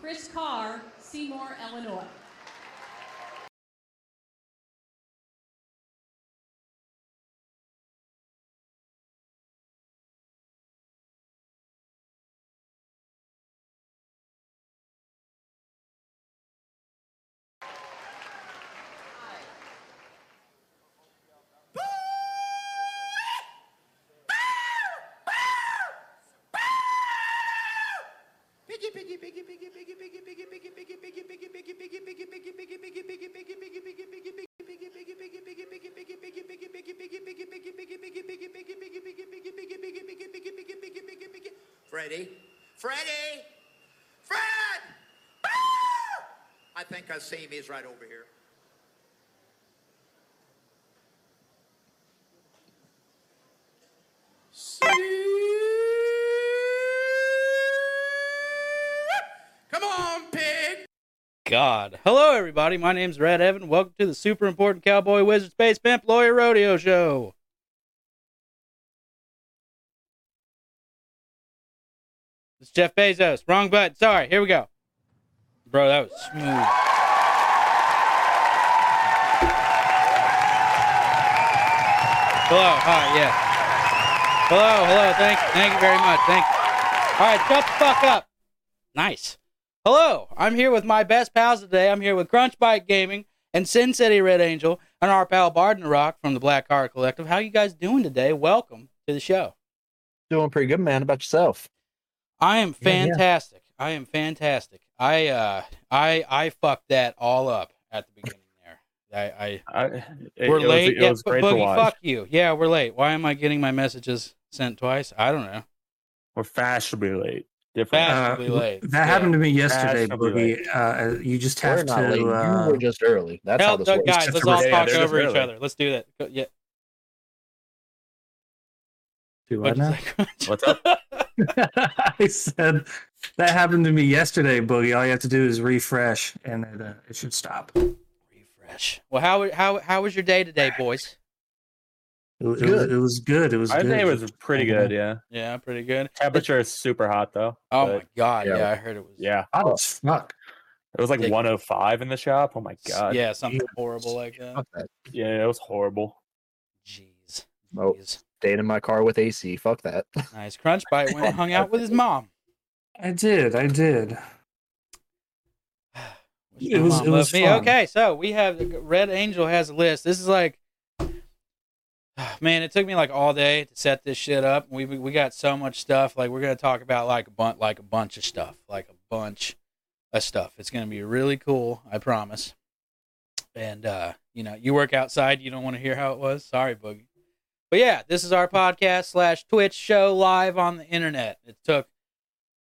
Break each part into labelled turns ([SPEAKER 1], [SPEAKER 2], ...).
[SPEAKER 1] Chris Carr, Seymour, Illinois.
[SPEAKER 2] Piggy, piggy, piggy, piggy, piggy, piggy, piggy, piggy, piggy, piggy, piggy, piggy, piggy, piggy, piggy, piggy, piggy, piggy, piggy, piggy, piggy, piggy, piggy, piggy, piggy, piggy, piggy, piggy, piggy, piggy, piggy, piggy, piggy, piggy, piggy, piggy, piggy, piggy, piggy, piggy, piggy, piggy, piggy, piggy, piggy, piggy. Freddie, Freddie, Fred! I think I see him. He's right over here. Come on, pig!
[SPEAKER 3] God. Hello, everybody. My name's Red Evan. Welcome to the super important cowboy, wizard, space pimp, lawyer rodeo show. It's Jeff Bezos. Wrong button. Sorry. Here we go. Bro, that was smooth. Hello. Hi. Yeah. Hello. Hello. Thank. Thank you very much. Thank. You. All right. Shut the fuck up. Nice. Hello, I'm here with my best pals today. I'm here with Crunch Bike Gaming and Sin City Red Angel and our pal Barden Rock from the Black Heart Collective. How you guys doing today? Welcome to the show.
[SPEAKER 4] Doing pretty good, man. How About yourself?
[SPEAKER 3] I am
[SPEAKER 4] Yeah, yeah.
[SPEAKER 3] fantastic. I am fantastic. I uh I I fucked that all up at the beginning there. I, I
[SPEAKER 5] I,
[SPEAKER 3] we're
[SPEAKER 5] it, it was-
[SPEAKER 3] late.
[SPEAKER 5] it
[SPEAKER 3] Yeah,
[SPEAKER 5] was
[SPEAKER 3] Bo-
[SPEAKER 5] great to
[SPEAKER 3] Boogie,
[SPEAKER 5] watch.
[SPEAKER 3] fuck you. Yeah, we're late. Why am I getting my messages sent twice? I don't
[SPEAKER 4] Uh,
[SPEAKER 3] know.
[SPEAKER 5] We're fashionably late. Different.
[SPEAKER 3] Fashionably late.
[SPEAKER 6] That
[SPEAKER 3] Yeah.
[SPEAKER 6] happened to me yesterday,
[SPEAKER 5] Fashionably
[SPEAKER 6] Boogie. Uh, you just
[SPEAKER 4] We're
[SPEAKER 6] have
[SPEAKER 4] not late.
[SPEAKER 6] to.
[SPEAKER 4] you
[SPEAKER 6] Uh,
[SPEAKER 4] were just early. That's how
[SPEAKER 3] Help,
[SPEAKER 4] this
[SPEAKER 3] uh,
[SPEAKER 4] works.
[SPEAKER 3] guys.
[SPEAKER 6] Just
[SPEAKER 3] Let's
[SPEAKER 6] a
[SPEAKER 3] all
[SPEAKER 5] red-
[SPEAKER 3] talk
[SPEAKER 5] they're just
[SPEAKER 3] over each
[SPEAKER 5] early.
[SPEAKER 3] other. Let's do that. Go- Yeah.
[SPEAKER 5] Do
[SPEAKER 3] What'd
[SPEAKER 5] what
[SPEAKER 3] you
[SPEAKER 5] now?
[SPEAKER 3] say, Crunch?
[SPEAKER 5] What's up?
[SPEAKER 6] I said that happened to me yesterday, Boogie. All you have to do is refresh, and it, uh, it should stop. It,
[SPEAKER 3] Refresh. Well, how how how was your day today, boys?
[SPEAKER 6] it was,
[SPEAKER 4] Good.
[SPEAKER 6] it was good. It was
[SPEAKER 5] I
[SPEAKER 6] good.
[SPEAKER 5] think it was pretty good. Yeah.
[SPEAKER 3] Yeah, pretty good.
[SPEAKER 5] Mm-hmm. Temperature is super hot though.
[SPEAKER 3] Oh
[SPEAKER 5] but
[SPEAKER 3] my god, yeah.
[SPEAKER 4] yeah.
[SPEAKER 3] I heard it was.
[SPEAKER 5] yeah.
[SPEAKER 6] hot as fuck.
[SPEAKER 5] It was like
[SPEAKER 3] Dick-
[SPEAKER 5] 105 in the shop. Oh my
[SPEAKER 3] s-
[SPEAKER 5] god. Yeah.
[SPEAKER 3] yeah, something horrible like that.
[SPEAKER 4] Fuck that.
[SPEAKER 5] Yeah. It was horrible.
[SPEAKER 3] Oh, Jeez,
[SPEAKER 4] Nope.
[SPEAKER 3] Jeez.
[SPEAKER 4] Staying in my car with AC. Fuck that.
[SPEAKER 3] nice crunch bite. Went and hung out with his mom.
[SPEAKER 6] I did. I did.
[SPEAKER 3] Wish
[SPEAKER 6] It
[SPEAKER 3] my
[SPEAKER 6] was-
[SPEAKER 3] mom
[SPEAKER 6] it was
[SPEAKER 3] loved me.
[SPEAKER 6] fun.
[SPEAKER 3] Okay, so we have Red Angel has a list. This is like, man, it took me like all day to set this shit up. We we got so much stuff. Like we're gonna talk about like a bunch like a bunch of stuff, like a bunch of stuff. It's gonna be really cool, I promise. And uh, you know, you work outside, you don't want to hear how it was. Sorry, Boogie. But yeah, this is our podcast slash Twitch show live on the internet. It took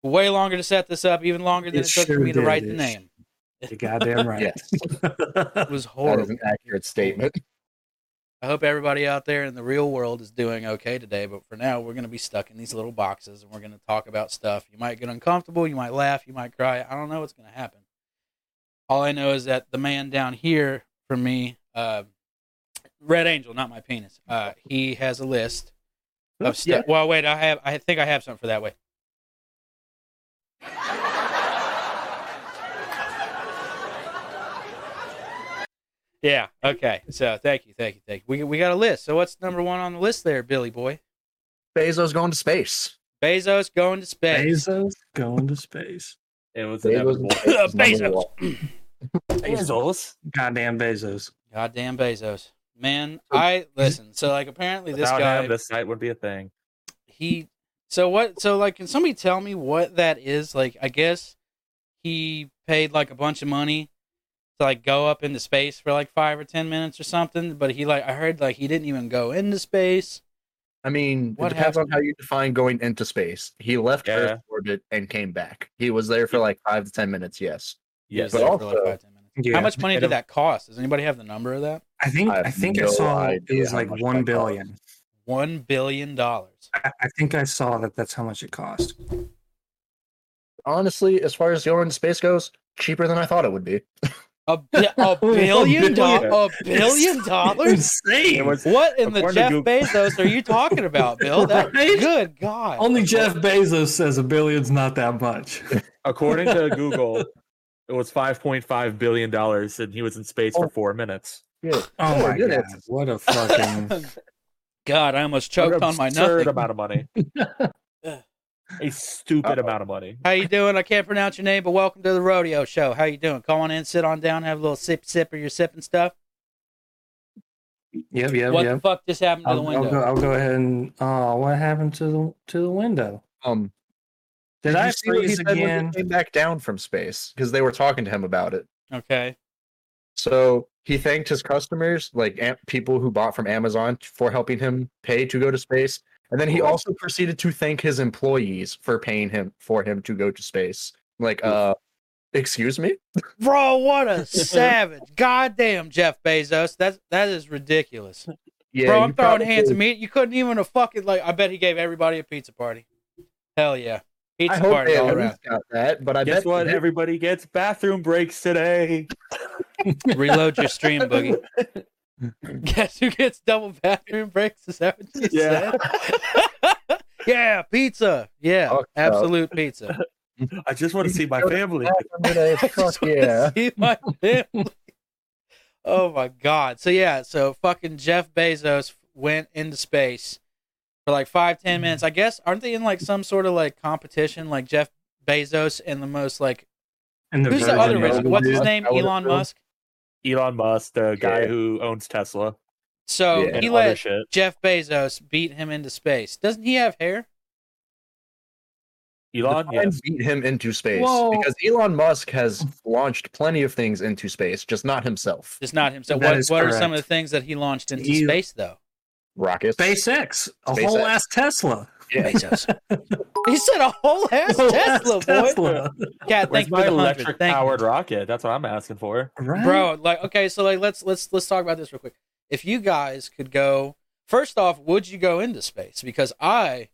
[SPEAKER 3] way longer to set this up, even longer than it,
[SPEAKER 6] It
[SPEAKER 3] took
[SPEAKER 6] sure
[SPEAKER 3] for me to
[SPEAKER 6] did.
[SPEAKER 3] write the
[SPEAKER 6] It
[SPEAKER 3] name.
[SPEAKER 6] You're goddamn right.
[SPEAKER 4] Yes,
[SPEAKER 3] It was
[SPEAKER 4] that
[SPEAKER 3] horrible.
[SPEAKER 4] is an accurate statement.
[SPEAKER 3] I hope everybody out there in the real world is doing okay today, but for now, we're going to be stuck in these little boxes and we're going to talk about stuff. You might get uncomfortable, you might laugh, you might cry. I don't know what's going to happen. All I know is that the man down here for me, uh, Red Angel, not my penis, uh, he has a list of stuff. Well, wait, I have. I think I have something for that way. Yeah. Okay. So thank you, thank you, thank you. We we got a list. So what's number one on the list there, Billy boy?
[SPEAKER 4] Bezos going to space.
[SPEAKER 3] Bezos going to space.
[SPEAKER 6] Bezos going to space.
[SPEAKER 5] It was
[SPEAKER 4] Bezos.
[SPEAKER 5] inevitable.
[SPEAKER 4] is number
[SPEAKER 3] Bezos.
[SPEAKER 4] one.
[SPEAKER 5] Bezos.
[SPEAKER 6] Goddamn Bezos.
[SPEAKER 3] Goddamn Bezos. Man, I listen. So like apparently this
[SPEAKER 5] Without
[SPEAKER 3] guy
[SPEAKER 5] him, this site would be a thing.
[SPEAKER 3] he so what so like can somebody tell me what that is? Like I guess he paid like a bunch of money to like go up into space for like 5 or 10 minutes or something, but he like I heard like he didn't even go into space.
[SPEAKER 4] I mean,
[SPEAKER 3] What
[SPEAKER 4] it depends on how you define going into space. He left
[SPEAKER 5] Yeah.
[SPEAKER 4] Earth orbit and came back. He was there for like five to ten minutes. Yes.
[SPEAKER 3] He
[SPEAKER 5] Yes.
[SPEAKER 3] was
[SPEAKER 4] But
[SPEAKER 3] there for,
[SPEAKER 4] also-
[SPEAKER 3] 10 minutes.
[SPEAKER 6] Yeah.
[SPEAKER 3] How much money
[SPEAKER 6] And
[SPEAKER 3] did
[SPEAKER 6] a-
[SPEAKER 3] that cost? Does anybody have the number of that?
[SPEAKER 6] I think.
[SPEAKER 4] I have
[SPEAKER 6] I think I
[SPEAKER 4] no
[SPEAKER 6] saw it
[SPEAKER 4] idea
[SPEAKER 6] was
[SPEAKER 4] how
[SPEAKER 6] like
[SPEAKER 4] much that
[SPEAKER 6] one
[SPEAKER 4] cost.
[SPEAKER 6] billion.
[SPEAKER 3] 1 billion dollars.
[SPEAKER 6] I, I think I saw that. That's how much it cost.
[SPEAKER 4] Honestly, as far as going into space goes, cheaper than I thought it would be.
[SPEAKER 3] A, bi- a billion
[SPEAKER 6] billion.
[SPEAKER 3] dollars? A billion dollars?
[SPEAKER 5] It
[SPEAKER 6] Insane.
[SPEAKER 5] was
[SPEAKER 3] What in the
[SPEAKER 5] According to
[SPEAKER 3] Jeff
[SPEAKER 5] Google-
[SPEAKER 3] Bezos are you talking about, Bill? That,
[SPEAKER 6] Right?
[SPEAKER 3] Good God.
[SPEAKER 6] Only Jeff Bezos says a billion's not that much.
[SPEAKER 5] According to Google, it was five point five billion dollars, and he was in space for four minutes.
[SPEAKER 6] Oh
[SPEAKER 4] Oh,
[SPEAKER 6] my god!
[SPEAKER 4] goodness.
[SPEAKER 6] What a fucking
[SPEAKER 3] God, I almost choked
[SPEAKER 5] An
[SPEAKER 3] on my
[SPEAKER 5] absurd
[SPEAKER 3] nothing.
[SPEAKER 5] amount of money. a stupid amount of money.
[SPEAKER 3] How you doing? I can't pronounce your name, but welcome to the rodeo show. How you doing? Come on in, sit on down, have a little sip, sip of your sipping stuff.
[SPEAKER 6] yep, yep,
[SPEAKER 3] what the
[SPEAKER 6] yep.
[SPEAKER 3] fuck just happened to the
[SPEAKER 6] I'll, I'll
[SPEAKER 3] window?
[SPEAKER 6] go, I'll go ahead and oh, what happened to the to the window?
[SPEAKER 4] Um,
[SPEAKER 6] Did,
[SPEAKER 4] you
[SPEAKER 6] I
[SPEAKER 4] see what he
[SPEAKER 6] freeze
[SPEAKER 4] said when he
[SPEAKER 6] again?
[SPEAKER 4] Came back down from space because they were talking to him about it.
[SPEAKER 3] Okay.
[SPEAKER 4] So he thanked his customers, like am- people who bought from Amazon, for helping him pay to go to space. And then he also proceeded to thank his employees for paying him for him to go to space. Like, uh, excuse me?
[SPEAKER 3] Bro, what a savage. Goddamn Jeff Bezos. That's that is ridiculous.
[SPEAKER 4] Yeah,
[SPEAKER 3] Bro,
[SPEAKER 4] you
[SPEAKER 3] I'm throwing
[SPEAKER 4] probably-
[SPEAKER 3] hands of meat. You couldn't even have fucking like I bet he gave everybody a pizza party. Hell yeah.
[SPEAKER 4] I
[SPEAKER 3] Pizza
[SPEAKER 4] hope
[SPEAKER 3] party
[SPEAKER 4] they
[SPEAKER 3] all
[SPEAKER 4] at
[SPEAKER 3] around.
[SPEAKER 4] least got that, but I
[SPEAKER 5] Guess
[SPEAKER 4] bet
[SPEAKER 5] what?
[SPEAKER 4] they-
[SPEAKER 5] Everybody gets bathroom breaks today.
[SPEAKER 3] Reload your stream, Boogie. Guess who gets double bathroom breaks? Is that what you
[SPEAKER 5] Yeah.
[SPEAKER 3] said? yeah, pizza. Yeah,
[SPEAKER 4] Fucked up.
[SPEAKER 3] absolute pizza.
[SPEAKER 5] I just want to see my
[SPEAKER 4] Go to
[SPEAKER 5] family.
[SPEAKER 4] bathroom today,
[SPEAKER 3] I
[SPEAKER 4] fuck
[SPEAKER 3] just wanna
[SPEAKER 4] yeah.
[SPEAKER 3] see my family. oh my god. So yeah, so fucking Jeff Bezos went into space for like five,
[SPEAKER 4] Hmm.
[SPEAKER 3] ten minutes. I guess aren't they in like some sort of like competition, like Jeff Bezos and the most like
[SPEAKER 6] And
[SPEAKER 3] who's the
[SPEAKER 6] Virgin
[SPEAKER 3] other
[SPEAKER 6] Mobile
[SPEAKER 3] rich? What's his
[SPEAKER 6] dude?
[SPEAKER 3] name?
[SPEAKER 4] I would've
[SPEAKER 3] Elon
[SPEAKER 4] known.
[SPEAKER 3] Musk.
[SPEAKER 5] Elon Musk, the guy
[SPEAKER 4] Yeah.
[SPEAKER 5] who owns Tesla
[SPEAKER 3] So
[SPEAKER 4] Yeah.
[SPEAKER 5] and
[SPEAKER 3] he
[SPEAKER 5] other
[SPEAKER 3] let
[SPEAKER 5] shit.
[SPEAKER 3] Jeff Bezos beat him into space. Doesn't he have hair?
[SPEAKER 5] Elon,
[SPEAKER 4] The
[SPEAKER 5] yes.
[SPEAKER 4] Time beat him into space
[SPEAKER 6] Well-
[SPEAKER 4] because Elon Musk has launched plenty of things into space, just not himself.
[SPEAKER 3] Just not himself.
[SPEAKER 6] That
[SPEAKER 3] What,
[SPEAKER 6] is
[SPEAKER 3] what are some of
[SPEAKER 6] correct.
[SPEAKER 3] the things that he launched into
[SPEAKER 6] You-
[SPEAKER 3] space though?
[SPEAKER 4] Rockets.
[SPEAKER 6] SpaceX, a
[SPEAKER 4] SpaceX.
[SPEAKER 6] whole ass Tesla.
[SPEAKER 4] Yeah.
[SPEAKER 3] Bezos. he said a whole ass
[SPEAKER 6] Whole ass
[SPEAKER 3] Tesla, boy.
[SPEAKER 6] Tesla.
[SPEAKER 3] Cat,
[SPEAKER 5] Where's
[SPEAKER 3] thank you for the
[SPEAKER 5] my electric
[SPEAKER 3] hundred. Thank you.
[SPEAKER 5] powered rocket? That's what I'm asking for.
[SPEAKER 6] Right?
[SPEAKER 3] bro like okay so like let's let's let's talk about this real quick if you guys could go first off would you go into space because i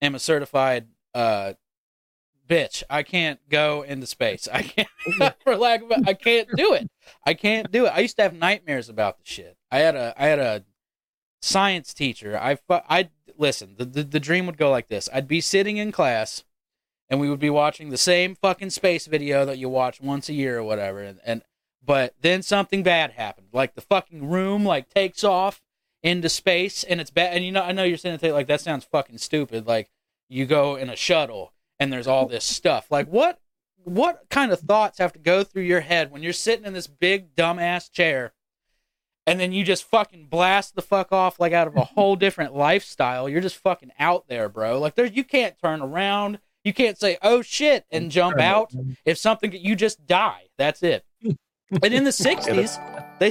[SPEAKER 3] am a certified uh bitch i can't go into space i can't for lack of a- i can't do it i can't do it i used to have nightmares about the shit i had a i had a science teacher i fu- i listen the, the the dream would go like this i'd be sitting in class and we would be watching the same fucking space video that you watch once a year or whatever and, and but then something bad happened like the fucking room like takes off into space and it's bad and you know i know you're sitting there like that sounds fucking stupid like you go in a shuttle and there's all this stuff like what what kind of thoughts have to go through your head when you're sitting in this big dumbass chair and then you just fucking blast the fuck off like out of a whole different lifestyle you're just fucking out there bro like there's you can't turn around you can't say oh shit and jump out if something you just die that's it and in the 60s they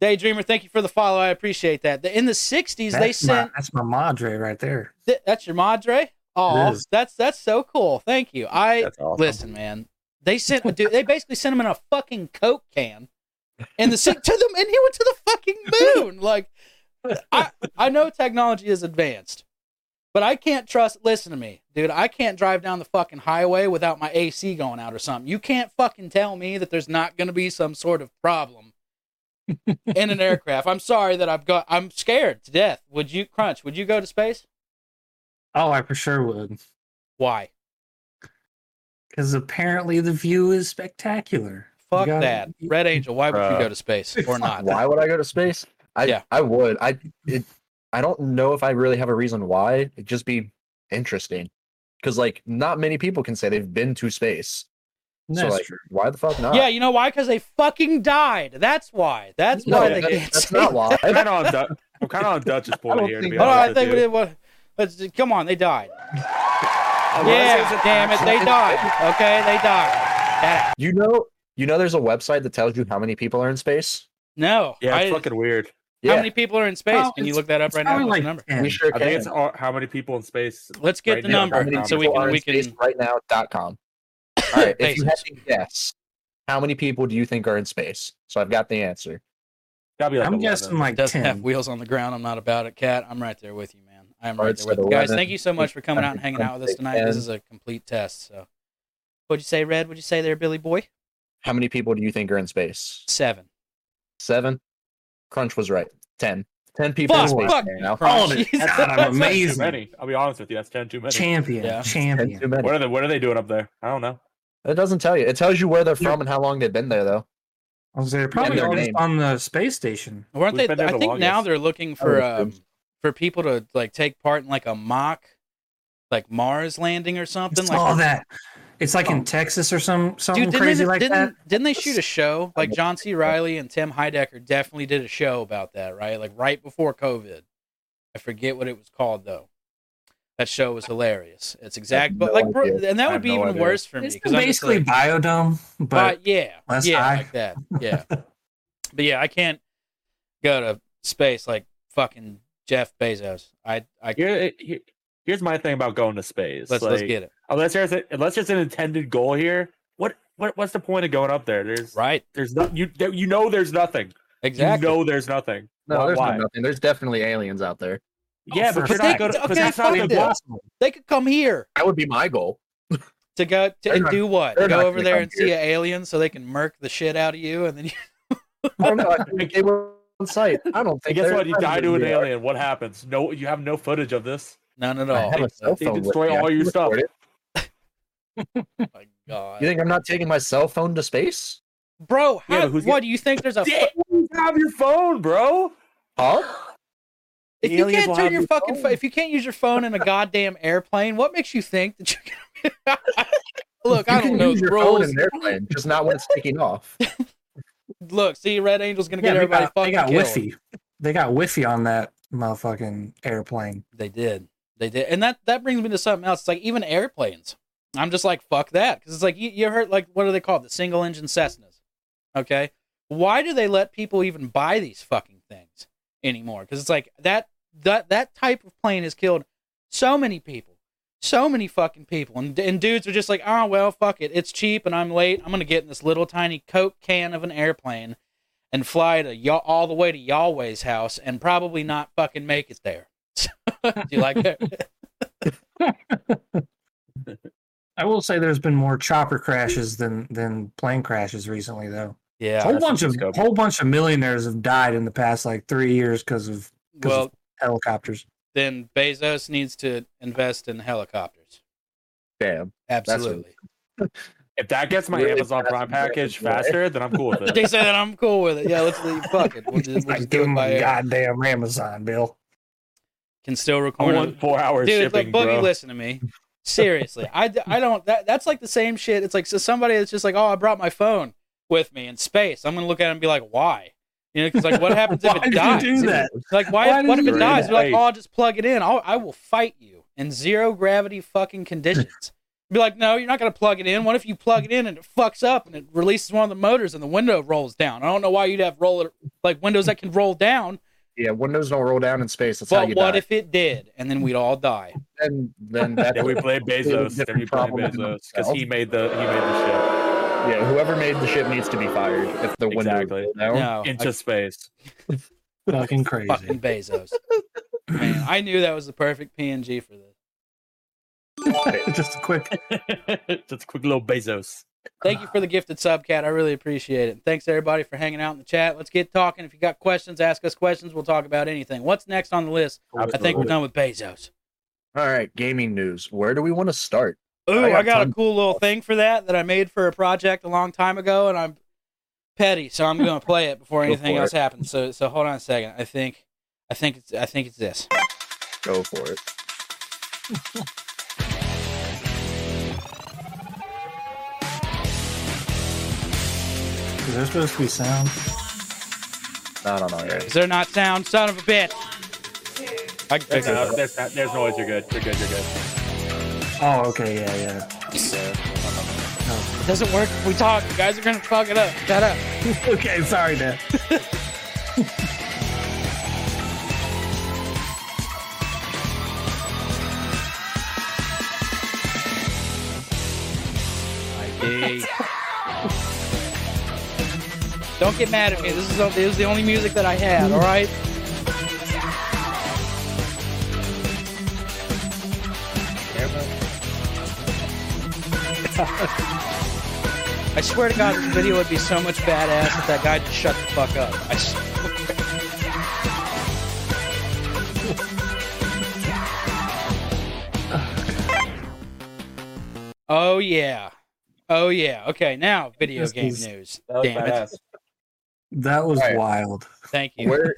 [SPEAKER 3] daydreamer thank you for the follow i appreciate that in the 60s they
[SPEAKER 6] That's my-
[SPEAKER 3] sent
[SPEAKER 6] that's my madre right there.
[SPEAKER 3] Th- that's your madre. Oh,
[SPEAKER 6] is.
[SPEAKER 3] that's that's so cool. Thank you. I
[SPEAKER 5] That's awesome.
[SPEAKER 3] listen, man. They sent a dude. They basically sent him in a fucking coke can, and the si- to them, and he went to the fucking moon. Like, I I know technology is advanced, but I can't trust. Listen to me, dude. I can't drive down the fucking highway without my AC going out or something. You can't fucking tell me that there's not going to be some sort of problem in an aircraft. I'm sorry that I've got. I'm scared to death. Would you crunch? Would you go to space?
[SPEAKER 6] Oh, I for sure would.
[SPEAKER 3] Why?
[SPEAKER 6] Because apparently the view is spectacular. You
[SPEAKER 3] Fuck
[SPEAKER 6] gotta-
[SPEAKER 3] that. Red Angel, why would you
[SPEAKER 5] Bruh.
[SPEAKER 3] go to space or not?
[SPEAKER 4] why would I go to space? I
[SPEAKER 3] Yeah.
[SPEAKER 4] I would. I it, I don't know if I really have a reason why. It'd just be interesting. Cause like not many people can say they've been to space.
[SPEAKER 6] That's
[SPEAKER 4] so like
[SPEAKER 6] true.
[SPEAKER 4] why the fuck not?
[SPEAKER 3] Yeah, you know why? Because they fucking died. That's why. That's
[SPEAKER 4] No,
[SPEAKER 3] why they
[SPEAKER 4] that-
[SPEAKER 3] can't
[SPEAKER 4] that's
[SPEAKER 3] say
[SPEAKER 4] not why.
[SPEAKER 5] I'm kind of on, Du- I'm kind of on Dutch's point
[SPEAKER 4] don't
[SPEAKER 5] here. To
[SPEAKER 4] think-
[SPEAKER 5] be
[SPEAKER 3] Hold on, I
[SPEAKER 5] honest,
[SPEAKER 3] think we
[SPEAKER 5] with you.
[SPEAKER 3] did what. Let's come on. They died.
[SPEAKER 5] Unless
[SPEAKER 3] Yeah,
[SPEAKER 5] there's an
[SPEAKER 3] damn it,
[SPEAKER 5] actual-
[SPEAKER 3] they died. Okay, they died. That-
[SPEAKER 4] You know you know there's a website that tells you how many people are in space?
[SPEAKER 3] no.
[SPEAKER 5] Yeah,
[SPEAKER 3] I-
[SPEAKER 5] it's fucking weird.
[SPEAKER 3] How
[SPEAKER 4] Yeah.
[SPEAKER 3] many people are in space?
[SPEAKER 6] Oh,
[SPEAKER 3] Can you
[SPEAKER 6] it's-
[SPEAKER 3] look that up
[SPEAKER 6] It's
[SPEAKER 3] right now?
[SPEAKER 6] probably
[SPEAKER 3] What's the
[SPEAKER 6] like
[SPEAKER 3] number?
[SPEAKER 6] 10.
[SPEAKER 4] we sure
[SPEAKER 5] I
[SPEAKER 4] can.
[SPEAKER 5] think it's all, how many people in space.
[SPEAKER 3] Let's get
[SPEAKER 5] Right
[SPEAKER 3] the
[SPEAKER 5] now,
[SPEAKER 4] How
[SPEAKER 3] number
[SPEAKER 4] many
[SPEAKER 3] so we
[SPEAKER 4] people
[SPEAKER 3] can
[SPEAKER 4] are in
[SPEAKER 3] we can.
[SPEAKER 4] space right now dot com. All right, if you had
[SPEAKER 3] Bezos.
[SPEAKER 4] to guess, how many people do you think are in space? So I've got the answer.
[SPEAKER 5] Gotta be like
[SPEAKER 6] I'm
[SPEAKER 5] 11.
[SPEAKER 6] guessing like
[SPEAKER 3] doesn't
[SPEAKER 6] 10.
[SPEAKER 3] have wheels on the ground. I'm not about it, Cat. I'm right there with you, man. I'm
[SPEAKER 4] All
[SPEAKER 3] right
[SPEAKER 4] right,
[SPEAKER 3] there
[SPEAKER 4] so
[SPEAKER 3] with you guys.
[SPEAKER 4] 11,
[SPEAKER 3] Thank you so much for coming out and hanging out with us tonight. This
[SPEAKER 4] 10.
[SPEAKER 3] is a complete test. So, what'd you say, Red? What'd you say there, Billy Boy?
[SPEAKER 4] How many people do you think are in space?
[SPEAKER 3] Seven.
[SPEAKER 4] Seven. Crunch was right. Ten. ten people
[SPEAKER 3] Fuck,
[SPEAKER 4] in space
[SPEAKER 3] fuck.
[SPEAKER 4] right now.
[SPEAKER 6] Called
[SPEAKER 3] Jesus.
[SPEAKER 6] it. God, I'm
[SPEAKER 5] Too
[SPEAKER 6] amazing.
[SPEAKER 5] many. I'll be honest with you. That's ten too many.
[SPEAKER 6] Champion.
[SPEAKER 3] Yeah.
[SPEAKER 4] Ten too
[SPEAKER 6] Champion.
[SPEAKER 4] many.
[SPEAKER 5] What are they? What are they doing up there? I don't know.
[SPEAKER 4] It doesn't tell you. It tells you where they're from and how long they've been there, though.
[SPEAKER 6] I was there probably
[SPEAKER 4] their
[SPEAKER 6] already
[SPEAKER 4] name.
[SPEAKER 6] on the space station.
[SPEAKER 3] Weren't
[SPEAKER 5] We've
[SPEAKER 3] they?
[SPEAKER 5] been there
[SPEAKER 3] I
[SPEAKER 5] the
[SPEAKER 3] think now
[SPEAKER 5] longest.
[SPEAKER 3] they're looking for
[SPEAKER 4] Oh,
[SPEAKER 3] um,
[SPEAKER 4] it's
[SPEAKER 3] for people to like take part in like a mock, like Mars landing or something.
[SPEAKER 6] It's
[SPEAKER 3] Like Oh.
[SPEAKER 6] all that. It's like in Texas or some something
[SPEAKER 3] Dude, didn't,
[SPEAKER 6] crazy
[SPEAKER 3] they,
[SPEAKER 6] like
[SPEAKER 3] didn't,
[SPEAKER 6] that.
[SPEAKER 3] didn't they shoot a show? Like John C. Riley and Tim Heidecker definitely did a show about that, right? Like right before COVID. I forget what it was called though. That show was hilarious. It's exact, but
[SPEAKER 4] no
[SPEAKER 3] like, bro,
[SPEAKER 4] idea.
[SPEAKER 3] and
[SPEAKER 5] I
[SPEAKER 3] that would
[SPEAKER 5] have
[SPEAKER 3] be
[SPEAKER 5] no
[SPEAKER 3] even
[SPEAKER 5] idea.
[SPEAKER 3] worse for me
[SPEAKER 6] It's
[SPEAKER 3] because I'm just
[SPEAKER 6] basically
[SPEAKER 3] like,
[SPEAKER 6] biodome, but
[SPEAKER 3] but yeah,
[SPEAKER 6] less
[SPEAKER 3] yeah,
[SPEAKER 6] eye.
[SPEAKER 3] like that, yeah, but yeah, I can't go to space like fucking Jeff Bezos. I, I
[SPEAKER 5] Here, here- here's my thing about going to space.
[SPEAKER 3] let's let's get it
[SPEAKER 5] Unless there's a, unless there's an intended goal here. What, what what's the point of going up there? There's
[SPEAKER 3] right.
[SPEAKER 5] there's no, you there- you know there's nothing.
[SPEAKER 3] Exactly.
[SPEAKER 5] You know there's nothing.
[SPEAKER 4] No,
[SPEAKER 5] Why-
[SPEAKER 4] there's
[SPEAKER 5] why?
[SPEAKER 4] not nothing. There's definitely aliens out there.
[SPEAKER 5] yeah,
[SPEAKER 6] for
[SPEAKER 5] but
[SPEAKER 6] a
[SPEAKER 5] you're not
[SPEAKER 6] fact.
[SPEAKER 5] going.
[SPEAKER 3] Okay,
[SPEAKER 5] But that's not
[SPEAKER 3] fuck
[SPEAKER 5] the
[SPEAKER 3] this.
[SPEAKER 5] goal.
[SPEAKER 3] they could come here
[SPEAKER 4] That would be my goal.
[SPEAKER 3] to go to
[SPEAKER 4] They're
[SPEAKER 3] and
[SPEAKER 4] not-
[SPEAKER 3] do what?
[SPEAKER 4] they're
[SPEAKER 3] Go
[SPEAKER 4] not
[SPEAKER 3] over
[SPEAKER 4] gonna
[SPEAKER 3] there
[SPEAKER 4] come
[SPEAKER 3] and
[SPEAKER 4] here.
[SPEAKER 3] see an alien so they can murk the shit out of you, and then you,
[SPEAKER 4] I don't know. I think they were on site. I don't
[SPEAKER 5] And
[SPEAKER 4] think.
[SPEAKER 5] guess
[SPEAKER 4] they're-
[SPEAKER 5] what? You
[SPEAKER 4] I
[SPEAKER 5] die to
[SPEAKER 4] don't
[SPEAKER 5] an
[SPEAKER 4] think
[SPEAKER 5] alien. What happens? No, you have no footage of this.
[SPEAKER 3] none at
[SPEAKER 4] they are.
[SPEAKER 3] all. Oh
[SPEAKER 4] I have a cell
[SPEAKER 5] They
[SPEAKER 4] phone with
[SPEAKER 5] destroy
[SPEAKER 4] me. I
[SPEAKER 5] all
[SPEAKER 4] can
[SPEAKER 5] your
[SPEAKER 4] record
[SPEAKER 5] stuff.
[SPEAKER 4] it.
[SPEAKER 3] my god,
[SPEAKER 4] You think I'm not taking my cell phone to space?
[SPEAKER 3] bro! How,
[SPEAKER 5] Yeah, but who's
[SPEAKER 3] what
[SPEAKER 5] gonna-
[SPEAKER 3] do you think? There's a fu-
[SPEAKER 5] Damn, you have your phone, bro.
[SPEAKER 4] Huh?
[SPEAKER 3] if
[SPEAKER 5] the
[SPEAKER 3] you
[SPEAKER 5] aliens
[SPEAKER 3] can't
[SPEAKER 5] will
[SPEAKER 3] turn
[SPEAKER 5] have
[SPEAKER 3] your
[SPEAKER 5] your
[SPEAKER 3] fucking pho-
[SPEAKER 5] phone.
[SPEAKER 3] if you can't use your phone in a goddamn airplane, what makes you think that you're gonna? Look,
[SPEAKER 4] You
[SPEAKER 3] I
[SPEAKER 4] can
[SPEAKER 3] don't know
[SPEAKER 4] use
[SPEAKER 3] the
[SPEAKER 4] your phone
[SPEAKER 3] rules.
[SPEAKER 4] in an airplane, just not when it's taking off.
[SPEAKER 3] Look, see, Red Angel's gonna get
[SPEAKER 6] yeah, they
[SPEAKER 3] everybody
[SPEAKER 6] got, they
[SPEAKER 3] fucking
[SPEAKER 6] got
[SPEAKER 3] killed.
[SPEAKER 6] Wi-Fi. They got Wi-Fi on that motherfucking airplane.
[SPEAKER 3] They did. They did. And that that brings me to something else. It's like even airplanes. I'm just like fuck that because it's like you, you heard like what are they called the single engine Cessnas? Okay, why do they let people even buy these fucking things anymore? Because it's like that that that type of plane has killed so many people, so many fucking people, and and dudes are just like oh well fuck it, it's cheap and I'm late. I'm gonna get in this little tiny coke can of an airplane and fly to Yah- all the way to Yahweh's house and probably not fucking make it there. Do you like that?
[SPEAKER 6] I will say there's been more chopper crashes than than plane crashes recently, though. A
[SPEAKER 3] Yeah.
[SPEAKER 6] whole
[SPEAKER 5] that's
[SPEAKER 6] bunch of
[SPEAKER 5] what's going on.
[SPEAKER 6] whole bunch of millionaires have died in the past like three years because of
[SPEAKER 3] Well,
[SPEAKER 6] helicopters.
[SPEAKER 3] then Bezos needs to invest in helicopters.
[SPEAKER 4] Damn.
[SPEAKER 3] Absolutely.
[SPEAKER 5] If that gets my
[SPEAKER 4] Really
[SPEAKER 5] Amazon
[SPEAKER 4] fast
[SPEAKER 5] Prime
[SPEAKER 4] and rapid
[SPEAKER 5] package
[SPEAKER 4] way.
[SPEAKER 5] faster, then I'm cool with it.
[SPEAKER 3] They say that I'm cool with it. Yeah, let's leave. Fuck it. We'll just, we'll
[SPEAKER 6] Like,
[SPEAKER 3] just
[SPEAKER 6] give
[SPEAKER 3] do
[SPEAKER 6] them
[SPEAKER 3] it by
[SPEAKER 6] a
[SPEAKER 3] air.
[SPEAKER 6] goddamn Amazon bill.
[SPEAKER 3] Can still
[SPEAKER 5] I
[SPEAKER 3] record.
[SPEAKER 5] want four hours
[SPEAKER 3] Dude,
[SPEAKER 5] shipping,
[SPEAKER 3] like, Boogie,
[SPEAKER 5] bro.
[SPEAKER 3] listen to me. Seriously, I, d- I don't. That, that's like the same shit. It's like so somebody that's just like, oh, I brought my phone with me in space. I'm gonna look at it and be like, why? You know, because like, what happens if
[SPEAKER 6] Why
[SPEAKER 3] it
[SPEAKER 6] did
[SPEAKER 3] dies?
[SPEAKER 6] you do that?
[SPEAKER 3] Like, why?
[SPEAKER 6] Why did
[SPEAKER 3] what if
[SPEAKER 6] you
[SPEAKER 3] it
[SPEAKER 5] do
[SPEAKER 3] dies?
[SPEAKER 5] that?
[SPEAKER 3] You're like,
[SPEAKER 5] Right.
[SPEAKER 3] oh, I'll just plug it in. I'll, I will fight you in zero gravity fucking conditions. Be like, no, you're not gonna plug it in. What if you plug it in and it fucks up and it releases one of the motors and the window rolls down? I don't know why you'd have roller like windows that can roll down.
[SPEAKER 4] Yeah, windows don't roll down in space. That's how
[SPEAKER 3] But
[SPEAKER 4] you
[SPEAKER 3] what
[SPEAKER 4] die.
[SPEAKER 3] if it did? And then we'd all die.
[SPEAKER 4] then, then that's
[SPEAKER 5] Then we play
[SPEAKER 4] completely
[SPEAKER 5] Bezos. Then
[SPEAKER 4] different
[SPEAKER 5] we play
[SPEAKER 4] problem in
[SPEAKER 5] Bezos because he
[SPEAKER 4] itself.
[SPEAKER 5] made the he made the
[SPEAKER 4] yeah, whoever made the ship needs to be fired if the windows
[SPEAKER 5] Exactly.
[SPEAKER 4] roll down.
[SPEAKER 3] No,
[SPEAKER 5] ship into
[SPEAKER 3] I-
[SPEAKER 5] space.
[SPEAKER 6] Fucking crazy.
[SPEAKER 3] fucking Bezos. Man, I knew that was the perfect PNG for this.
[SPEAKER 6] Just a quick.
[SPEAKER 5] Just a quick little Bezos.
[SPEAKER 3] Thank you for the gifted sub, Cat. I really appreciate it. Thanks everybody for hanging out in the chat. Let's get talking. If you got questions, ask us questions. We'll talk about anything. What's next on the list? I think we're done with Bezos.
[SPEAKER 4] All right, gaming news. Where do we want to start?
[SPEAKER 3] Ooh,
[SPEAKER 4] I
[SPEAKER 3] I
[SPEAKER 4] got
[SPEAKER 3] got, a
[SPEAKER 4] tons.
[SPEAKER 3] cool little thing for that that I made for a project a long time ago, and I'm petty, so I'm gonna play it before
[SPEAKER 4] Go
[SPEAKER 3] anything
[SPEAKER 4] for
[SPEAKER 3] else happens. So, so hold on a second. I think, I think it's, I think it's this.
[SPEAKER 4] Go for it.
[SPEAKER 6] Is there supposed to be sound?
[SPEAKER 4] I don't know. Right?
[SPEAKER 3] Is there not sound? Son of a bitch. I can
[SPEAKER 5] There's,
[SPEAKER 3] fix it.
[SPEAKER 5] no, there's, no- there's noise. You're good. You're good. You're good.
[SPEAKER 6] Oh, okay, yeah, yeah.
[SPEAKER 3] It doesn't work if we talk. You guys are gonna fuck it up. Shut up.
[SPEAKER 6] okay, sorry, Dad.
[SPEAKER 3] Don't get mad at me. This is the- this is the only music that I had. All right. I swear to God, this video would be so much badass if that guy just shut the fuck up. I swear. Oh yeah. Oh yeah. Okay, now video
[SPEAKER 6] This
[SPEAKER 3] game
[SPEAKER 6] is-
[SPEAKER 3] news.
[SPEAKER 5] That was
[SPEAKER 3] Damn it.
[SPEAKER 5] badass.
[SPEAKER 6] That was
[SPEAKER 4] Right.
[SPEAKER 6] wild.
[SPEAKER 3] Thank you.
[SPEAKER 4] Where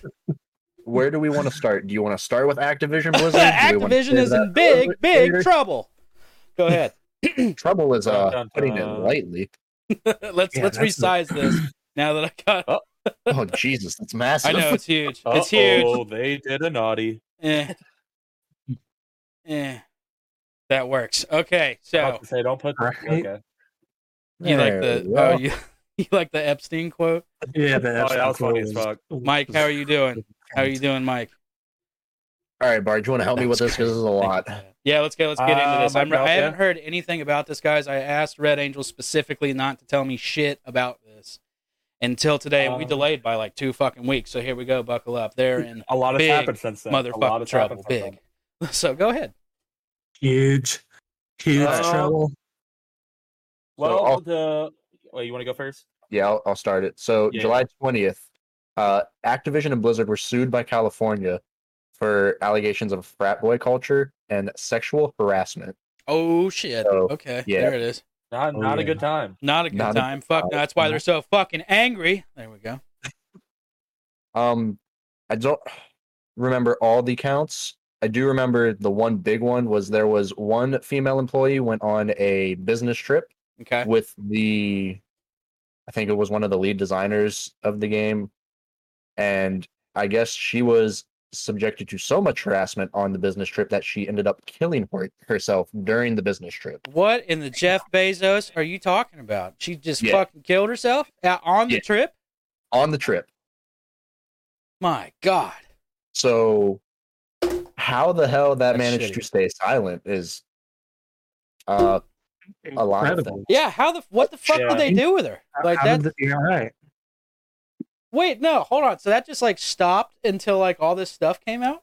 [SPEAKER 4] where do we want to start? Do you want to start with Activision Blizzard? Do we wanna
[SPEAKER 3] Activision
[SPEAKER 4] save
[SPEAKER 3] is
[SPEAKER 4] that
[SPEAKER 3] in
[SPEAKER 4] for
[SPEAKER 3] big,
[SPEAKER 4] later?
[SPEAKER 3] big trouble. Go ahead.
[SPEAKER 4] trouble. Is uh
[SPEAKER 5] Dun, dun,
[SPEAKER 4] putting it
[SPEAKER 5] dun.
[SPEAKER 4] lightly.
[SPEAKER 3] let's
[SPEAKER 6] Yeah,
[SPEAKER 3] let's
[SPEAKER 6] that's the-
[SPEAKER 3] resize this now that I got.
[SPEAKER 5] Oh.
[SPEAKER 4] Oh Jesus, that's massive.
[SPEAKER 3] I know it's huge. It's huge.
[SPEAKER 5] Oh, they did a naughty.
[SPEAKER 3] Eh. Eh. That works. Okay,
[SPEAKER 5] I was
[SPEAKER 3] so
[SPEAKER 5] gonna say, don't put.
[SPEAKER 6] Right.
[SPEAKER 5] Okay.
[SPEAKER 3] you like
[SPEAKER 4] There
[SPEAKER 3] the
[SPEAKER 4] we
[SPEAKER 3] oh
[SPEAKER 4] are.
[SPEAKER 3] you you like the Epstein quote,
[SPEAKER 6] Yeah,
[SPEAKER 5] Oh,
[SPEAKER 6] that,
[SPEAKER 5] yeah, that was funny as fuck.
[SPEAKER 3] Mike? How are you doing? How are you doing, Mike?
[SPEAKER 4] All right, Bard, you want to help me with this because this is a lot.
[SPEAKER 3] Yeah, let's go. Let's get into this.
[SPEAKER 5] Um,
[SPEAKER 3] I'm, I
[SPEAKER 5] yeah.
[SPEAKER 3] haven't heard anything about this, guys. I asked Red Angel specifically not to tell me shit about this until today. we
[SPEAKER 5] Um,
[SPEAKER 3] delayed by like two fucking weeks, so here we go. Buckle up. They're in
[SPEAKER 5] A lot has
[SPEAKER 3] Big
[SPEAKER 5] happened since then. a lot
[SPEAKER 3] motherfucking
[SPEAKER 5] has
[SPEAKER 3] trouble.
[SPEAKER 5] happened since
[SPEAKER 3] Big. So go ahead.
[SPEAKER 6] Huge, huge
[SPEAKER 5] Uh,
[SPEAKER 6] trouble.
[SPEAKER 5] Well,
[SPEAKER 4] So oh. I'll-
[SPEAKER 5] the wait, you want to go first?
[SPEAKER 4] Yeah, I'll, I'll start it. So
[SPEAKER 5] Yeah.
[SPEAKER 4] July twentieth, uh, Activision and Blizzard were sued by California for allegations of frat boy culture and sexual harassment.
[SPEAKER 3] Oh shit.
[SPEAKER 4] So,
[SPEAKER 3] okay.
[SPEAKER 4] yeah.
[SPEAKER 3] There it is.
[SPEAKER 5] Not,
[SPEAKER 6] Oh,
[SPEAKER 5] not a
[SPEAKER 6] yeah.
[SPEAKER 5] good time.
[SPEAKER 3] Not a good
[SPEAKER 4] Not a good
[SPEAKER 3] time. Fuck. No, that's why they're so fucking angry. There we go.
[SPEAKER 4] Um, I don't remember all the counts. I do remember the one big one was there was one female employee went on a business trip
[SPEAKER 3] Okay.
[SPEAKER 4] with the I think it was one of the lead designers of the game. And I guess she was subjected to so much harassment on the business trip that she ended up killing her, herself during the business trip.
[SPEAKER 3] What in the Jeff Bezos are you talking about? She just
[SPEAKER 4] Yeah.
[SPEAKER 3] fucking killed herself out on the
[SPEAKER 4] Yeah.
[SPEAKER 3] trip?
[SPEAKER 4] On the trip.
[SPEAKER 3] My God.
[SPEAKER 4] So how the hell that
[SPEAKER 3] That's
[SPEAKER 4] managed
[SPEAKER 3] shitty.
[SPEAKER 4] to stay silent is uh a lot of
[SPEAKER 6] Incredible.
[SPEAKER 3] Yeah, how the what the fuck
[SPEAKER 5] Yeah.
[SPEAKER 3] did they do with her? Like
[SPEAKER 6] How
[SPEAKER 3] that
[SPEAKER 6] did the- you're right.
[SPEAKER 3] Wait, no, hold on. So that just like stopped until like all this stuff came out?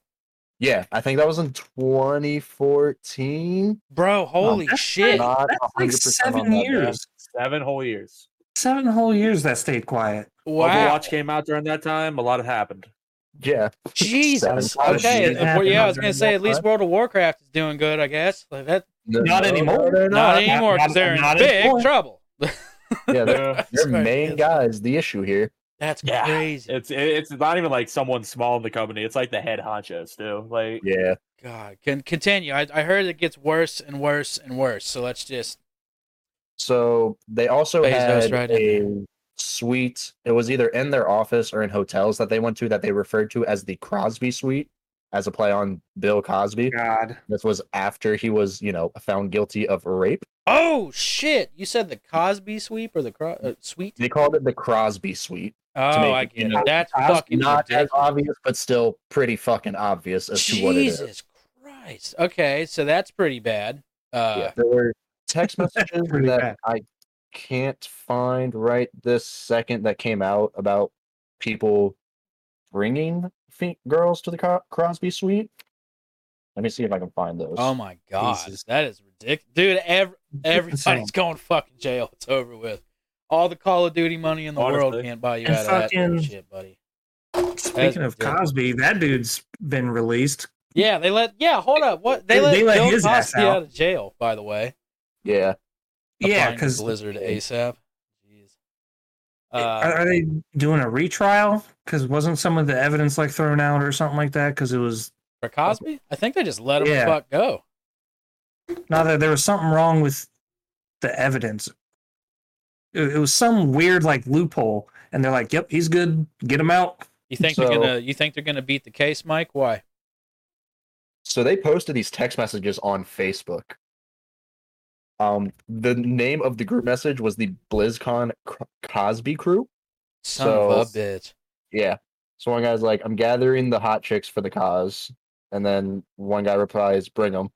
[SPEAKER 4] yeah, I think that was in 2014.
[SPEAKER 3] Bro, holy
[SPEAKER 6] that's
[SPEAKER 3] shit.
[SPEAKER 4] Not
[SPEAKER 6] That's like
[SPEAKER 4] 100% on
[SPEAKER 6] seven
[SPEAKER 4] that,
[SPEAKER 5] yeah.
[SPEAKER 6] years.
[SPEAKER 5] Seven whole years.
[SPEAKER 6] Seven whole years that stayed quiet.
[SPEAKER 3] Wow.
[SPEAKER 5] Overwatch came out during that time. A lot had happened.
[SPEAKER 4] Yeah.
[SPEAKER 3] Jesus.
[SPEAKER 4] Seven times.
[SPEAKER 3] Okay. uh,
[SPEAKER 6] Shit
[SPEAKER 3] and- well,
[SPEAKER 6] happened
[SPEAKER 3] yeah, I was
[SPEAKER 6] during
[SPEAKER 3] going to say
[SPEAKER 6] that
[SPEAKER 3] at least
[SPEAKER 6] time.
[SPEAKER 3] World of Warcraft is doing good, I guess. Like that,
[SPEAKER 6] Not anymore.
[SPEAKER 4] they're
[SPEAKER 3] not
[SPEAKER 6] not-
[SPEAKER 3] anymore because
[SPEAKER 6] not-
[SPEAKER 3] they're in
[SPEAKER 6] not
[SPEAKER 3] big
[SPEAKER 6] anymore.
[SPEAKER 3] trouble.
[SPEAKER 4] Yeah, they're,
[SPEAKER 5] Yeah.
[SPEAKER 4] their
[SPEAKER 3] Sorry,
[SPEAKER 4] main
[SPEAKER 3] yes.
[SPEAKER 4] guy is the issue here.
[SPEAKER 3] That's
[SPEAKER 5] Yeah.
[SPEAKER 3] crazy.
[SPEAKER 5] It's it, it's not even like someone small in the company. It's like the head honchos too. Like
[SPEAKER 4] Yeah.
[SPEAKER 3] God, can continue. I, I heard it gets worse and worse and worse. So let's just
[SPEAKER 4] So they also
[SPEAKER 3] Bezos
[SPEAKER 4] had
[SPEAKER 3] right in
[SPEAKER 4] a suite. It was either in their office or in hotels that they went to that they referred to as the Crosby Suite, as a play on Bill Cosby.
[SPEAKER 6] God.
[SPEAKER 4] This was after he was, you know, found guilty of rape.
[SPEAKER 3] Oh shit! You said the Cosby sweep or the cro- uh, sweet?
[SPEAKER 4] They called it the Crosby Suite.
[SPEAKER 3] Oh,
[SPEAKER 4] make
[SPEAKER 3] I
[SPEAKER 4] it,
[SPEAKER 3] get
[SPEAKER 4] you
[SPEAKER 3] it.
[SPEAKER 4] know,
[SPEAKER 3] That's
[SPEAKER 6] Cosby
[SPEAKER 3] fucking
[SPEAKER 4] Not as
[SPEAKER 3] ridiculous.
[SPEAKER 4] obvious, but still pretty fucking obvious as to what it is.
[SPEAKER 3] Jesus Christ. Okay, so that's pretty bad. Uh,
[SPEAKER 4] Yeah, there were text messages
[SPEAKER 6] Pretty
[SPEAKER 4] that
[SPEAKER 6] bad.
[SPEAKER 4] I can't find right this second that came out about people bringing fe- girls to the Cro- Crosby Suite. Let me see if I can find those.
[SPEAKER 3] Oh my god,
[SPEAKER 6] Jesus.
[SPEAKER 3] that is ridiculous, dude. Every,
[SPEAKER 6] Insane.
[SPEAKER 3] everybody's going fucking jail. It's over with. All the Call of Duty money in the world
[SPEAKER 5] Honestly.
[SPEAKER 3] can't buy you
[SPEAKER 6] And
[SPEAKER 3] out of that
[SPEAKER 6] fucking-
[SPEAKER 3] shit, buddy.
[SPEAKER 6] Speaking of
[SPEAKER 3] ridiculous.
[SPEAKER 6] Cosby, that dude's been released.
[SPEAKER 3] Yeah, they let. Yeah, hold up. What they
[SPEAKER 6] They-
[SPEAKER 3] let,
[SPEAKER 6] they let
[SPEAKER 3] Bill
[SPEAKER 6] his ass
[SPEAKER 3] Cosby
[SPEAKER 6] out.
[SPEAKER 3] of jail? By the way,
[SPEAKER 4] yeah,
[SPEAKER 6] yeah,
[SPEAKER 3] Applying to
[SPEAKER 6] because
[SPEAKER 3] Blizzard ASAP. Jeez.
[SPEAKER 6] are,
[SPEAKER 3] Uh,
[SPEAKER 6] are they doing a retrial? Because wasn't some of the evidence like thrown out or something like that? Because it was
[SPEAKER 3] for Cosby, I think they just let him
[SPEAKER 6] Yeah.
[SPEAKER 3] fuck go.
[SPEAKER 6] not that there was something wrong with the evidence. It, it was some weird like loophole, and they're like, "Yep, he's good. Get him out."
[SPEAKER 3] You think
[SPEAKER 4] So-
[SPEAKER 3] they're gonna? You think they're gonna beat the case, Mike? Why?
[SPEAKER 4] so they posted these text messages on Facebook. Um, the name of the group message was the BlizzCon Cro- Cosby Crew.
[SPEAKER 3] Son of a
[SPEAKER 4] So-
[SPEAKER 3] bitch.
[SPEAKER 4] Yeah. So one guy's like, I'm gathering the hot chicks for the cause. And then one guy replies, Bring them.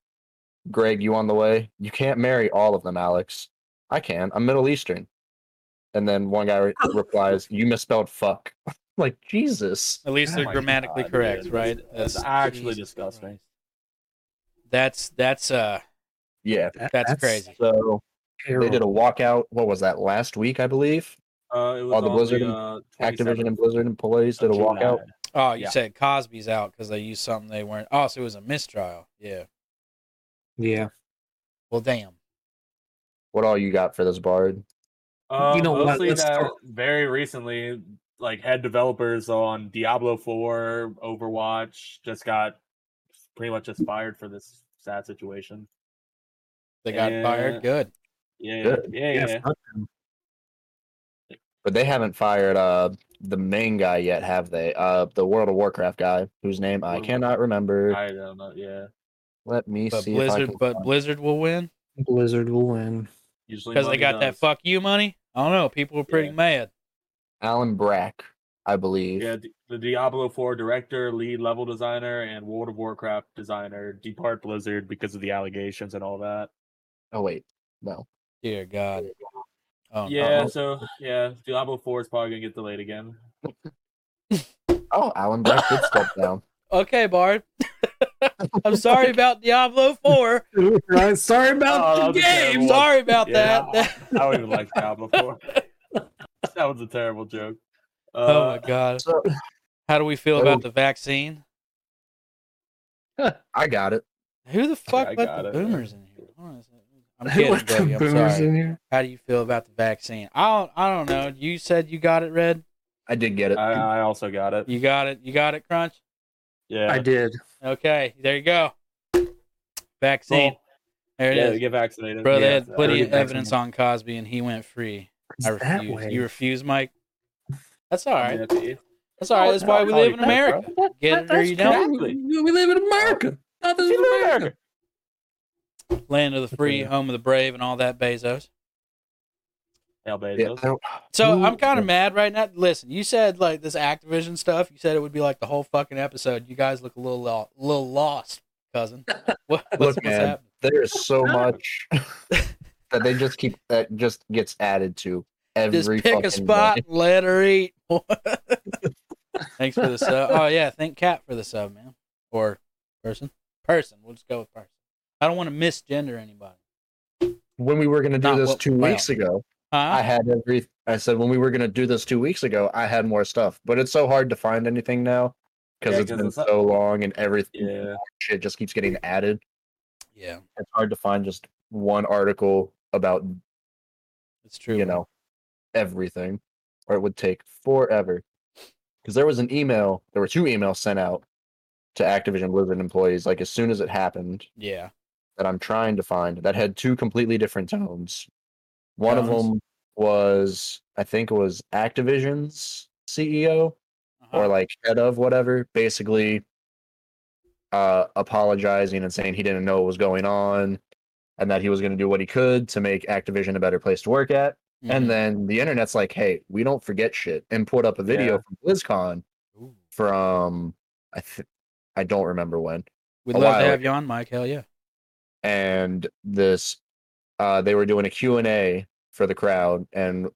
[SPEAKER 4] Greg, you on the way? You can't marry all of them, Alex. I can. I'm Middle Eastern. And then one guy re- replies, You misspelled fuck. like, Jesus.
[SPEAKER 3] At least
[SPEAKER 5] Oh
[SPEAKER 3] they're
[SPEAKER 5] my
[SPEAKER 3] grammatically
[SPEAKER 5] God,
[SPEAKER 3] correct,
[SPEAKER 5] dude.
[SPEAKER 3] right?
[SPEAKER 5] That's actually disgusting.
[SPEAKER 3] Christ. That's that's uh
[SPEAKER 4] Yeah.
[SPEAKER 6] That-
[SPEAKER 3] that's, crazy.
[SPEAKER 4] So they
[SPEAKER 6] terrible.
[SPEAKER 4] did a walkout. What was that? Last week, I believe.
[SPEAKER 5] uh, it was
[SPEAKER 4] All the
[SPEAKER 5] on
[SPEAKER 4] Blizzard and
[SPEAKER 5] uh,
[SPEAKER 4] Activision
[SPEAKER 5] 27th
[SPEAKER 4] and Blizzard employees did a
[SPEAKER 5] of
[SPEAKER 4] walkout.
[SPEAKER 5] July.
[SPEAKER 3] Oh, you
[SPEAKER 5] Yeah.
[SPEAKER 3] said Cosby's out because they used something they weren't. Oh, so it was a mistrial. Yeah.
[SPEAKER 6] Yeah,
[SPEAKER 3] Well, damn.
[SPEAKER 4] What all you got for this bard?
[SPEAKER 5] Um,
[SPEAKER 6] You know what,
[SPEAKER 5] mostly
[SPEAKER 6] let's
[SPEAKER 5] that
[SPEAKER 6] start-
[SPEAKER 5] very recently, like head developers on Diablo 4, Overwatch just got pretty much just fired for this sad situation.
[SPEAKER 3] They got
[SPEAKER 5] Yeah.
[SPEAKER 3] fired. Good.
[SPEAKER 5] Yeah,
[SPEAKER 4] Good.
[SPEAKER 5] yeah, yeah.
[SPEAKER 4] Yeah, fuck them. But they haven't fired uh the main guy yet, have they? Uh the World of Warcraft guy, whose name I
[SPEAKER 5] World of
[SPEAKER 4] cannot remember.
[SPEAKER 5] I don't know. Yeah,
[SPEAKER 4] Let me
[SPEAKER 3] But
[SPEAKER 4] see. if I
[SPEAKER 3] Blizzard,
[SPEAKER 4] can
[SPEAKER 3] but
[SPEAKER 4] find-
[SPEAKER 3] Blizzard will win
[SPEAKER 6] Blizzard will win.
[SPEAKER 5] usually
[SPEAKER 3] because they
[SPEAKER 5] money
[SPEAKER 3] got that
[SPEAKER 5] does.
[SPEAKER 3] fuck you money. I don't know. People were pretty
[SPEAKER 5] Yeah.
[SPEAKER 3] mad.
[SPEAKER 4] Alan Brack, I believe.
[SPEAKER 5] Yeah, D- the Diablo 4 director, lead level designer, and World of Warcraft designer depart Blizzard because of the allegations and all that.
[SPEAKER 4] Oh wait, no.
[SPEAKER 3] Dear God. Oh, no.
[SPEAKER 5] yeah, so yeah, Diablo 4 is probably gonna get delayed again.
[SPEAKER 4] Oh, Alan Brack did step down.
[SPEAKER 3] Okay, Bard. I'm sorry about Diablo 4.
[SPEAKER 6] right? Sorry about
[SPEAKER 5] Oh,
[SPEAKER 6] the
[SPEAKER 5] that was a
[SPEAKER 6] game.
[SPEAKER 5] terrible-
[SPEAKER 3] Sorry about
[SPEAKER 5] Yeah.
[SPEAKER 3] that.
[SPEAKER 5] I don't even like Diablo 4. that was a terrible joke. Uh,
[SPEAKER 3] oh my God.
[SPEAKER 4] So
[SPEAKER 3] How do we feel
[SPEAKER 4] Oh.
[SPEAKER 3] about the vaccine?
[SPEAKER 4] I got it.
[SPEAKER 3] Who the fuck
[SPEAKER 5] I
[SPEAKER 3] let
[SPEAKER 5] got
[SPEAKER 3] the
[SPEAKER 5] it.
[SPEAKER 3] boomers in here? Hold on a second. I'm
[SPEAKER 6] Who
[SPEAKER 3] kidding,
[SPEAKER 6] let the
[SPEAKER 3] buddy. I'm
[SPEAKER 6] boomers
[SPEAKER 3] sorry.
[SPEAKER 6] in here?
[SPEAKER 3] How do you feel about the vaccine? I don't. I don't know. You said you got it, Red.
[SPEAKER 4] I did get it.
[SPEAKER 3] Uh,
[SPEAKER 5] I, I also got it.
[SPEAKER 3] You got it. You got it, Crunch.
[SPEAKER 5] Yeah.
[SPEAKER 6] I did.
[SPEAKER 3] Okay, there you go. Vaccine.
[SPEAKER 5] Well,
[SPEAKER 3] there it
[SPEAKER 5] yeah,
[SPEAKER 3] is,
[SPEAKER 5] get vaccinated.
[SPEAKER 3] bro.
[SPEAKER 5] Yeah,
[SPEAKER 3] They had
[SPEAKER 5] so-
[SPEAKER 3] plenty
[SPEAKER 6] get
[SPEAKER 3] of evidence
[SPEAKER 6] vaccinated.
[SPEAKER 3] on Cosby, and he went free.
[SPEAKER 6] It's
[SPEAKER 3] I
[SPEAKER 6] that
[SPEAKER 3] refuse.
[SPEAKER 6] way.
[SPEAKER 3] You refuse, Mike. That's all right.
[SPEAKER 5] Yeah, if-
[SPEAKER 3] That's all right. That's why we
[SPEAKER 5] I'll
[SPEAKER 3] live
[SPEAKER 5] call
[SPEAKER 3] in
[SPEAKER 5] you back,
[SPEAKER 3] America. Get it or
[SPEAKER 6] That's
[SPEAKER 3] you don't.
[SPEAKER 5] Exactly.
[SPEAKER 6] We we live in America. Not this is America.
[SPEAKER 3] Land of the free, home of the brave, and all that, Bezos.
[SPEAKER 5] Hell,
[SPEAKER 4] Yeah,
[SPEAKER 5] Bezos.
[SPEAKER 4] I don't-
[SPEAKER 3] So
[SPEAKER 6] Ooh.
[SPEAKER 3] I'm kind of mad right now. Listen, you said like this Activision stuff. You said it would be like the whole fucking episode. You guys look a little lo- little lost, cousin. What, what's,
[SPEAKER 4] Look,
[SPEAKER 3] what's
[SPEAKER 4] man.
[SPEAKER 3] happening?
[SPEAKER 4] there is so
[SPEAKER 3] Ah.
[SPEAKER 4] much that they just keep that just gets added to every
[SPEAKER 3] Just pick
[SPEAKER 4] fucking
[SPEAKER 3] a spot,
[SPEAKER 4] day.
[SPEAKER 3] and let her eat. Thanks for the sub. Oh yeah, thank Cat for the sub, man. Or person, person. We'll just go with person. I don't want to misgender anybody.
[SPEAKER 4] When we were going to do
[SPEAKER 3] Not
[SPEAKER 4] this
[SPEAKER 3] what-
[SPEAKER 4] two
[SPEAKER 3] well.
[SPEAKER 4] weeks ago, I
[SPEAKER 3] Huh?
[SPEAKER 4] had every. I said when we were going to do this two weeks ago, I had more stuff, but it's so hard to find anything now because
[SPEAKER 5] Yeah,
[SPEAKER 4] it's
[SPEAKER 5] 'cause
[SPEAKER 4] been
[SPEAKER 5] it's
[SPEAKER 4] so
[SPEAKER 5] not-
[SPEAKER 4] long and everything
[SPEAKER 5] Yeah.
[SPEAKER 4] shit just keeps getting added.
[SPEAKER 3] yeah,
[SPEAKER 4] It's hard to find just one article about
[SPEAKER 3] it's true.
[SPEAKER 4] you know everything, or it would take forever. Because there was an email, there were two emails sent out to Activision Blizzard employees like as soon as it happened
[SPEAKER 3] Yeah.
[SPEAKER 4] that I'm trying to find that had two completely different tones. One of
[SPEAKER 3] Tones.
[SPEAKER 4] them was, I think it was Activision's CEO
[SPEAKER 3] Uh-huh.
[SPEAKER 4] or like head of whatever, basically uh, apologizing and saying he didn't know what was going on and that he was going to do what he could to make Activision a better place to work at.
[SPEAKER 3] Mm-hmm.
[SPEAKER 4] And then the internet's like, hey, we don't forget shit and put up a video
[SPEAKER 5] Yeah.
[SPEAKER 4] from BlizzCon
[SPEAKER 3] Ooh.
[SPEAKER 4] from, I, th- I don't remember when.
[SPEAKER 3] we'd
[SPEAKER 4] a
[SPEAKER 3] love
[SPEAKER 4] while.
[SPEAKER 3] to have you on, Mike. Hell yeah.
[SPEAKER 4] and this uh they were doing a Q&A for the crowd and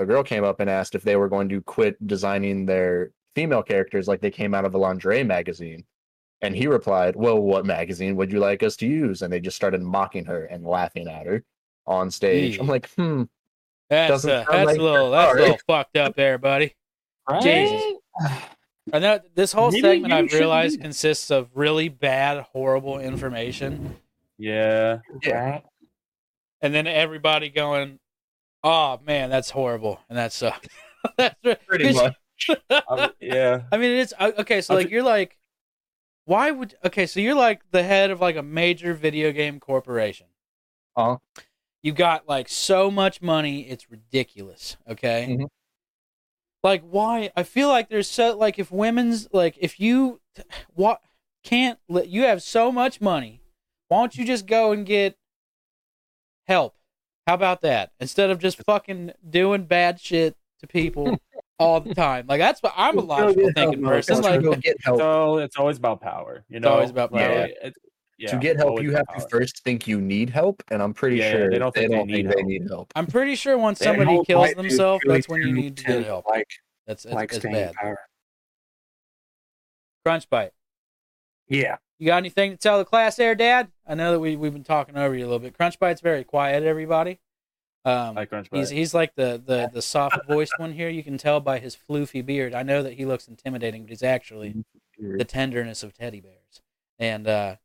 [SPEAKER 4] a girl came up and asked if they were going to quit designing their female characters like they came out of a lingerie magazine and he replied well what magazine would you like us to use and they just started mocking her and laughing at her on stage i'm
[SPEAKER 3] Yee.
[SPEAKER 4] like hmm
[SPEAKER 3] That's,
[SPEAKER 4] Doesn't
[SPEAKER 3] a,
[SPEAKER 4] sound
[SPEAKER 3] that's
[SPEAKER 4] like
[SPEAKER 3] a
[SPEAKER 4] you're
[SPEAKER 3] little that's a
[SPEAKER 4] sorry.
[SPEAKER 3] little fucked up there, buddy. Jesus. I know this whole
[SPEAKER 6] Maybe
[SPEAKER 3] segment
[SPEAKER 6] you
[SPEAKER 3] I've
[SPEAKER 6] shouldn't
[SPEAKER 3] realized
[SPEAKER 6] do that.
[SPEAKER 3] consists of really bad, horrible information,
[SPEAKER 5] Yeah.
[SPEAKER 4] Yeah.
[SPEAKER 3] and then everybody going, "Oh man, that's horrible," and that sucks. that's right.
[SPEAKER 4] pretty
[SPEAKER 3] Good
[SPEAKER 4] much
[SPEAKER 5] I'm- Um, yeah.
[SPEAKER 3] I mean, it's uh, okay. So
[SPEAKER 5] I
[SPEAKER 3] like,
[SPEAKER 5] thi-
[SPEAKER 3] you're like, why would okay? So you're like the head of like a major video game corporation.
[SPEAKER 4] Uh-huh.
[SPEAKER 3] You got like so much money, it's ridiculous. Okay.
[SPEAKER 4] Mhm.
[SPEAKER 3] Like why? I feel like there's so like if women's like if you what can't let you have so much money, why don't you just go and get help? How about that? Instead of just fucking doing bad shit to people all the time. Like that's what I'm a
[SPEAKER 4] Go get
[SPEAKER 3] logical
[SPEAKER 4] help,
[SPEAKER 3] thinking
[SPEAKER 4] motherfucker.
[SPEAKER 3] person. Like
[SPEAKER 4] go get help
[SPEAKER 5] So it's always about power. You know,
[SPEAKER 3] Oh. always about
[SPEAKER 5] Like,
[SPEAKER 4] power.
[SPEAKER 5] it- yeah,
[SPEAKER 4] to get help
[SPEAKER 5] always
[SPEAKER 4] you have
[SPEAKER 5] about
[SPEAKER 4] to
[SPEAKER 5] power.
[SPEAKER 4] first think you need help and i'm pretty
[SPEAKER 5] Yeah, yeah,
[SPEAKER 4] sure
[SPEAKER 5] they don't think they need
[SPEAKER 4] they
[SPEAKER 5] help.
[SPEAKER 4] need help
[SPEAKER 3] I'm pretty sure once
[SPEAKER 6] That
[SPEAKER 3] somebody
[SPEAKER 6] whole
[SPEAKER 3] kills
[SPEAKER 6] white dude
[SPEAKER 3] themselves,
[SPEAKER 6] really
[SPEAKER 3] that's when you
[SPEAKER 6] do
[SPEAKER 3] need to
[SPEAKER 6] tend
[SPEAKER 3] get help.
[SPEAKER 6] Like,
[SPEAKER 3] That's that's,
[SPEAKER 6] like
[SPEAKER 3] that's
[SPEAKER 6] staying
[SPEAKER 3] bad.
[SPEAKER 6] power.
[SPEAKER 3] Crunch bite.
[SPEAKER 6] Yeah.
[SPEAKER 3] You got anything to tell the class there, Dad? I know that we we've been talking over you a little bit. Crunch bite's very quiet, everybody. Um,
[SPEAKER 5] Like Crunch
[SPEAKER 3] he's
[SPEAKER 5] Bite.
[SPEAKER 3] he's like the the the soft voiced one here. You can tell by his floofy beard. I know that he looks intimidating, but he's actually the tenderness of teddy bears. And uh,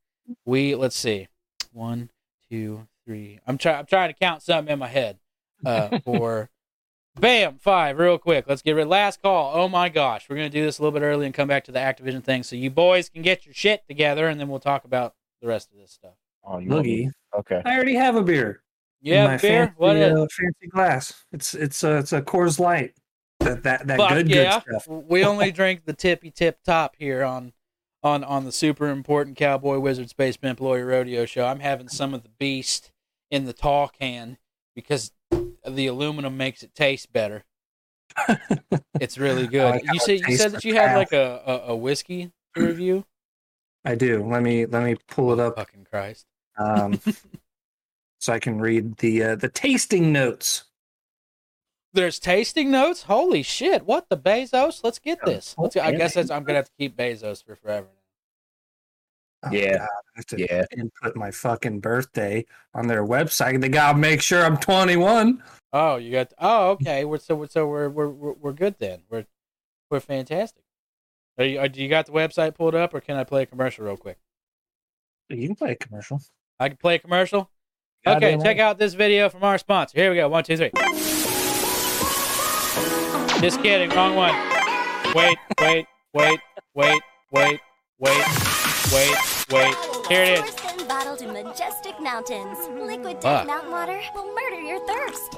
[SPEAKER 3] we let's see, one, two, three. I'm trying. I'm trying to count something in my head. Uh, for bam five real quick. Let's get rid. Last call. Oh my gosh, we're gonna do this a little bit early and come back to the Activision thing, so you boys can get your shit together, and then we'll talk about the rest of this stuff.
[SPEAKER 4] Oh, you want me-
[SPEAKER 6] Loogie,
[SPEAKER 4] Okay.
[SPEAKER 6] I already have a beer. in
[SPEAKER 3] Yeah,
[SPEAKER 6] my
[SPEAKER 3] beer.
[SPEAKER 6] Fancy,
[SPEAKER 3] What is?
[SPEAKER 6] uh, fancy glass? It's it's a it's a Coors Light. That that that
[SPEAKER 3] Fuck
[SPEAKER 6] good
[SPEAKER 3] yeah.
[SPEAKER 6] good stuff.
[SPEAKER 3] We only drink the tippy tip top here on on on the super important Cowboy Wizard Space Pimp Lawyer Rodeo Show. I'm having some of the beast in the tall can because the aluminum makes it taste better. it's really good.
[SPEAKER 6] like
[SPEAKER 3] you
[SPEAKER 6] how
[SPEAKER 3] said
[SPEAKER 6] it
[SPEAKER 3] you
[SPEAKER 6] tastes
[SPEAKER 3] said that
[SPEAKER 6] with
[SPEAKER 3] you had
[SPEAKER 6] craft.
[SPEAKER 3] like a, a, a whiskey to review.
[SPEAKER 6] I do. Let me let me pull it up
[SPEAKER 3] Fucking Christ.
[SPEAKER 6] um, so I can read the uh, the tasting notes.
[SPEAKER 3] There's tasting notes. Holy shit! What the Bezos? Let's get this. Let's, I guess that's, I'm gonna have to keep Bezos for forever.
[SPEAKER 4] Yeah.
[SPEAKER 6] Oh, God, I have to
[SPEAKER 4] Yeah.
[SPEAKER 6] input my fucking birthday on their website. They gotta make sure I'm 21.
[SPEAKER 3] Oh, you got. Oh, okay. We're so we're, so we're we're we're we're good then. We're we're fantastic. Are you, are, do you got the website pulled up, or can I play a commercial real quick?
[SPEAKER 6] You can play a commercial.
[SPEAKER 3] I can play a commercial.
[SPEAKER 6] Goddamn
[SPEAKER 3] okay, check
[SPEAKER 6] right.
[SPEAKER 3] out this video from our sponsor. Here we go. One, two, three. Just kidding. Wrong one. Wait, wait, wait, wait, wait, wait, wait, wait. Here it is.
[SPEAKER 7] Sourced and bottled in majestic mountains. Liquid
[SPEAKER 3] Fuck.
[SPEAKER 7] death mountain water will murder your thirst.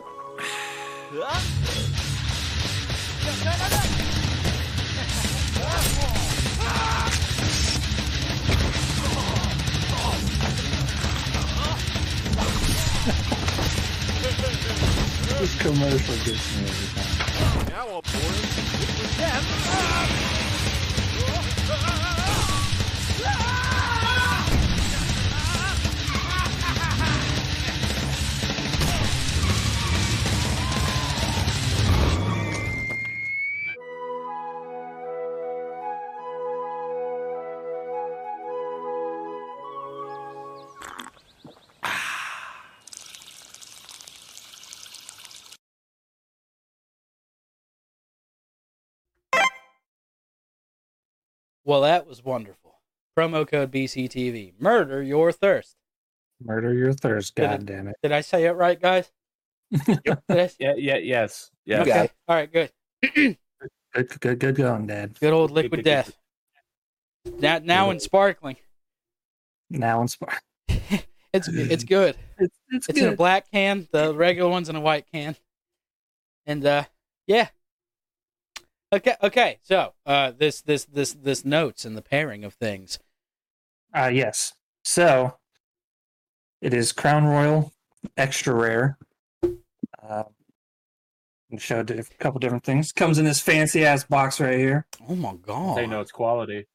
[SPEAKER 6] This commercial gets me every time.
[SPEAKER 3] Well, that was wonderful. Promo code BCTV. Murder your thirst.
[SPEAKER 6] Murder your thirst.
[SPEAKER 3] Did it-
[SPEAKER 6] God damn it.
[SPEAKER 3] Did I say it right, guys? Did I say-
[SPEAKER 5] Yeah, yeah, yes, yes.
[SPEAKER 3] Okay. All right. Good.
[SPEAKER 6] Good, good, good going, Dad.
[SPEAKER 3] Good old
[SPEAKER 5] Good,
[SPEAKER 3] liquid
[SPEAKER 5] good, good,
[SPEAKER 3] death. Now, now in sparkling,
[SPEAKER 6] Now in spark.
[SPEAKER 3] it's it's good.
[SPEAKER 6] It's, it's,
[SPEAKER 3] It's in a
[SPEAKER 6] good.
[SPEAKER 3] black can. The regular one's in a white can. And uh, yeah. Okay. Okay. So uh, this this this this notes and the pairing of things.
[SPEAKER 6] uh, yes. So it is Crown Royal, extra rare. Uh, and showed a couple different things. Comes in this fancy ass box right here.
[SPEAKER 3] Oh my god.
[SPEAKER 5] They know it's quality.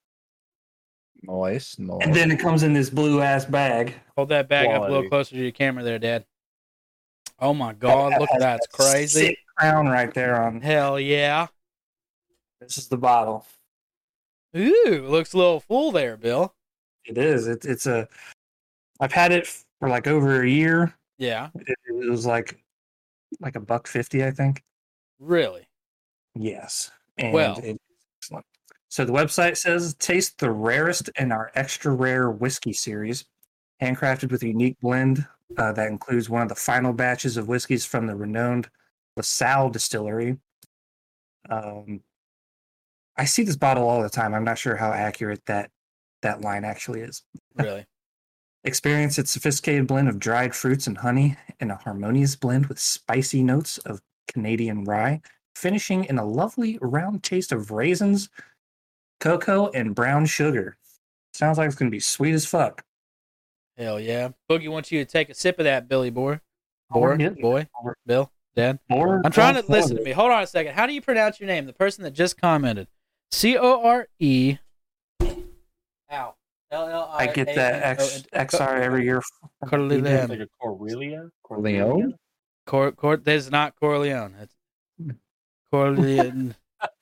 [SPEAKER 4] Nice. Nice.
[SPEAKER 6] And then it comes in this blue ass bag.
[SPEAKER 3] Hold that bag up a little
[SPEAKER 5] Quality.
[SPEAKER 3] closer to your camera, there, Dad. Oh my god! Look at that. It's
[SPEAKER 6] Sick
[SPEAKER 3] crazy.
[SPEAKER 6] crown right there on.
[SPEAKER 3] Hell yeah.
[SPEAKER 6] This is the bottle.
[SPEAKER 3] Ooh, looks a little full there, Bill.
[SPEAKER 6] It is. It, it's a. I've had it for like over a year.
[SPEAKER 3] Yeah.
[SPEAKER 6] It, it was like, like a buck fifty, I think.
[SPEAKER 3] Really.
[SPEAKER 6] Yes. And
[SPEAKER 3] Well.
[SPEAKER 6] it- excellent. So the website says taste the rarest in our extra rare whiskey series, handcrafted with a unique blend uh, that includes one of the final batches of whiskeys from the renowned LaSalle distillery. Um, I see this bottle all the time. I'm not sure how accurate that that line actually is.
[SPEAKER 3] Really.
[SPEAKER 6] Experience its sophisticated blend of dried fruits and honey in a harmonious blend with spicy notes of Canadian rye, finishing in a lovely round taste of raisins, cocoa, and brown sugar. Sounds like it's going to be sweet as fuck.
[SPEAKER 3] Hell yeah. Boogie wants you to take a sip of that, Billy Boy.
[SPEAKER 6] Or-
[SPEAKER 3] Boy, boy, Bill, Dad.
[SPEAKER 6] or-
[SPEAKER 3] I'm trying to
[SPEAKER 6] or-
[SPEAKER 3] listen to me. Hold on a second. How do you pronounce your name? The person that just commented. C O R E. Ow. L L
[SPEAKER 6] I get that X, E XR every year.
[SPEAKER 5] It's
[SPEAKER 3] Corleone.
[SPEAKER 5] like a Corellia.
[SPEAKER 4] Corleone?
[SPEAKER 3] Cor, Cor, this is not Corleone. It's Corleone.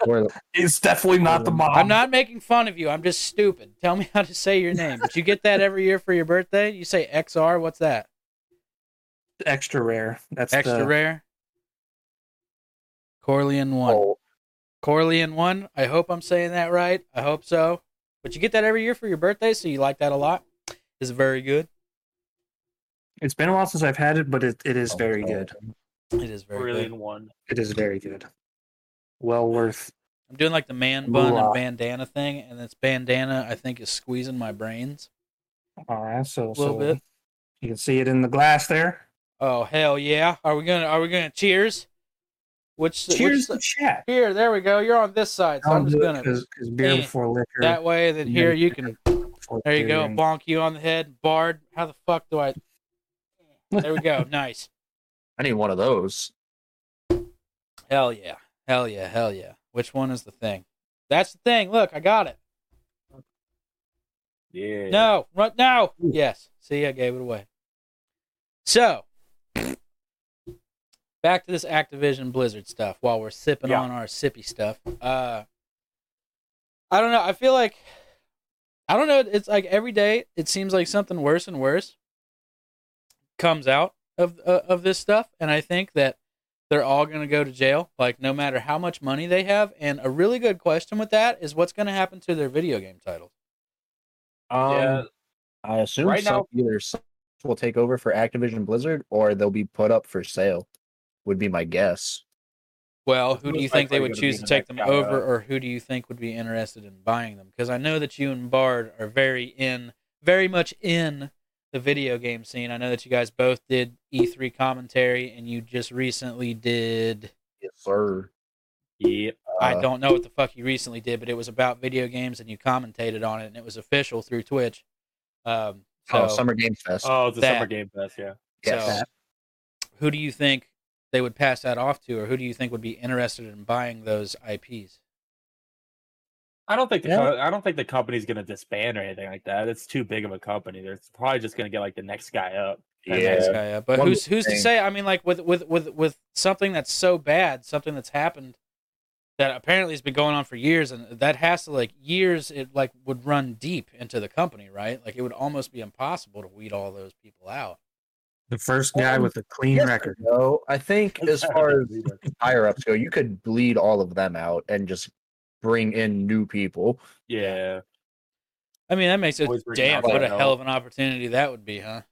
[SPEAKER 4] Or-
[SPEAKER 6] It's definitely not the mom.
[SPEAKER 3] I'm not making fun of you. I'm just stupid. Tell me how to say your name. But you get that every year for your birthday. You say XR. What's that?
[SPEAKER 6] extra rare. That's
[SPEAKER 3] Extra
[SPEAKER 6] the,
[SPEAKER 3] rare. Corleone one.
[SPEAKER 4] oh,
[SPEAKER 3] Corleone one. I hope I'm saying that right. I hope so. But you get that every year for your birthday, so you like that a lot. It's very good.
[SPEAKER 6] It's been a while since I've had it, but it, it is very good.
[SPEAKER 3] It is very
[SPEAKER 5] really
[SPEAKER 3] good.
[SPEAKER 5] in one.
[SPEAKER 6] It is very good. Well worth.
[SPEAKER 3] I'm doing like the man bun
[SPEAKER 6] Moolah.
[SPEAKER 3] and bandana thing, and this bandana I think is squeezing my brains.
[SPEAKER 6] All right, so
[SPEAKER 3] Little
[SPEAKER 6] so
[SPEAKER 3] bit.
[SPEAKER 6] you can see it in the glass there.
[SPEAKER 3] Oh hell yeah! Are we gonna are we gonna cheers? Which
[SPEAKER 6] Cheers
[SPEAKER 3] Which,
[SPEAKER 6] to chat.
[SPEAKER 3] here, there we go. You're on this side, so I'm just gonna
[SPEAKER 6] because beer
[SPEAKER 3] Eh,
[SPEAKER 6] before liquor.
[SPEAKER 3] that way. Then
[SPEAKER 6] and
[SPEAKER 3] here
[SPEAKER 6] then
[SPEAKER 3] you
[SPEAKER 6] beer
[SPEAKER 3] can.
[SPEAKER 6] before
[SPEAKER 3] There you
[SPEAKER 6] beer
[SPEAKER 3] go.
[SPEAKER 6] and-
[SPEAKER 3] Bonk you on the head, Bard. How the fuck do I? There we go. Nice.
[SPEAKER 4] I need one of those.
[SPEAKER 3] Hell yeah. Hell yeah. Hell yeah. Which one is the thing? That's the thing. Look, I got it.
[SPEAKER 5] Yeah.
[SPEAKER 3] No, right now. Yes. See, I gave it away. So, back to this Activision Blizzard stuff while we're sipping
[SPEAKER 5] Yeah.
[SPEAKER 3] on our sippy stuff. Uh I don't know. I feel like I don't know, it's like every day it seems like something worse and worse comes out of uh, of this stuff and I think that they're all going to go to jail like no matter how much money they have and a really good question with that is what's going to happen to their video game titles.
[SPEAKER 4] Um,
[SPEAKER 5] Yeah.
[SPEAKER 4] I assume
[SPEAKER 5] Right
[SPEAKER 4] some,
[SPEAKER 5] now-
[SPEAKER 4] either some will take over for Activision Blizzard or they'll be put up for sale. Would be my guess.
[SPEAKER 3] Well, who
[SPEAKER 5] Who's
[SPEAKER 3] do you
[SPEAKER 5] most
[SPEAKER 3] think they
[SPEAKER 5] likely
[SPEAKER 3] would
[SPEAKER 5] gonna
[SPEAKER 3] choose
[SPEAKER 5] be
[SPEAKER 3] to
[SPEAKER 5] the
[SPEAKER 3] take
[SPEAKER 5] next
[SPEAKER 3] them
[SPEAKER 5] guy
[SPEAKER 3] over,
[SPEAKER 5] up?
[SPEAKER 3] or who do you think would be interested in buying them? Because I know that you and Bard are very in, very much in the video game scene. I know that you guys both did E3 commentary, and you just recently did.
[SPEAKER 4] Yes, sir.
[SPEAKER 5] Yep.
[SPEAKER 3] I
[SPEAKER 4] Uh,
[SPEAKER 3] don't know what the fuck you recently did, but it was about video games, and you commentated on it, and it was official through Twitch. Um, so,
[SPEAKER 4] oh, Summer Game Fest.
[SPEAKER 5] Oh, it's a
[SPEAKER 3] That.
[SPEAKER 5] summer game fest. Yeah.
[SPEAKER 4] yes.
[SPEAKER 3] so who do you think they would pass that off to, or who do you think would be interested in buying those IPs?
[SPEAKER 5] I don't think the
[SPEAKER 4] Yeah.
[SPEAKER 5] co- I don't think the company's gonna disband or anything like that. It's too big of a company. They're probably just gonna get like the next guy up.
[SPEAKER 3] that
[SPEAKER 4] yeah.
[SPEAKER 3] nice guy up. But
[SPEAKER 4] One
[SPEAKER 3] who's who's to
[SPEAKER 4] thing.
[SPEAKER 3] say? I mean, like with with with with something that's so bad, something that's happened that apparently has been going on for years, and that has to like years. It like would run deep into the company, right? Like it would almost be impossible to weed all those people out.
[SPEAKER 6] The first guy
[SPEAKER 4] Um,
[SPEAKER 6] with a clean
[SPEAKER 4] Yes or
[SPEAKER 6] record.
[SPEAKER 4] No, I think as far as higher ups go, you could bleed all of them out and just bring in new people.
[SPEAKER 5] yeah,
[SPEAKER 3] I mean, that makes it.
[SPEAKER 5] Always bringing
[SPEAKER 3] Damn,
[SPEAKER 5] out
[SPEAKER 3] what a
[SPEAKER 5] that
[SPEAKER 3] hell
[SPEAKER 5] out.
[SPEAKER 3] of an opportunity that would be, huh?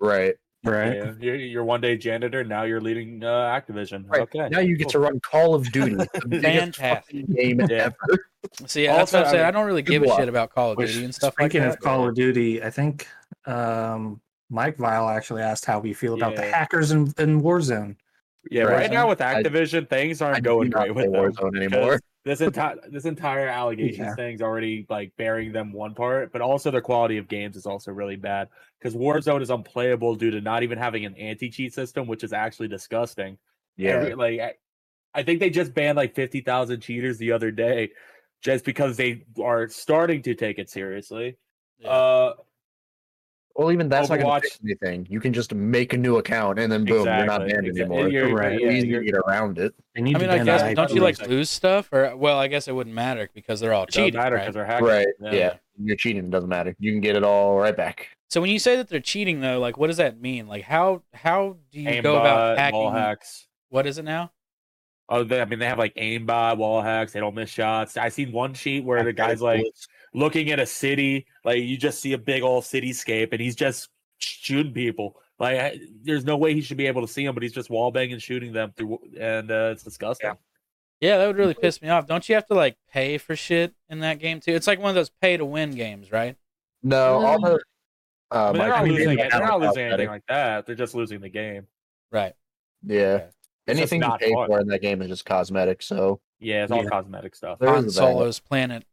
[SPEAKER 4] Right.
[SPEAKER 6] Right.
[SPEAKER 5] yeah. You're, you're one day janitor. Now you're leading uh, Activision.
[SPEAKER 4] Right.
[SPEAKER 5] Okay.
[SPEAKER 4] Now you get to run Call of Duty. the biggest fucking
[SPEAKER 3] Fantastic.
[SPEAKER 4] game
[SPEAKER 5] Yeah.
[SPEAKER 4] ever.
[SPEAKER 3] See, yeah, that's
[SPEAKER 4] Also,
[SPEAKER 3] what I'm
[SPEAKER 4] I
[SPEAKER 3] saying.
[SPEAKER 4] mean,
[SPEAKER 3] I don't really
[SPEAKER 4] good
[SPEAKER 3] give a
[SPEAKER 4] luck.
[SPEAKER 3] shit about Call of
[SPEAKER 6] Which,
[SPEAKER 3] Duty and stuff like
[SPEAKER 6] speaking
[SPEAKER 3] that.
[SPEAKER 6] of Call of Duty, I think um, Mike Vile actually asked how we feel about the
[SPEAKER 5] Yeah.
[SPEAKER 6] hackers in, in Warzone.
[SPEAKER 5] Yeah,
[SPEAKER 4] Right.
[SPEAKER 5] right now with
[SPEAKER 4] I-
[SPEAKER 5] Activision, things
[SPEAKER 4] I
[SPEAKER 5] aren't
[SPEAKER 4] do
[SPEAKER 5] going
[SPEAKER 4] not
[SPEAKER 5] great with
[SPEAKER 4] play
[SPEAKER 5] them.
[SPEAKER 4] Warzone
[SPEAKER 5] because
[SPEAKER 4] anymore.
[SPEAKER 5] This entire this entire allegations
[SPEAKER 6] Yeah.
[SPEAKER 5] thing's already like burying them one part, but also their quality of games is also really bad because Warzone is unplayable due to not even having an anti cheat system, which is actually disgusting.
[SPEAKER 4] Yeah.
[SPEAKER 5] Every- like I, I think they just banned like fifty thousand cheaters the other day, just because they are starting to take it seriously.
[SPEAKER 3] Yeah.
[SPEAKER 5] Uh,
[SPEAKER 4] Well, even that's not going
[SPEAKER 5] Overwatch-
[SPEAKER 4] to fix anything. You can just make a new account and then boom, you're not
[SPEAKER 5] Exactly,
[SPEAKER 4] banned
[SPEAKER 5] exactly.
[SPEAKER 4] anymore.
[SPEAKER 5] You're-
[SPEAKER 4] It's
[SPEAKER 5] yeah,
[SPEAKER 4] easy
[SPEAKER 5] you're-
[SPEAKER 4] to get around it.
[SPEAKER 6] They need
[SPEAKER 3] I mean,
[SPEAKER 6] to
[SPEAKER 3] I
[SPEAKER 6] ban
[SPEAKER 3] guess
[SPEAKER 6] that
[SPEAKER 3] don't you
[SPEAKER 6] IP.
[SPEAKER 3] like
[SPEAKER 5] Exactly.
[SPEAKER 3] lose stuff? Or well, I guess it wouldn't matter because they're all
[SPEAKER 5] it doesn't
[SPEAKER 3] cheating.
[SPEAKER 5] matter
[SPEAKER 3] right?
[SPEAKER 5] because they're hackers.
[SPEAKER 4] Right. Yeah. You're cheating. It doesn't matter. You can get it all right back.
[SPEAKER 3] So when you say that they're cheating, though, like what does that mean? Like how how do you
[SPEAKER 5] Aimbot,
[SPEAKER 3] go about
[SPEAKER 5] wall
[SPEAKER 3] hacking?
[SPEAKER 5] hacks.
[SPEAKER 3] What is it now?
[SPEAKER 5] Oh, they, I mean, they have like aimbot, wall hacks. They don't miss shots. I seen one sheet where the guy's like looking at a city, like you just see a big old cityscape, and he's just shooting people. Like, I, there's no way he should be able to see them, but he's just wall banging, shooting them through, and uh, it's disgusting.
[SPEAKER 3] Yeah, that would really piss me off. Don't you have to like pay for shit in that game too? It's like one of those pay to win games, right?
[SPEAKER 4] No, all the.
[SPEAKER 5] I
[SPEAKER 4] Uh,
[SPEAKER 5] mean, they're
[SPEAKER 4] my-
[SPEAKER 5] not
[SPEAKER 4] I mean,
[SPEAKER 5] losing,
[SPEAKER 4] they
[SPEAKER 5] it- they're
[SPEAKER 4] have
[SPEAKER 5] not
[SPEAKER 4] it out
[SPEAKER 5] losing anything
[SPEAKER 4] better.
[SPEAKER 5] like that. They're just losing the game.
[SPEAKER 3] Right.
[SPEAKER 4] Yeah.
[SPEAKER 3] It's
[SPEAKER 4] Anything you
[SPEAKER 5] not
[SPEAKER 4] pay
[SPEAKER 5] fun.
[SPEAKER 4] for in that game is just cosmetic. So
[SPEAKER 5] Yeah, it's all
[SPEAKER 6] Yeah.
[SPEAKER 5] cosmetic stuff.
[SPEAKER 4] There is
[SPEAKER 3] Han
[SPEAKER 4] that.
[SPEAKER 3] Solo's planet,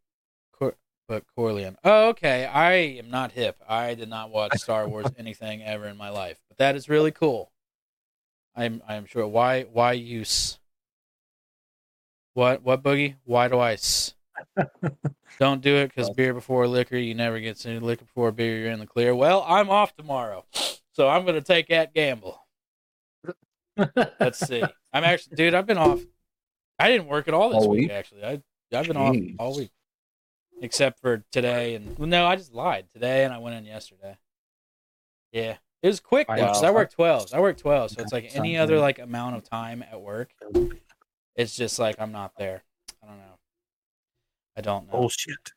[SPEAKER 3] Cor- but Corleone. Oh, okay. I am not hip. I did not watch Star Wars anything ever in my life, but that is really cool. I'm I'm sure. Why why use? What what boogie? Why do I? S- Don't do it because beer before liquor, you never get to liquor before beer. You're in the clear. Well, I'm off tomorrow, so I'm gonna take that gamble. Let's see. I'm actually, dude. I've been off. I didn't work at all this
[SPEAKER 4] All
[SPEAKER 3] week.
[SPEAKER 4] week?
[SPEAKER 3] Actually, I I've been off
[SPEAKER 4] Jeez.
[SPEAKER 3] all week, except for today. And well, no, I just lied today, and I went in yesterday. Yeah, it was quick though.
[SPEAKER 6] Wow.
[SPEAKER 3] 'cause I work twelves. I work twelve, so it's like any
[SPEAKER 6] Something.
[SPEAKER 3] other like amount of time at work. It's just like I'm not there. I don't know. I don't know.
[SPEAKER 6] bullshit.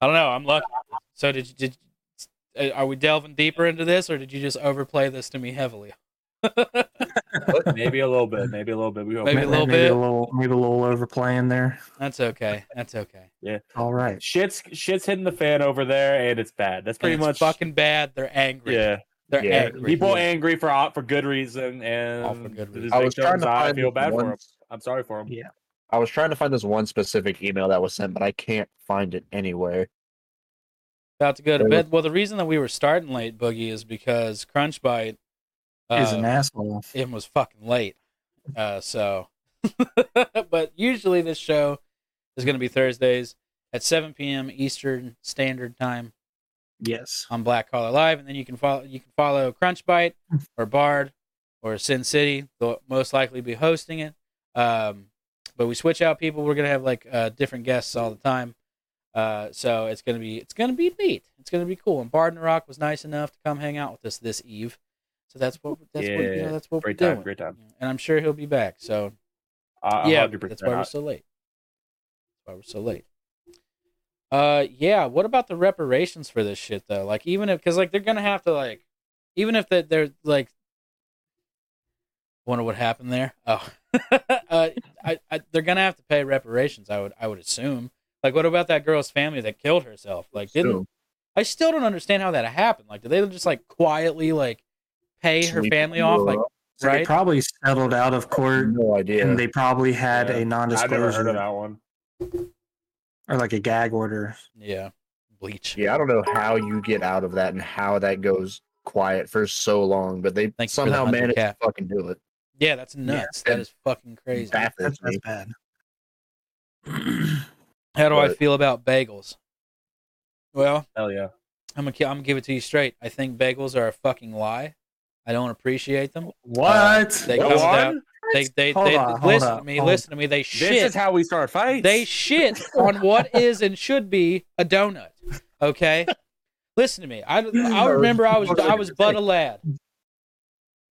[SPEAKER 3] I don't know. I'm lucky. So did you, did uh, are we delving deeper into this, or did you just overplay this to me heavily?
[SPEAKER 5] maybe a little bit, maybe a little bit. We hope.
[SPEAKER 3] Maybe a little
[SPEAKER 6] maybe
[SPEAKER 3] bit.
[SPEAKER 6] a little, maybe a little overplay in there.
[SPEAKER 3] That's okay. That's okay.
[SPEAKER 6] All right.
[SPEAKER 5] shit's shit's hitting the fan over there, and it's bad. That's pretty
[SPEAKER 3] And it's
[SPEAKER 5] much
[SPEAKER 3] fucking bad. They're angry.
[SPEAKER 5] yeah.
[SPEAKER 3] They're
[SPEAKER 4] Yeah.
[SPEAKER 3] angry.
[SPEAKER 5] People angry for for good reason, and
[SPEAKER 3] All for good
[SPEAKER 5] the
[SPEAKER 3] reason.
[SPEAKER 4] I was trying
[SPEAKER 5] victims,
[SPEAKER 4] to
[SPEAKER 5] I
[SPEAKER 4] find
[SPEAKER 5] feel
[SPEAKER 4] this
[SPEAKER 5] bad for
[SPEAKER 4] one-
[SPEAKER 5] them. I'm sorry for them.
[SPEAKER 6] Yeah.
[SPEAKER 4] I was trying to find this one specific email that was sent, but I can't find it anywhere.
[SPEAKER 3] about to go to
[SPEAKER 4] They
[SPEAKER 3] bed. Well, the reason that we were starting late, Boogie, is because Crunchbite
[SPEAKER 6] He's
[SPEAKER 3] uh,
[SPEAKER 6] an asshole.
[SPEAKER 3] it was fucking late. Uh, so, but usually this show is going to be Thursdays at 7 p.m. Eastern Standard Time
[SPEAKER 6] Yes.
[SPEAKER 3] on Black Collar Live, and then you can follow you can follow Crunchbite or Bard or Sin City. They'll most likely be hosting it. Um, but we switch out people. We're gonna have like uh, different guests all the time. Uh, so it's gonna be it's gonna be neat. It's gonna be cool. And Bard and Rock was nice enough to come hang out with us this eve. So that's what that's what you
[SPEAKER 5] Yeah,
[SPEAKER 3] know, that's what
[SPEAKER 5] great
[SPEAKER 3] we're
[SPEAKER 5] time,
[SPEAKER 3] doing.
[SPEAKER 5] great time.
[SPEAKER 3] And I'm sure he'll be back. So
[SPEAKER 5] Uh,
[SPEAKER 3] yeah,
[SPEAKER 5] 100%
[SPEAKER 3] that's why we're
[SPEAKER 5] not.
[SPEAKER 3] so late. That's why we're so late. Uh, yeah. What about the reparations for this shit though? Like, even if because like they're gonna have to like, even if that they're like, wonder what happened there. Oh, uh, I, I, they're gonna have to pay reparations. I would, I would assume. Like, what about that girl's family that killed herself? Like, didn't
[SPEAKER 4] So,
[SPEAKER 3] I still don't understand how that happened? Like, did they just like quietly like pay her
[SPEAKER 4] sweep
[SPEAKER 3] family
[SPEAKER 4] the
[SPEAKER 3] off?
[SPEAKER 4] floor
[SPEAKER 3] Like,
[SPEAKER 4] up.
[SPEAKER 6] So They
[SPEAKER 3] right?
[SPEAKER 6] probably settled out of court,
[SPEAKER 4] no idea.
[SPEAKER 6] and they probably had
[SPEAKER 5] Yeah.
[SPEAKER 6] a
[SPEAKER 5] I've never heard of
[SPEAKER 6] non-disclosure
[SPEAKER 5] that one.
[SPEAKER 6] or like a gag order.
[SPEAKER 3] yeah, bleach.
[SPEAKER 4] yeah, I don't know how you get out of that and how that goes quiet for so long, but they
[SPEAKER 3] Thank you for the
[SPEAKER 4] somehow
[SPEAKER 3] hundred
[SPEAKER 4] managed
[SPEAKER 3] cap.
[SPEAKER 4] to fucking do it.
[SPEAKER 3] Yeah, that's nuts. that
[SPEAKER 4] and-
[SPEAKER 3] is fucking crazy.
[SPEAKER 4] Baffles
[SPEAKER 6] That's, that's
[SPEAKER 4] me.
[SPEAKER 6] bad.
[SPEAKER 3] How do I
[SPEAKER 4] But-
[SPEAKER 3] feel about bagels? Well,
[SPEAKER 5] Hell yeah.
[SPEAKER 3] I'm gonna, ki- I'm gonna give it to you straight. I think bagels are a fucking lie. I don't appreciate them.
[SPEAKER 6] What?
[SPEAKER 3] They
[SPEAKER 5] What?
[SPEAKER 3] come down. They they,
[SPEAKER 6] Hold
[SPEAKER 3] they
[SPEAKER 6] on, hold
[SPEAKER 3] listen to
[SPEAKER 6] on,
[SPEAKER 3] me.
[SPEAKER 6] hold on.
[SPEAKER 3] Listen to me. They
[SPEAKER 5] This
[SPEAKER 3] shit.
[SPEAKER 5] is how we start fights.
[SPEAKER 3] they shit on what is and should be a donut. Okay. Listen to me. I, I remember I was I was but a lad,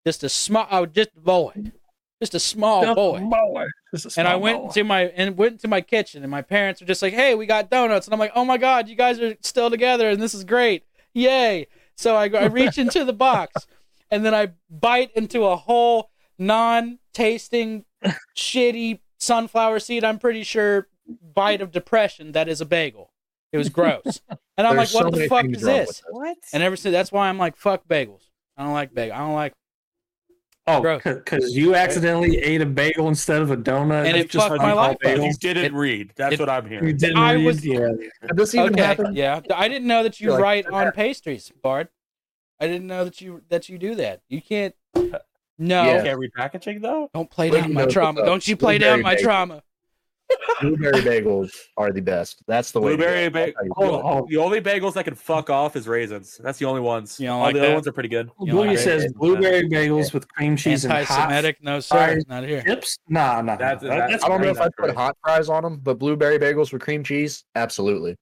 [SPEAKER 3] just a small. I was just a boy, just a small Oh, boy.
[SPEAKER 6] This is
[SPEAKER 3] and I
[SPEAKER 6] small
[SPEAKER 3] went
[SPEAKER 6] boy.
[SPEAKER 3] to my and went to my kitchen, and my parents were just like, "Hey, we got donuts," and I'm like, "Oh my god, you guys are still together, and this is great, yay!" So I, go- I reach into the box, and then I bite into a whole non-tasting, shitty sunflower seed. I'm pretty sure bite of depression that is a bagel. It was gross, and I'm
[SPEAKER 4] There's
[SPEAKER 3] like,
[SPEAKER 4] so
[SPEAKER 3] "What the
[SPEAKER 4] many
[SPEAKER 3] fuck
[SPEAKER 4] things
[SPEAKER 3] is
[SPEAKER 4] wrong with
[SPEAKER 3] this?"
[SPEAKER 4] that.
[SPEAKER 5] what?
[SPEAKER 3] And ever since, that's why I'm like, "Fuck bagels." I don't like bagel. I don't like,
[SPEAKER 6] oh,
[SPEAKER 3] gross.
[SPEAKER 6] because you accidentally ate a bagel instead of a donut.
[SPEAKER 3] And
[SPEAKER 6] That's
[SPEAKER 3] it fucked
[SPEAKER 6] what
[SPEAKER 3] my
[SPEAKER 6] you call
[SPEAKER 3] life up.
[SPEAKER 5] you
[SPEAKER 6] bagels.
[SPEAKER 5] didn't
[SPEAKER 3] It-
[SPEAKER 5] read. That's
[SPEAKER 3] it-
[SPEAKER 5] what I'm
[SPEAKER 6] You
[SPEAKER 5] hearing.
[SPEAKER 6] didn't
[SPEAKER 3] I
[SPEAKER 6] read-
[SPEAKER 3] was-
[SPEAKER 6] yeah.
[SPEAKER 4] Did this even
[SPEAKER 3] okay,
[SPEAKER 4] happen?
[SPEAKER 3] yeah. I didn't know that you
[SPEAKER 4] You're like,
[SPEAKER 3] write on pastries, Bard. I didn't know that you that you do that. You can't. No,
[SPEAKER 4] Yeah.
[SPEAKER 5] Can't read packaging though.
[SPEAKER 3] don't play
[SPEAKER 4] Well,
[SPEAKER 3] down
[SPEAKER 4] you
[SPEAKER 3] my
[SPEAKER 4] know,
[SPEAKER 3] trauma.
[SPEAKER 4] uh,
[SPEAKER 3] Don't you play down
[SPEAKER 4] blueberry
[SPEAKER 3] my
[SPEAKER 4] bake.
[SPEAKER 3] trauma?
[SPEAKER 4] Blueberry bagels are the best. That's the way. to go.
[SPEAKER 5] Blueberry ba- Oh,
[SPEAKER 4] That's how you do
[SPEAKER 6] Hold
[SPEAKER 4] it.
[SPEAKER 6] on, hold
[SPEAKER 5] The only bagels that can fuck off is raisins. That's the only ones.
[SPEAKER 3] You don't
[SPEAKER 5] All
[SPEAKER 3] like
[SPEAKER 5] the other
[SPEAKER 3] that?
[SPEAKER 5] ones are pretty good.
[SPEAKER 3] You
[SPEAKER 6] on.
[SPEAKER 3] know,
[SPEAKER 6] Bluey
[SPEAKER 3] like-
[SPEAKER 6] says blueberry bagels with cream cheese and hot
[SPEAKER 3] Anti-Semitic? No, sir.
[SPEAKER 6] fries.
[SPEAKER 3] It's not here.
[SPEAKER 6] chips. Nah, nah.
[SPEAKER 5] That's-
[SPEAKER 6] nah.
[SPEAKER 5] that's-
[SPEAKER 4] I don't know if I put
[SPEAKER 5] Right.
[SPEAKER 4] hot fries on them, but blueberry bagels with cream cheese, absolutely.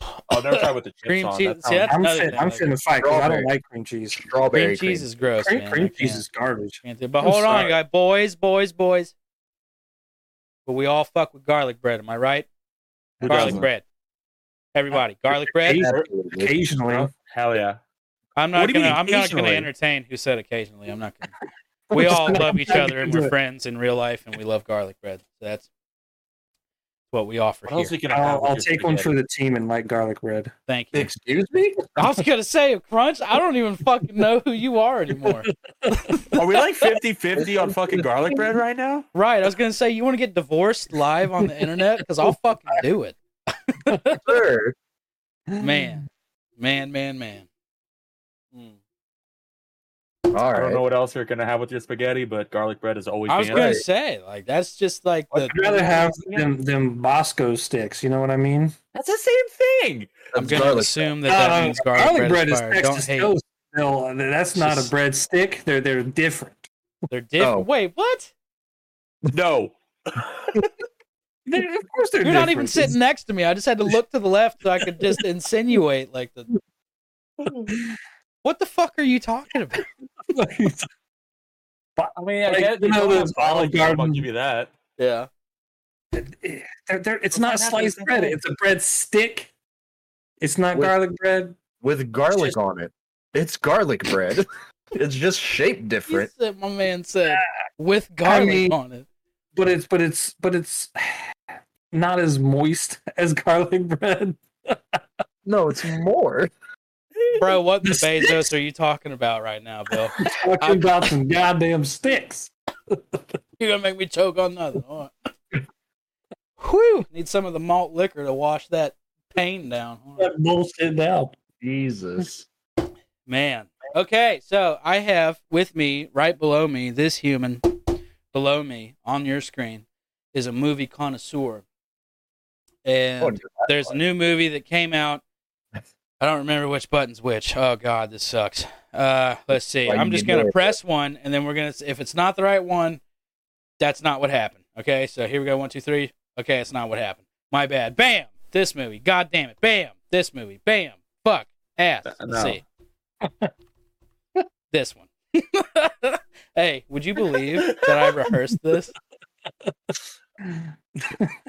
[SPEAKER 5] Oh, never tried with the chips
[SPEAKER 3] Cream
[SPEAKER 5] on.
[SPEAKER 3] cheese-
[SPEAKER 5] That's
[SPEAKER 3] see,
[SPEAKER 5] how-
[SPEAKER 3] that's
[SPEAKER 6] I'm
[SPEAKER 3] another
[SPEAKER 6] fin-
[SPEAKER 3] thing,
[SPEAKER 6] I'm
[SPEAKER 3] like,
[SPEAKER 6] finna fight because I don't
[SPEAKER 4] strawberry.
[SPEAKER 6] like cream cheese.
[SPEAKER 3] Cream
[SPEAKER 4] Strawberry
[SPEAKER 3] cheese is gross.
[SPEAKER 6] Cream,
[SPEAKER 3] man. I
[SPEAKER 6] cream cheese
[SPEAKER 3] can't-
[SPEAKER 6] is garbage.
[SPEAKER 3] can't do- But
[SPEAKER 6] I'm
[SPEAKER 3] hold on,
[SPEAKER 6] sorry.
[SPEAKER 3] guy. Boys, boys, boys. But we all fuck with garlic bread. Am I right?
[SPEAKER 5] Who
[SPEAKER 3] garlic
[SPEAKER 5] doesn't?
[SPEAKER 3] bread. Everybody, garlic bread.
[SPEAKER 6] Asian-
[SPEAKER 4] Absolutely.
[SPEAKER 6] Occasionally,
[SPEAKER 5] Hell yeah.
[SPEAKER 3] I'm not
[SPEAKER 5] What do you
[SPEAKER 3] gonna.
[SPEAKER 5] mean
[SPEAKER 3] I'm not gonna
[SPEAKER 5] occasionally?
[SPEAKER 3] entertain who said occasionally. I'm not gonna. We all love each other and we're friends in real life, and we love garlic bread. So that's what we offer
[SPEAKER 5] What else
[SPEAKER 3] here.
[SPEAKER 5] you can have?
[SPEAKER 6] I'll,
[SPEAKER 5] with
[SPEAKER 6] I'll
[SPEAKER 5] your
[SPEAKER 6] take one for
[SPEAKER 5] spaghetti?
[SPEAKER 6] the team and like garlic bread.
[SPEAKER 3] Thank you.
[SPEAKER 4] Excuse me?
[SPEAKER 3] I was gonna say crunch. I don't even fucking know who you are anymore.
[SPEAKER 5] Are we like 50 50 on fucking garlic bread right now?
[SPEAKER 3] Right? I was gonna say you want to get divorced live on the internet because I'll fucking do it,
[SPEAKER 4] Sir.
[SPEAKER 3] man, man, man, man. Mm.
[SPEAKER 4] All
[SPEAKER 5] I don't know
[SPEAKER 4] right.
[SPEAKER 5] what else you're gonna have with your spaghetti, but garlic bread is always.
[SPEAKER 3] I was
[SPEAKER 5] banned.
[SPEAKER 3] gonna say like that's just like the.
[SPEAKER 6] I'd rather have them them Bosco sticks. You know what I mean?
[SPEAKER 5] That's the same thing.
[SPEAKER 3] I'm
[SPEAKER 4] That's
[SPEAKER 3] gonna
[SPEAKER 4] garlic.
[SPEAKER 3] assume that that
[SPEAKER 6] Uh,
[SPEAKER 3] means garlic, bread, is fire. Don't
[SPEAKER 6] Texas
[SPEAKER 3] hate.
[SPEAKER 6] toast. No, uh, that's
[SPEAKER 3] It's
[SPEAKER 6] not
[SPEAKER 3] just-
[SPEAKER 6] a bread stick. They're they're different.
[SPEAKER 3] They're different.
[SPEAKER 4] Oh.
[SPEAKER 3] Wait, what?
[SPEAKER 5] No.
[SPEAKER 6] They're- of course, they're
[SPEAKER 3] You're not even
[SPEAKER 6] different.
[SPEAKER 3] sitting next to me. I just had to look to the left so I could just insinuate like the What the fuck are you talking about?
[SPEAKER 5] I mean, I
[SPEAKER 6] Like,
[SPEAKER 5] guess
[SPEAKER 6] you know,
[SPEAKER 5] don't have
[SPEAKER 6] those
[SPEAKER 5] garlic
[SPEAKER 6] Olive
[SPEAKER 5] bread, I'll
[SPEAKER 6] Garden- eh,
[SPEAKER 5] give you that.
[SPEAKER 3] Yeah.
[SPEAKER 6] They're- they're- it's
[SPEAKER 5] Well,
[SPEAKER 6] not
[SPEAKER 5] that's
[SPEAKER 6] sliced
[SPEAKER 5] what
[SPEAKER 6] bread.
[SPEAKER 5] they-
[SPEAKER 6] It's a bread stick. It's not
[SPEAKER 4] With-
[SPEAKER 6] garlic bread.
[SPEAKER 4] with garlic
[SPEAKER 3] just-
[SPEAKER 4] on it. It's garlic bread. it's just shaped
[SPEAKER 3] You
[SPEAKER 4] different.
[SPEAKER 3] said, my man said with garlic
[SPEAKER 6] mean-
[SPEAKER 3] on it.
[SPEAKER 6] but it's but it's but it's not as moist as garlic bread.
[SPEAKER 4] No, it's more.
[SPEAKER 3] Bro, what
[SPEAKER 6] The
[SPEAKER 3] Bezos are you talking about right now, Bill?
[SPEAKER 6] Talking about some goddamn sticks.
[SPEAKER 3] You're gonna make me choke on nothing. All right. Whew. Need some of the malt liquor to wash that pain down. All right.
[SPEAKER 6] That bullshit down.
[SPEAKER 4] Jesus.
[SPEAKER 3] Man. Okay, so I have with me, right below me, this human below me on your screen is a movie connoisseur. And
[SPEAKER 4] Oh, dude,
[SPEAKER 3] there's a new movie that came out. I don't remember which button's which. Oh god, this sucks. Uh, let's see.
[SPEAKER 4] Why
[SPEAKER 3] I'm
[SPEAKER 4] you
[SPEAKER 3] just gonna
[SPEAKER 4] do it?
[SPEAKER 3] press one, and then we're gonna. If it's not the right one, that's not what happened. Okay, so here we go. One, two, three. Okay, it's not what happened. My bad. Bam. This movie. God damn it. Bam. This movie. Bam. Fuck. Ass.
[SPEAKER 5] Uh,
[SPEAKER 3] Let's
[SPEAKER 5] no.
[SPEAKER 3] see. this one. hey, would you believe that I rehearsed this?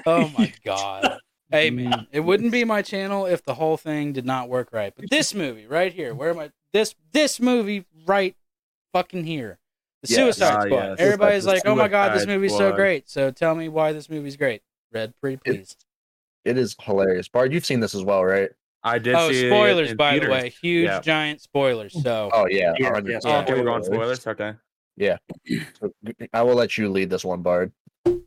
[SPEAKER 3] Oh my god. Hey
[SPEAKER 5] Mm,
[SPEAKER 3] man, it wouldn't be my channel if the whole thing did not work right. But this movie right here, where am I? This this movie right fucking here, the
[SPEAKER 4] Yes.
[SPEAKER 3] Suicide
[SPEAKER 5] Ah,
[SPEAKER 3] Squad.
[SPEAKER 5] yes.
[SPEAKER 3] Everybody's like,
[SPEAKER 5] Suicide
[SPEAKER 3] "Oh my god, this
[SPEAKER 5] Squad.
[SPEAKER 3] movie's so great." So tell me why this movie's great. Red, pretty
[SPEAKER 4] It-
[SPEAKER 3] please.
[SPEAKER 4] It is hilarious. Bard, you've seen this as well, right?
[SPEAKER 5] I did.
[SPEAKER 3] Oh,
[SPEAKER 5] see it
[SPEAKER 3] spoilers
[SPEAKER 5] in
[SPEAKER 3] by
[SPEAKER 5] theaters.
[SPEAKER 3] the way, huge
[SPEAKER 5] Yeah.
[SPEAKER 3] giant spoilers. So
[SPEAKER 4] Oh yeah.
[SPEAKER 6] Yeah,
[SPEAKER 4] 100%.
[SPEAKER 6] yes,
[SPEAKER 5] Oh, okay, we're going spoilers. Okay.
[SPEAKER 4] I will let you lead this one, Bard.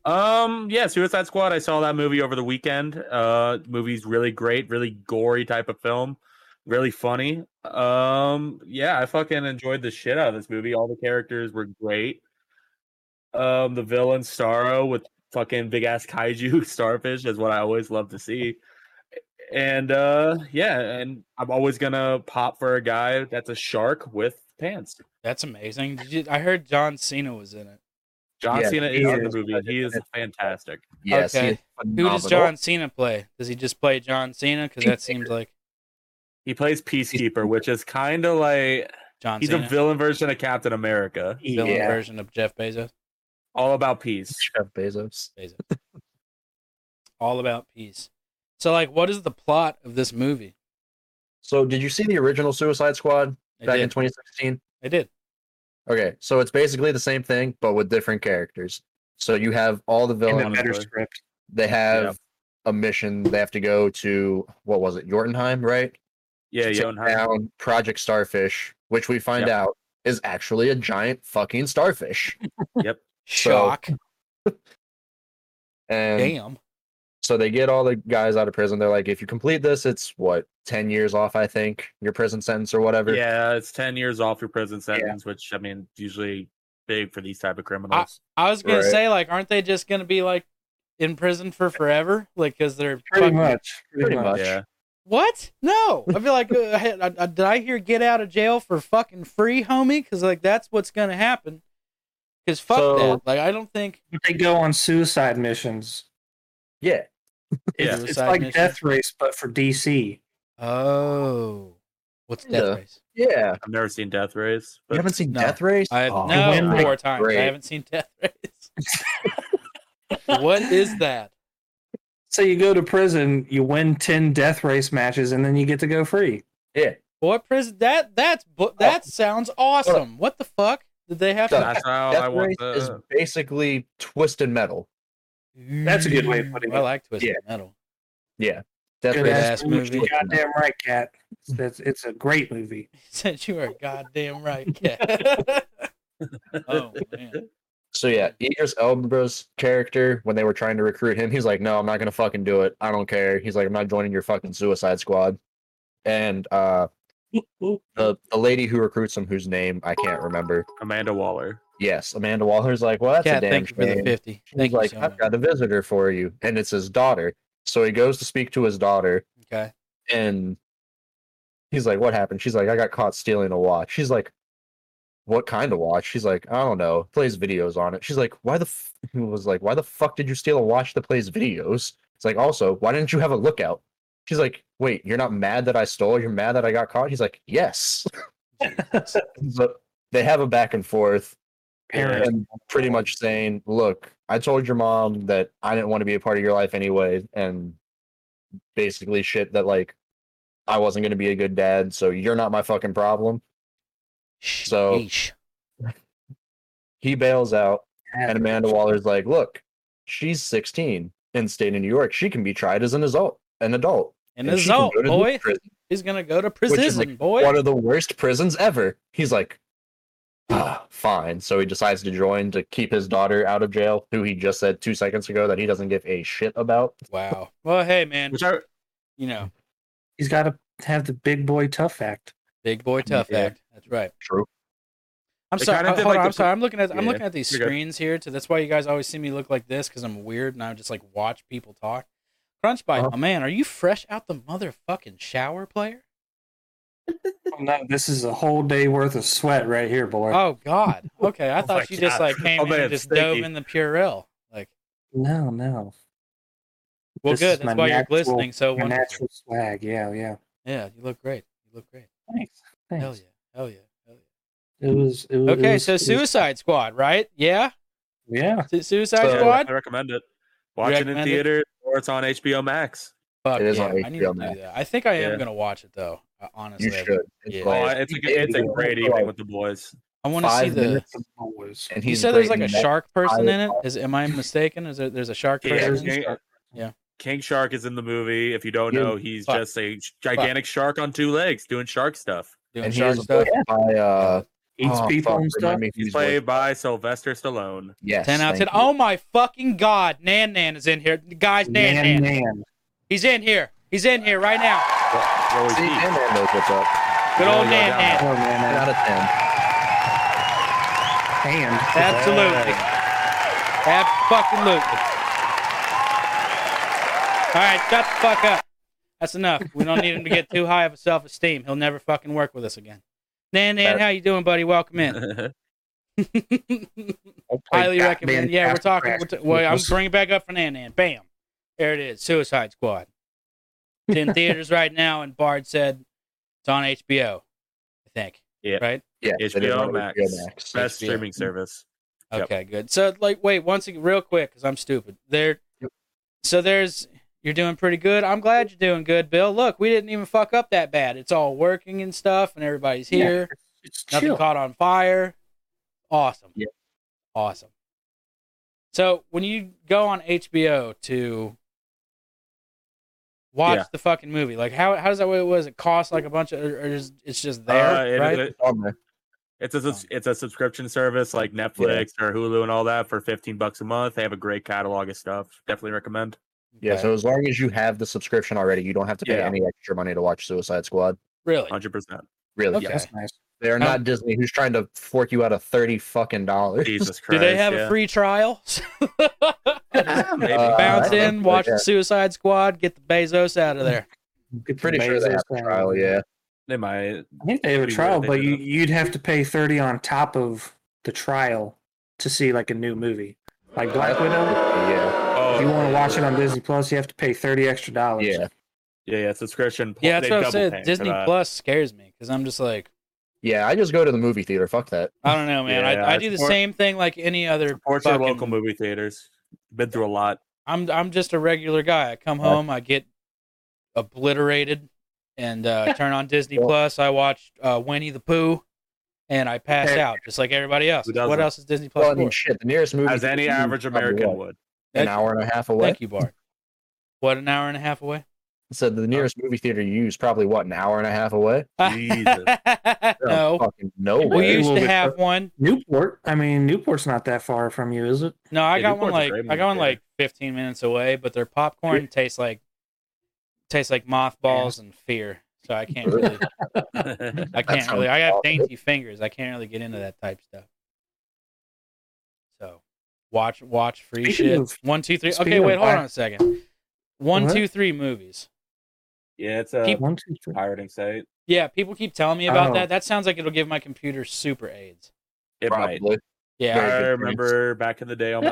[SPEAKER 5] Um, yeah, Suicide Squad. I saw that movie over the weekend. Uh, movie's really great, really gory type of film, really funny. Um, yeah, I fucking enjoyed the shit out of this movie. All the characters were great. Um, the villain Starro with fucking big ass kaiju starfish is what I always love to see. And uh, yeah, and I'm always gonna pop for a guy that's a shark with pants.
[SPEAKER 3] that's amazing. Did you, I heard John Cena was in it.
[SPEAKER 5] John
[SPEAKER 4] Yeah,
[SPEAKER 5] Cena
[SPEAKER 4] he
[SPEAKER 5] is in the
[SPEAKER 4] is.
[SPEAKER 5] movie. He is fantastic.
[SPEAKER 4] Yes. he
[SPEAKER 3] Okay.
[SPEAKER 4] is
[SPEAKER 3] Who does
[SPEAKER 4] phenomenal.
[SPEAKER 3] John Cena play? Does he just play John Cena? Because that seems like
[SPEAKER 5] He plays Peacekeeper, which is kind of like
[SPEAKER 3] John
[SPEAKER 5] he's
[SPEAKER 3] Cena.
[SPEAKER 5] a villain version of Captain America,
[SPEAKER 3] villain
[SPEAKER 6] Yeah.
[SPEAKER 3] version of Jeff Bezos.
[SPEAKER 5] all about peace.
[SPEAKER 4] Jeff Bezos.
[SPEAKER 3] Bezos. All about peace. So, like, what is the plot of this movie?
[SPEAKER 4] So did you see the original Suicide Squad
[SPEAKER 3] I
[SPEAKER 4] back in
[SPEAKER 3] did.
[SPEAKER 4] 2016?
[SPEAKER 3] I did.
[SPEAKER 4] Okay, so it's basically the same thing, but with different characters. So you have all the
[SPEAKER 6] In
[SPEAKER 4] villains.
[SPEAKER 6] a better
[SPEAKER 5] boy.
[SPEAKER 6] script.
[SPEAKER 4] they have a mission. They have to go to what was it, Jotunheim, right?
[SPEAKER 5] Yeah,
[SPEAKER 4] to take
[SPEAKER 5] you don't have
[SPEAKER 4] down Project Starfish, which we find out is actually a giant fucking starfish.
[SPEAKER 3] Shock.
[SPEAKER 4] um, And
[SPEAKER 3] Damn.
[SPEAKER 4] so they get all the guys out of prison. They're like, if you complete this, it's what ten years off, I think, your prison sentence or whatever.
[SPEAKER 5] yeah, it's ten years off your prison sentence, which I mean, usually big for these type of criminals.
[SPEAKER 3] I was going
[SPEAKER 4] Right.
[SPEAKER 3] to say, like, aren't they just going to be, like, in prison for forever? Like, because they're.
[SPEAKER 6] Pretty
[SPEAKER 3] fucking-
[SPEAKER 6] much.
[SPEAKER 4] pretty much.
[SPEAKER 5] yeah,
[SPEAKER 3] What? No. I feel like, uh, I, I, did I hear get out of jail for fucking free, homie? Because, like, that's what's going to happen. Because fuck
[SPEAKER 4] So-
[SPEAKER 3] that. Like, I don't think.
[SPEAKER 6] But they go on suicide missions.
[SPEAKER 4] Yeah.
[SPEAKER 5] yeah.
[SPEAKER 6] It's
[SPEAKER 3] Suicide
[SPEAKER 6] like
[SPEAKER 3] mission.
[SPEAKER 6] Death Race, but for DC.
[SPEAKER 3] Oh. What's Death
[SPEAKER 4] Yeah.
[SPEAKER 3] Race?
[SPEAKER 4] Yeah.
[SPEAKER 5] I've never seen Death Race,
[SPEAKER 4] You
[SPEAKER 5] but
[SPEAKER 4] haven't seen
[SPEAKER 3] No.
[SPEAKER 4] Death Race?
[SPEAKER 3] I have
[SPEAKER 4] Oh,
[SPEAKER 3] no
[SPEAKER 6] Wind
[SPEAKER 3] four times.
[SPEAKER 4] Raker.
[SPEAKER 3] I haven't seen Death Race. what is that?
[SPEAKER 6] So you go to prison, you win ten Death Race matches, and then you get to go free.
[SPEAKER 4] Yeah.
[SPEAKER 3] What prison? That that's
[SPEAKER 4] Oh.
[SPEAKER 3] bu- that sounds awesome. What the fuck did they have? To-
[SPEAKER 5] that's how Oh, I
[SPEAKER 4] Death
[SPEAKER 5] want
[SPEAKER 4] Race is
[SPEAKER 5] the.
[SPEAKER 4] basically twisted metal.
[SPEAKER 6] That's a good way of putting
[SPEAKER 3] I
[SPEAKER 6] it.
[SPEAKER 3] like twisted
[SPEAKER 4] Yeah.
[SPEAKER 3] metal.
[SPEAKER 4] Yeah. Death
[SPEAKER 6] Good
[SPEAKER 4] Race.
[SPEAKER 3] ass
[SPEAKER 4] is
[SPEAKER 3] ass movie.
[SPEAKER 4] twisted
[SPEAKER 6] You're
[SPEAKER 4] metal.
[SPEAKER 6] goddamn right, Cat. It's, it's a great movie.
[SPEAKER 3] Since you are goddamn right, cat. oh man,
[SPEAKER 4] So yeah, Idris Elba's character, when they were trying to recruit him, he's like, "No, I'm not gonna fucking do it. I don't care." He's like, "I'm not joining your fucking Suicide Squad." And uh, the the lady who recruits him, whose name I can't remember,
[SPEAKER 5] Amanda Waller.
[SPEAKER 4] yes, Amanda Waller's like, "Well, that's
[SPEAKER 3] cat.
[SPEAKER 4] a damn
[SPEAKER 3] Thank you for the
[SPEAKER 4] shame."
[SPEAKER 3] fifty.
[SPEAKER 4] She's
[SPEAKER 3] Thank
[SPEAKER 4] like,
[SPEAKER 3] you so
[SPEAKER 4] "I've
[SPEAKER 3] much.
[SPEAKER 4] got a visitor for you," and it's his daughter. So he goes to speak to his daughter,
[SPEAKER 3] Okay.
[SPEAKER 4] and he's like, "What happened?" She's like, "I got caught stealing a watch." She's like, "What kind of watch?" She's like, "I don't know. Plays videos on it." She's like, "Why the?" F-? He was like, "Why the fuck did you steal a watch that plays videos?" It's like, also, why didn't you have a lookout? She's like, "Wait, you're not mad that I stole? You're mad that I got caught?" He's like, "Yes." so they have a back and forth
[SPEAKER 6] Parent.
[SPEAKER 4] and pretty much saying, "Look, I told your mom that I didn't want to be a part of your life anyway," and basically shit that like I wasn't going to be a good dad, so you're not my fucking problem. So-
[SPEAKER 3] Sheesh.
[SPEAKER 4] He bails out, and Amanda Waller's like, "Look, she's 16 in the state of New York. She can be tried as an adult, an adult,
[SPEAKER 3] and
[SPEAKER 4] she can
[SPEAKER 3] result,
[SPEAKER 4] go to this
[SPEAKER 3] boy,
[SPEAKER 4] prison,
[SPEAKER 3] he's gonna go to
[SPEAKER 4] which
[SPEAKER 3] prison,
[SPEAKER 4] is like
[SPEAKER 3] boy.
[SPEAKER 4] one of the worst prisons ever." He's like, ah, "Fine." So he decides to join to keep his daughter out of jail, who he just said two seconds ago that he doesn't give a shit about.
[SPEAKER 3] wow. Well, hey, man,
[SPEAKER 5] Which I,
[SPEAKER 3] you know,
[SPEAKER 6] He's got to have the big boy tough act.
[SPEAKER 3] big boy tough
[SPEAKER 5] Yeah.
[SPEAKER 3] act. That's right.
[SPEAKER 4] True.
[SPEAKER 3] I'm
[SPEAKER 5] They
[SPEAKER 3] sorry.
[SPEAKER 5] kinda
[SPEAKER 3] uh,
[SPEAKER 5] did,
[SPEAKER 3] hold
[SPEAKER 5] like,
[SPEAKER 3] on,
[SPEAKER 5] the
[SPEAKER 3] I'm sorry. I'm looking at I'm
[SPEAKER 5] Yeah,
[SPEAKER 3] looking at these
[SPEAKER 5] you're good.
[SPEAKER 3] screens here. To that's why you guys always see me look like this because I'm weird and I just like watch people talk. Crunchbite,
[SPEAKER 4] Uh-huh.
[SPEAKER 3] my man, are you fresh out the motherfucking shower, player?
[SPEAKER 6] Oh, no, this is a whole day worth of sweat right here, boy.
[SPEAKER 3] Oh God. Okay, I
[SPEAKER 5] Oh, my
[SPEAKER 3] thought you just
[SPEAKER 5] God.
[SPEAKER 3] like came
[SPEAKER 5] Oh,
[SPEAKER 3] in
[SPEAKER 5] man,
[SPEAKER 3] and just
[SPEAKER 5] stinky.
[SPEAKER 3] dove in the Purell. Like,
[SPEAKER 6] no, no.
[SPEAKER 3] well,
[SPEAKER 6] This is
[SPEAKER 3] good.
[SPEAKER 6] my
[SPEAKER 3] That's why you're
[SPEAKER 6] natural-
[SPEAKER 3] glistening so
[SPEAKER 6] My
[SPEAKER 3] wonderful.
[SPEAKER 6] natural swag. Yeah, yeah.
[SPEAKER 3] Yeah, you look great. You look great.
[SPEAKER 6] Thanks. Thanks.
[SPEAKER 3] Hell yeah. Hell yeah. Hell yeah.
[SPEAKER 6] It was. It was it
[SPEAKER 3] Okay,
[SPEAKER 6] was-
[SPEAKER 3] so
[SPEAKER 6] it was-
[SPEAKER 3] Suicide Squad, right? Yeah,
[SPEAKER 6] Yeah.
[SPEAKER 3] Su- Suicide
[SPEAKER 4] So-
[SPEAKER 3] Squad.
[SPEAKER 5] uh, I recommend it. Watch it in
[SPEAKER 3] recommend it?
[SPEAKER 5] theater or it's on HBO Max.
[SPEAKER 3] Fuck
[SPEAKER 4] It is
[SPEAKER 3] yeah,
[SPEAKER 4] on
[SPEAKER 3] I need to
[SPEAKER 4] HBO
[SPEAKER 3] do
[SPEAKER 4] Max.
[SPEAKER 3] that. I think I am
[SPEAKER 5] Yeah.
[SPEAKER 3] gonna watch it though. uh, Honestly,
[SPEAKER 4] You
[SPEAKER 3] I-
[SPEAKER 4] should. It's
[SPEAKER 3] Yeah.
[SPEAKER 5] Oh,
[SPEAKER 4] like-
[SPEAKER 5] it's a, it's a great evening with the boys.
[SPEAKER 3] I want to see
[SPEAKER 4] Five
[SPEAKER 3] the.
[SPEAKER 4] minutes
[SPEAKER 6] Boys.
[SPEAKER 4] and
[SPEAKER 3] You
[SPEAKER 4] he's
[SPEAKER 3] said there's like
[SPEAKER 4] great
[SPEAKER 3] a
[SPEAKER 4] in that.
[SPEAKER 3] shark person
[SPEAKER 4] I-
[SPEAKER 3] in it. Is am I mistaken? Is there there's a shark
[SPEAKER 5] Yeah,
[SPEAKER 3] person? in it?
[SPEAKER 5] King,
[SPEAKER 3] Yeah.
[SPEAKER 5] King Shark is in the movie. If you don't
[SPEAKER 4] Yeah.
[SPEAKER 5] know, he's
[SPEAKER 3] Fuck.
[SPEAKER 5] just a gigantic shark on two legs doing shark stuff.
[SPEAKER 3] Doing
[SPEAKER 4] and he
[SPEAKER 3] shark
[SPEAKER 4] is
[SPEAKER 3] stuff.
[SPEAKER 4] voiced by uh,
[SPEAKER 6] Eats
[SPEAKER 4] oh,
[SPEAKER 6] people
[SPEAKER 4] fuck,
[SPEAKER 6] and
[SPEAKER 4] remind
[SPEAKER 6] stuff.
[SPEAKER 4] me who
[SPEAKER 5] He's
[SPEAKER 4] voiced-
[SPEAKER 5] played by Sylvester Stallone.
[SPEAKER 4] Yes,
[SPEAKER 3] Ten out of ten.
[SPEAKER 4] thank you.
[SPEAKER 3] Oh my fucking god! Nan Nan is in here. Guys, Nan Nan.
[SPEAKER 6] Man, man.
[SPEAKER 3] He's in here. He's in here right now.
[SPEAKER 5] Joey
[SPEAKER 4] See,
[SPEAKER 5] Pete.
[SPEAKER 4] Nan Nan knows what's up.
[SPEAKER 3] Good
[SPEAKER 5] Yeah,
[SPEAKER 3] old
[SPEAKER 5] yeah,
[SPEAKER 3] Nan
[SPEAKER 5] yeah.
[SPEAKER 3] Nan.
[SPEAKER 6] Oh, man,
[SPEAKER 4] Ten out
[SPEAKER 6] man.
[SPEAKER 4] of ten.
[SPEAKER 6] And
[SPEAKER 3] Absolutely. That fucking loot. All right, shut the fuck up. That's enough. We don't need him to get too high of a self-esteem. He'll never fucking work with us again. Nan Nan,
[SPEAKER 4] Fair.
[SPEAKER 3] how you doing, buddy? Welcome in.
[SPEAKER 6] I'll play
[SPEAKER 3] highly
[SPEAKER 6] Batman
[SPEAKER 3] recommend. Yeah, we're
[SPEAKER 6] after
[SPEAKER 3] talking.
[SPEAKER 6] Crash
[SPEAKER 3] We're t- well, I'm
[SPEAKER 6] Vehicles.
[SPEAKER 3] bringing it back up for Nan Nan. Bam, there it is. Suicide Squad. It's in theaters right now, and Bard said it's on HBO. I think.
[SPEAKER 5] Yeah.
[SPEAKER 3] Right.
[SPEAKER 4] Yeah, it is
[SPEAKER 5] HBO
[SPEAKER 4] on
[SPEAKER 5] Max. Best
[SPEAKER 3] HBO.
[SPEAKER 5] streaming service. Yep.
[SPEAKER 3] Okay. Good. So, like, wait once again, real quick, because I'm stupid. There. So there's. You're doing pretty good. I'm glad you're doing good, Bill. Look, we didn't even fuck up that bad. It's all working and stuff, and everybody's
[SPEAKER 6] Yeah,
[SPEAKER 3] here.
[SPEAKER 6] It's
[SPEAKER 3] Nothing
[SPEAKER 6] chill.
[SPEAKER 3] caught on fire. Awesome.
[SPEAKER 4] Yeah.
[SPEAKER 3] Awesome. So when you go on HBO to watch
[SPEAKER 5] Yeah.
[SPEAKER 3] the fucking movie, like how how does that way was it cost like a bunch of or, or is, it's just there,
[SPEAKER 5] Uh, it-
[SPEAKER 3] right?
[SPEAKER 5] it-
[SPEAKER 4] On there.
[SPEAKER 5] it's a subs- it's a subscription service like Netflix or Hulu and all that for fifteen bucks a month. They have a great catalog of stuff. Definitely recommend.
[SPEAKER 4] Yeah,
[SPEAKER 3] Okay.
[SPEAKER 4] so as long as you have the subscription already, you don't have to pay
[SPEAKER 5] Yeah.
[SPEAKER 4] any extra money to watch Suicide Squad.
[SPEAKER 3] really?
[SPEAKER 5] Hundred percent.
[SPEAKER 4] Really,
[SPEAKER 3] Okay.
[SPEAKER 4] yes.
[SPEAKER 6] That's nice.
[SPEAKER 4] They are not Disney who's trying to fork you out of thirty fucking dollars.
[SPEAKER 5] Jesus
[SPEAKER 3] Do
[SPEAKER 5] Christ.
[SPEAKER 3] they have
[SPEAKER 5] yeah.
[SPEAKER 3] a free trial?
[SPEAKER 5] Maybe.
[SPEAKER 4] Uh,
[SPEAKER 3] Bounce
[SPEAKER 4] I don't
[SPEAKER 3] in,
[SPEAKER 4] think
[SPEAKER 3] watch
[SPEAKER 4] they
[SPEAKER 3] the
[SPEAKER 4] have.
[SPEAKER 3] Suicide Squad, get the Bezos out of there.
[SPEAKER 6] Get
[SPEAKER 4] Pretty
[SPEAKER 6] the
[SPEAKER 4] sure they
[SPEAKER 6] Bezos
[SPEAKER 4] have a
[SPEAKER 6] down.
[SPEAKER 4] trial. Yeah,
[SPEAKER 5] They might.
[SPEAKER 6] I think they have a
[SPEAKER 5] Pretty
[SPEAKER 6] trial,
[SPEAKER 5] weird they
[SPEAKER 6] but
[SPEAKER 5] do
[SPEAKER 6] you,
[SPEAKER 5] that.
[SPEAKER 6] you'd have to pay thirty on top of the trial to see like a new movie, like Black Widow.
[SPEAKER 4] yeah,
[SPEAKER 6] If you
[SPEAKER 5] Oh,
[SPEAKER 6] want to watch it on Disney Plus, you have to pay thirty extra dollars.
[SPEAKER 4] yeah,
[SPEAKER 5] yeah, yeah. Subscription. pl-
[SPEAKER 3] Yeah, that's
[SPEAKER 5] they
[SPEAKER 3] what I'm
[SPEAKER 5] double pay
[SPEAKER 3] saying.
[SPEAKER 5] for
[SPEAKER 3] Disney
[SPEAKER 5] that.
[SPEAKER 3] Plus scares me because I'm just like,
[SPEAKER 4] yeah. I just go to the movie theater. Fuck that.
[SPEAKER 3] I don't know, man.
[SPEAKER 5] Yeah,
[SPEAKER 3] I, I
[SPEAKER 5] I
[SPEAKER 3] do the
[SPEAKER 5] support-
[SPEAKER 3] same thing like any other
[SPEAKER 5] Support your
[SPEAKER 3] fucking-
[SPEAKER 5] local movie theaters. Been through a lot.
[SPEAKER 3] I'm I'm just a regular guy. I come home, I get obliterated, and uh, turn on Disney
[SPEAKER 4] Well-
[SPEAKER 3] Plus. I watch uh, Winnie the Pooh, and I pass
[SPEAKER 6] Hey.
[SPEAKER 3] out just like everybody else.
[SPEAKER 5] Who doesn't?
[SPEAKER 3] What else is Disney Plus
[SPEAKER 4] Well, I mean,
[SPEAKER 3] for?
[SPEAKER 4] shit. The nearest movie
[SPEAKER 5] As any
[SPEAKER 4] theater is
[SPEAKER 5] average
[SPEAKER 4] probably,
[SPEAKER 5] American
[SPEAKER 4] what,
[SPEAKER 5] would.
[SPEAKER 4] an
[SPEAKER 3] Thank-
[SPEAKER 4] hour and a half away.
[SPEAKER 3] Thank you, Bart. What an hour and a half away.
[SPEAKER 4] So the nearest movie theater you use probably what an hour and a half away. Oh,
[SPEAKER 5] Jesus.
[SPEAKER 3] no,
[SPEAKER 4] fucking no
[SPEAKER 6] Well,
[SPEAKER 3] we
[SPEAKER 4] way.
[SPEAKER 6] you-
[SPEAKER 3] used
[SPEAKER 6] Little
[SPEAKER 3] to
[SPEAKER 6] bit
[SPEAKER 3] have
[SPEAKER 6] further.
[SPEAKER 3] one.
[SPEAKER 6] Newport. I mean, Newport's not that far from you, is it?
[SPEAKER 3] No, I
[SPEAKER 5] Yeah,
[SPEAKER 3] got one
[SPEAKER 5] Newport's a
[SPEAKER 3] like
[SPEAKER 5] great
[SPEAKER 3] I
[SPEAKER 5] movie
[SPEAKER 3] got one
[SPEAKER 5] theater.
[SPEAKER 3] like 15 minutes away, but their popcorn tastes like tastes like mothballs and fear. So I can't really, I can't
[SPEAKER 4] sounds
[SPEAKER 3] really. I got
[SPEAKER 4] awful.
[SPEAKER 3] dainty fingers. I can't really get into that type stuff. So, watch watch free
[SPEAKER 6] Speaking
[SPEAKER 3] shit.
[SPEAKER 6] of-
[SPEAKER 3] One two three.
[SPEAKER 6] speaking
[SPEAKER 3] Okay,
[SPEAKER 6] of
[SPEAKER 3] wait, hold
[SPEAKER 6] black-
[SPEAKER 3] on a second. One
[SPEAKER 6] What?
[SPEAKER 3] two three movies.
[SPEAKER 5] yeah, it's a
[SPEAKER 3] Keep-
[SPEAKER 6] One, two, three.
[SPEAKER 5] pirating site.
[SPEAKER 3] Yeah, people keep telling me about
[SPEAKER 6] Oh.
[SPEAKER 3] that. That sounds like it'll give my computer super aids.
[SPEAKER 5] It might.
[SPEAKER 4] Probably.
[SPEAKER 3] Yeah,
[SPEAKER 4] Very
[SPEAKER 5] I
[SPEAKER 4] good points.
[SPEAKER 5] remember back in the day on my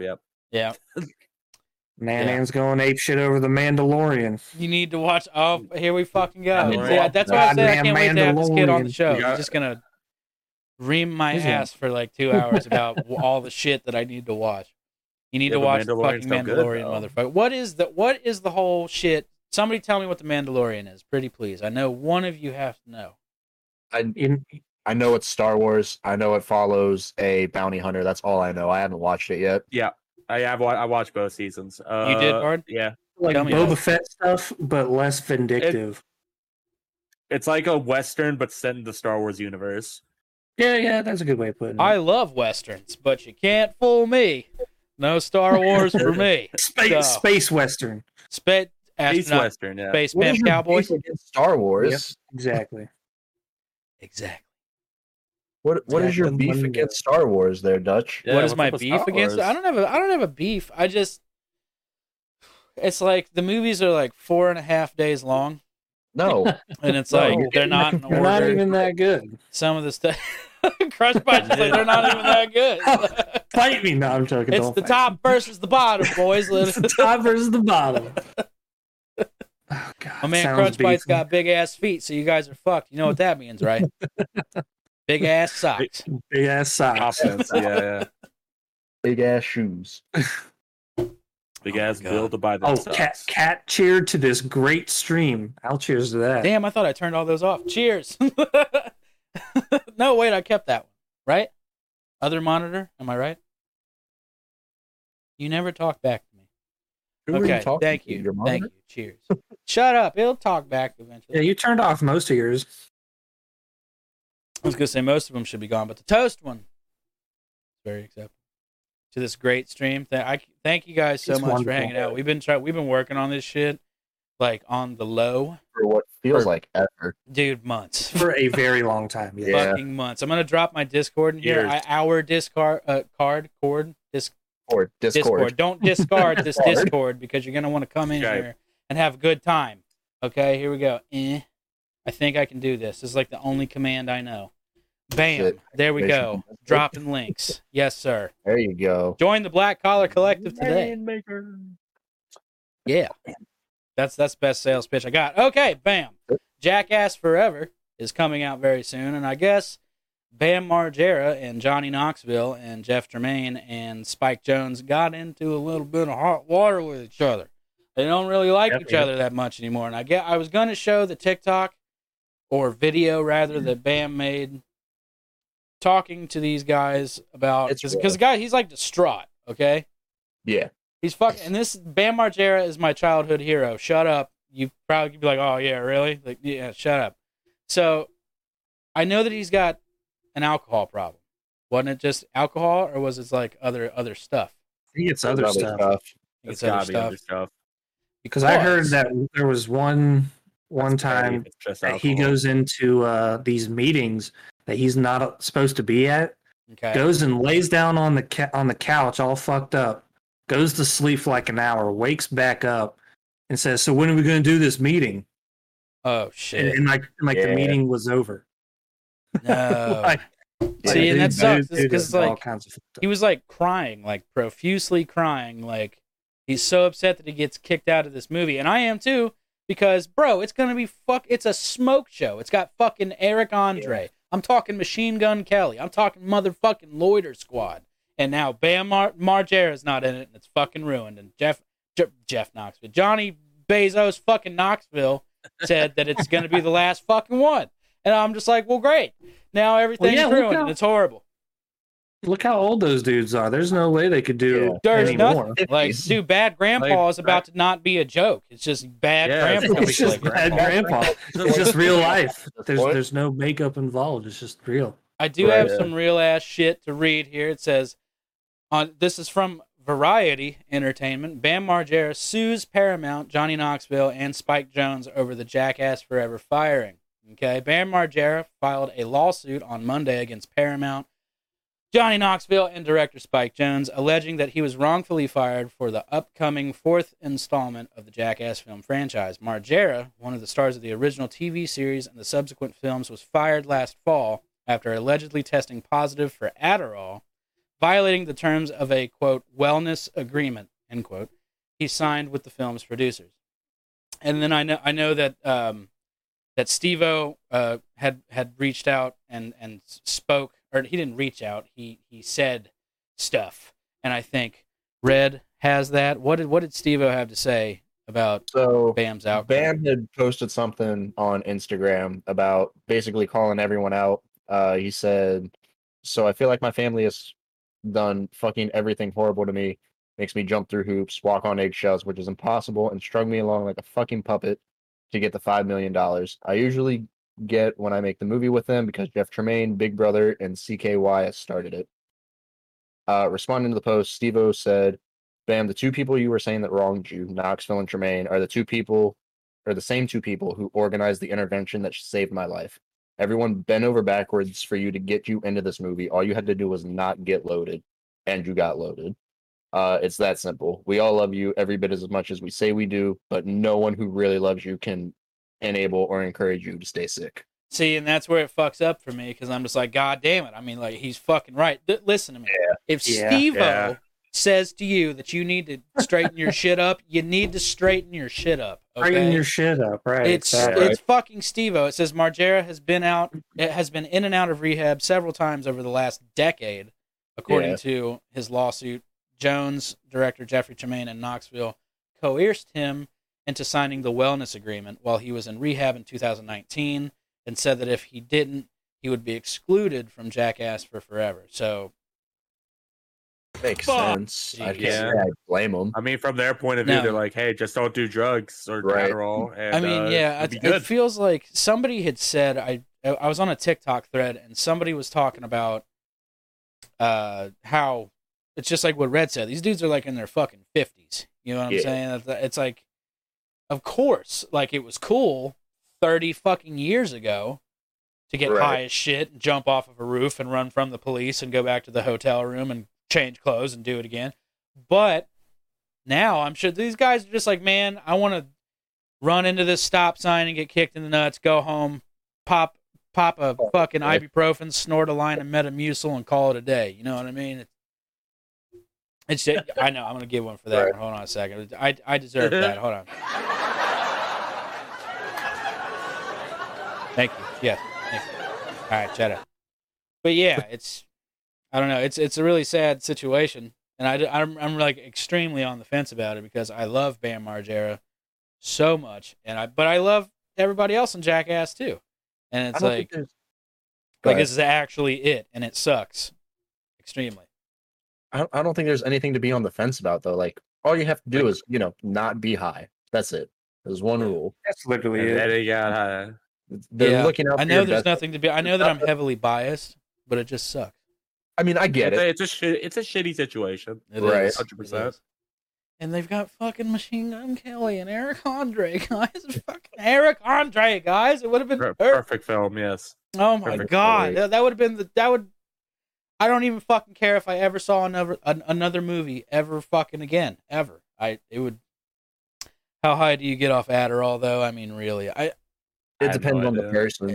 [SPEAKER 5] Yep.
[SPEAKER 3] yeah.
[SPEAKER 6] Nanan's going ape shit over the Mandalorian.
[SPEAKER 3] You need to watch. Oh, here we fucking go.
[SPEAKER 5] Mandalorian.
[SPEAKER 3] Yeah, that's why I said I
[SPEAKER 6] Goddamn
[SPEAKER 3] can't wait to have this kid on the
[SPEAKER 6] Mandalorian.
[SPEAKER 3] show.
[SPEAKER 5] You got-
[SPEAKER 3] He's just gonna ream my
[SPEAKER 6] He's in.
[SPEAKER 3] ass for like two hours about w- all the shit that I need to watch. You need
[SPEAKER 5] Yeah,
[SPEAKER 3] to
[SPEAKER 5] but
[SPEAKER 3] watch the
[SPEAKER 5] Mandalorian's
[SPEAKER 3] fucking
[SPEAKER 5] still good,
[SPEAKER 3] Mandalorian,
[SPEAKER 5] though.
[SPEAKER 3] motherfucker. What is the what is the whole shit Somebody tell me what the Mandalorian is, pretty please. I know one of you have to know.
[SPEAKER 4] I
[SPEAKER 6] In,
[SPEAKER 4] I know it's Star Wars. I know it follows a bounty hunter. That's all I know. I haven't watched it yet.
[SPEAKER 5] I I've, wa- I watched both seasons. Uh,
[SPEAKER 3] You did, Bard?
[SPEAKER 5] Yeah,
[SPEAKER 6] like
[SPEAKER 3] Tell me
[SPEAKER 6] Boba
[SPEAKER 3] about it.
[SPEAKER 6] Fett stuff, but less vindictive.
[SPEAKER 5] it's like a western, but set in the Star Wars universe.
[SPEAKER 6] yeah, yeah, that's a good way of putting it.
[SPEAKER 3] I love westerns, but you can't fool me. No Star Wars for me.
[SPEAKER 6] space,
[SPEAKER 3] So-
[SPEAKER 6] space western.
[SPEAKER 3] Spit
[SPEAKER 5] East
[SPEAKER 3] astronaut,
[SPEAKER 5] western, yeah.
[SPEAKER 3] space
[SPEAKER 4] What is
[SPEAKER 3] pimp
[SPEAKER 4] your
[SPEAKER 3] cowboy.
[SPEAKER 4] beef against Star Wars.
[SPEAKER 6] Exactly.
[SPEAKER 3] Exactly.
[SPEAKER 4] What What is
[SPEAKER 6] Yeah,
[SPEAKER 4] your
[SPEAKER 6] I'm
[SPEAKER 4] beef
[SPEAKER 6] wondering.
[SPEAKER 4] against Star Wars, there, Dutch?
[SPEAKER 5] Yeah,
[SPEAKER 3] what is
[SPEAKER 5] what's
[SPEAKER 3] my
[SPEAKER 5] up with
[SPEAKER 3] beef
[SPEAKER 5] Star
[SPEAKER 3] against? it?
[SPEAKER 5] Wars?
[SPEAKER 3] I don't have a I don't have a beef. I just it's like the movies are like four and a half days long,
[SPEAKER 4] No,
[SPEAKER 3] and it's
[SPEAKER 4] No.
[SPEAKER 3] like they're not in
[SPEAKER 6] They're not
[SPEAKER 3] order.
[SPEAKER 6] even that good.
[SPEAKER 3] Some of the stuff, Crush Punch, like, they're not even that good.
[SPEAKER 6] Fight me! No, I'm joking.
[SPEAKER 3] it's
[SPEAKER 6] don't
[SPEAKER 3] the
[SPEAKER 6] fight.
[SPEAKER 3] top versus the bottom, boys.
[SPEAKER 6] It's the top versus the bottom. Oh god!
[SPEAKER 3] My man
[SPEAKER 6] sounds
[SPEAKER 3] Crunch Bite's
[SPEAKER 6] beefy.
[SPEAKER 3] got big ass feet, so you guys are fucked. You know what that means, right? big ass socks.
[SPEAKER 6] big ass socks.
[SPEAKER 5] Offense, yeah, yeah.
[SPEAKER 4] big ass shoes.
[SPEAKER 5] Big
[SPEAKER 3] Oh my
[SPEAKER 5] ass
[SPEAKER 3] God.
[SPEAKER 5] build to buy the
[SPEAKER 6] Oh,
[SPEAKER 5] socks.
[SPEAKER 6] cat! Cat cheered to this great stream. I'll cheers to that.
[SPEAKER 3] Damn, I thought I turned all those off. Cheers. no, wait, I kept that one. Right? Other monitor? Am I right? You never talk back to me.
[SPEAKER 4] Who are
[SPEAKER 3] okay,
[SPEAKER 4] you talking
[SPEAKER 3] thank
[SPEAKER 4] to?
[SPEAKER 3] you.
[SPEAKER 4] Your
[SPEAKER 3] thank
[SPEAKER 4] monitor?
[SPEAKER 3] you. Cheers. Shut up. It'll talk back eventually.
[SPEAKER 6] Yeah, you turned off most of yours.
[SPEAKER 3] I was gonna say most of them should be gone, but the toast one, very acceptable to this great stream. Th- I thank you guys so
[SPEAKER 6] It's
[SPEAKER 3] much for
[SPEAKER 6] wonderful.
[SPEAKER 3] hanging out. We've been trying, we've been working on this shit like on the low,
[SPEAKER 4] For what feels like ever.
[SPEAKER 3] dude, months,
[SPEAKER 6] for a very long time. Yeah.
[SPEAKER 4] Yeah.
[SPEAKER 3] fucking months. I'm gonna drop my Discord in here.
[SPEAKER 5] Years.
[SPEAKER 3] I, our Discord uh, card cord Dis-
[SPEAKER 4] Or Discord.
[SPEAKER 3] Discord. Don't discard this
[SPEAKER 4] Discord.
[SPEAKER 3] Discord because you're gonna want to come in
[SPEAKER 5] Okay.
[SPEAKER 3] here and have a good time. Okay, here we go. Eh. I think I can do this. This is like the only command I know. Bam.
[SPEAKER 4] Shit.
[SPEAKER 3] There we
[SPEAKER 4] They
[SPEAKER 3] go.
[SPEAKER 4] should-
[SPEAKER 3] Dropping links. Yes, sir.
[SPEAKER 4] There you go.
[SPEAKER 3] Join the Black Collar Collective today. Yeah. That's that's the best sales pitch I got. Okay, bam. Jackass Forever is coming out very soon, and I guess Bam Margera and Johnny Knoxville and Jeff Tremaine and Spike Jones got into a little bit of hot water with each other. They don't really like
[SPEAKER 6] Yep,
[SPEAKER 3] each
[SPEAKER 6] yep.
[SPEAKER 3] other that much anymore. And I get I was gonna show the TikTok or video rather that Bam made talking to these guys about
[SPEAKER 4] It's
[SPEAKER 3] because the guy he's like distraught, okay?
[SPEAKER 4] Yeah.
[SPEAKER 3] He's fucking. And this Bam Margera is my childhood hero. Shut up. You probably be like, oh yeah, really? Like yeah, shut up. So, I know that he's got an alcohol problem. Wasn't it just alcohol, or was it like other other stuff?
[SPEAKER 6] He gets other
[SPEAKER 4] Probably
[SPEAKER 6] stuff.
[SPEAKER 4] tough.
[SPEAKER 5] It's
[SPEAKER 3] other
[SPEAKER 5] gotta be other stuff.
[SPEAKER 6] Because I heard that there was one one
[SPEAKER 5] That's petty.
[SPEAKER 6] time
[SPEAKER 5] It's just
[SPEAKER 6] that he
[SPEAKER 5] alcohol.
[SPEAKER 6] goes into uh, these meetings that he's not supposed to be at.
[SPEAKER 3] Okay.
[SPEAKER 6] Goes and lays down on the ca- on the couch, all fucked up. Goes to sleep for like an hour. Wakes back up and says, "So when are we going to do this meeting?"
[SPEAKER 3] Oh
[SPEAKER 6] And,
[SPEAKER 3] shit.
[SPEAKER 6] and like and, like the
[SPEAKER 4] Yeah.
[SPEAKER 6] meeting was over.
[SPEAKER 3] No.
[SPEAKER 6] Like,
[SPEAKER 4] Yeah,
[SPEAKER 3] See, and that
[SPEAKER 6] dude,
[SPEAKER 3] sucks
[SPEAKER 6] dude,
[SPEAKER 3] because
[SPEAKER 6] all
[SPEAKER 3] like
[SPEAKER 6] kinds of fucked
[SPEAKER 3] he
[SPEAKER 6] up.
[SPEAKER 3] was like crying, like profusely crying, like he's so upset that he gets kicked out of this movie, and I am too because bro, it's gonna be fuck. It's a smoke show. It's got fucking Eric Andre. I'm talking Machine Gun Kelly. I'm talking motherfucking Loiter Squad. And now Bam Mar- Margera's not in it, and it's fucking ruined. And Jeff J- Jeff Knoxville, Johnny Bezos, fucking Knoxville said that it's gonna be the last fucking one. And I'm just like, well, great. Now everything's
[SPEAKER 6] yeah, look
[SPEAKER 3] ruined,
[SPEAKER 6] out.
[SPEAKER 3] and it's horrible.
[SPEAKER 6] Look how old those dudes are. There's no way they could do
[SPEAKER 3] There's
[SPEAKER 6] anymore.
[SPEAKER 3] nothing. Like, dude, bad grandpa is about to not be a joke. It's just bad
[SPEAKER 5] Yeah, it's
[SPEAKER 3] grandpa.
[SPEAKER 5] gonna
[SPEAKER 6] It's
[SPEAKER 5] be
[SPEAKER 6] just
[SPEAKER 5] like
[SPEAKER 6] bad grandpa. It's just real life. There's
[SPEAKER 4] What?
[SPEAKER 6] there's no makeup involved. It's just real.
[SPEAKER 3] I do
[SPEAKER 4] Right.
[SPEAKER 3] have some real ass shit to read here. It says, "On this is from Variety Entertainment. Bam Margera sues Paramount, Johnny Knoxville, and Spike Jones over the Jackass Forever firing." Okay, Bam Margera filed a lawsuit on Monday against Paramount, Johnny Knoxville, and director Spike Jones, alleging that he was wrongfully fired for the upcoming fourth installment of the Jackass film franchise. Margera, one of the stars of the original TV series and the subsequent films, was fired last fall after allegedly testing positive for Adderall, violating the terms of a quote wellness agreement end quote he signed with the film's producers. And then I know I know that um, that Stevo uh, had had reached out and and spoke, or he didn't reach out. He he said stuff, and I think Red has that. What did what did Stevo have to say about
[SPEAKER 4] So
[SPEAKER 3] Bam's out.
[SPEAKER 4] Bam had posted something on Instagram about basically calling everyone out. Uh, he said, "So I feel like my family has done fucking everything horrible to me. Makes me jump through hoops, walk on eggshells, which is impossible, and strung me along like a fucking puppet to get the five million dollars. I usually get when I make the movie with them because Jeff Tremaine, Big Brother, and CKY has started it." Uh, responding to the post, Stevo said. Bam, the two people you were saying that wronged you, Knoxville and Tremaine, are the two people are the same two people who organized the intervention that saved my life. Everyone bent over backwards for you to get you into this movie. All you had to do was not get loaded, and you got loaded. Uh, it's that simple. We all love you every bit as much as we say we do, but no one who really loves you can enable or encourage you to stay sick.
[SPEAKER 3] See, and that's where it fucks up for me because I'm just like, God damn it. I mean, like, he's fucking right. Th- listen to me. If
[SPEAKER 6] Yeah.
[SPEAKER 3] Steve O
[SPEAKER 5] Yeah.
[SPEAKER 3] says to you that you need to straighten your shit up, you need to straighten your shit up. Okay?
[SPEAKER 6] Straighten your shit up, right?
[SPEAKER 3] It's
[SPEAKER 6] exactly.
[SPEAKER 3] it's fucking Stevo. It says Margera has been out, it has been in and out of rehab several times over the last decade, according
[SPEAKER 4] Yeah.
[SPEAKER 3] to his lawsuit. Jones director Jeffrey Tremaine and Knoxville coerced him into signing the wellness agreement while he was in rehab in 2019, and said that if he didn't, he would be excluded from Jackass for forever. So
[SPEAKER 4] Makes
[SPEAKER 5] Fuck.
[SPEAKER 4] sense. I can't
[SPEAKER 5] Yeah.
[SPEAKER 4] say I blame them.
[SPEAKER 5] I mean, from their point of view,
[SPEAKER 3] No.
[SPEAKER 5] they're like, "Hey, just don't do drugs or
[SPEAKER 4] Right.
[SPEAKER 5] Adderall." And,
[SPEAKER 3] I mean,
[SPEAKER 5] uh,
[SPEAKER 3] yeah,
[SPEAKER 5] it'd
[SPEAKER 3] it,
[SPEAKER 5] be
[SPEAKER 3] it
[SPEAKER 5] good.
[SPEAKER 3] feels like somebody had said I I was on a TikTok thread and somebody was talking about uh how it's just like what Red said. These dudes are like in their fucking fifties. You know what I'm
[SPEAKER 4] Yeah.
[SPEAKER 3] saying? It's- It's like, of course, like it was cool thirty fucking years ago to get
[SPEAKER 4] Right.
[SPEAKER 3] high as shit and jump off of a roof and run from the police and go back to the hotel room and change clothes and do it again. But now I'm sure these guys are just like, man, I want to run into this stop sign and get kicked in the nuts, go home, pop pop a fucking
[SPEAKER 4] Oh, yeah.
[SPEAKER 3] ibuprofen, snort a line of Metamucil, and call it a day. You know what I mean? It's, it's just, I know I'm gonna give one for that.
[SPEAKER 4] Right.
[SPEAKER 3] one. Hold on a second. I I deserve that. Hold on. Thank you. Yeah. Thank you. All right, shut up. But yeah, it's I don't know. It's it's a really sad situation, and I am I'm like extremely on the fence about it because I love Bam Margera so much, and I but I love everybody else in Jackass too, and
[SPEAKER 4] I
[SPEAKER 3] it's
[SPEAKER 4] don't think
[SPEAKER 3] like
[SPEAKER 4] there's-
[SPEAKER 3] like
[SPEAKER 4] Go ahead.
[SPEAKER 3] this is actually it, and it sucks extremely.
[SPEAKER 4] I don't, I don't think there's anything to be on the fence about though. Like all you have to do is you know not be high. That's it. There's one rule.
[SPEAKER 6] that's literally
[SPEAKER 5] And then
[SPEAKER 6] it.
[SPEAKER 5] he got uh, high.
[SPEAKER 4] They're
[SPEAKER 3] Yeah,
[SPEAKER 4] looking out.
[SPEAKER 3] I
[SPEAKER 4] for
[SPEAKER 3] know
[SPEAKER 4] your
[SPEAKER 3] there's
[SPEAKER 4] best-
[SPEAKER 3] nothing to be. I know that I'm heavily biased, but it just sucks.
[SPEAKER 4] I mean, I get it.
[SPEAKER 5] It's a, it's a shit. It's a shitty situation.
[SPEAKER 3] It
[SPEAKER 4] Right.
[SPEAKER 3] is.
[SPEAKER 5] 100%.
[SPEAKER 3] It is. And they've got fucking Machine Gun Kelly and Eric Andre, guys. fucking Eric Andre, guys. It would have been
[SPEAKER 5] Per-
[SPEAKER 3] perfect.
[SPEAKER 5] Perfect film. Yes.
[SPEAKER 3] Oh my
[SPEAKER 4] perfect
[SPEAKER 3] god,
[SPEAKER 4] story.
[SPEAKER 3] that, that would have been the that would. I don't even fucking care if I ever saw another an, another movie ever fucking again ever. I it would. How high do you get off Adderall though? I mean, really, I
[SPEAKER 5] I
[SPEAKER 4] It
[SPEAKER 5] have no
[SPEAKER 4] depends on the
[SPEAKER 5] idea.
[SPEAKER 4] person.
[SPEAKER 3] I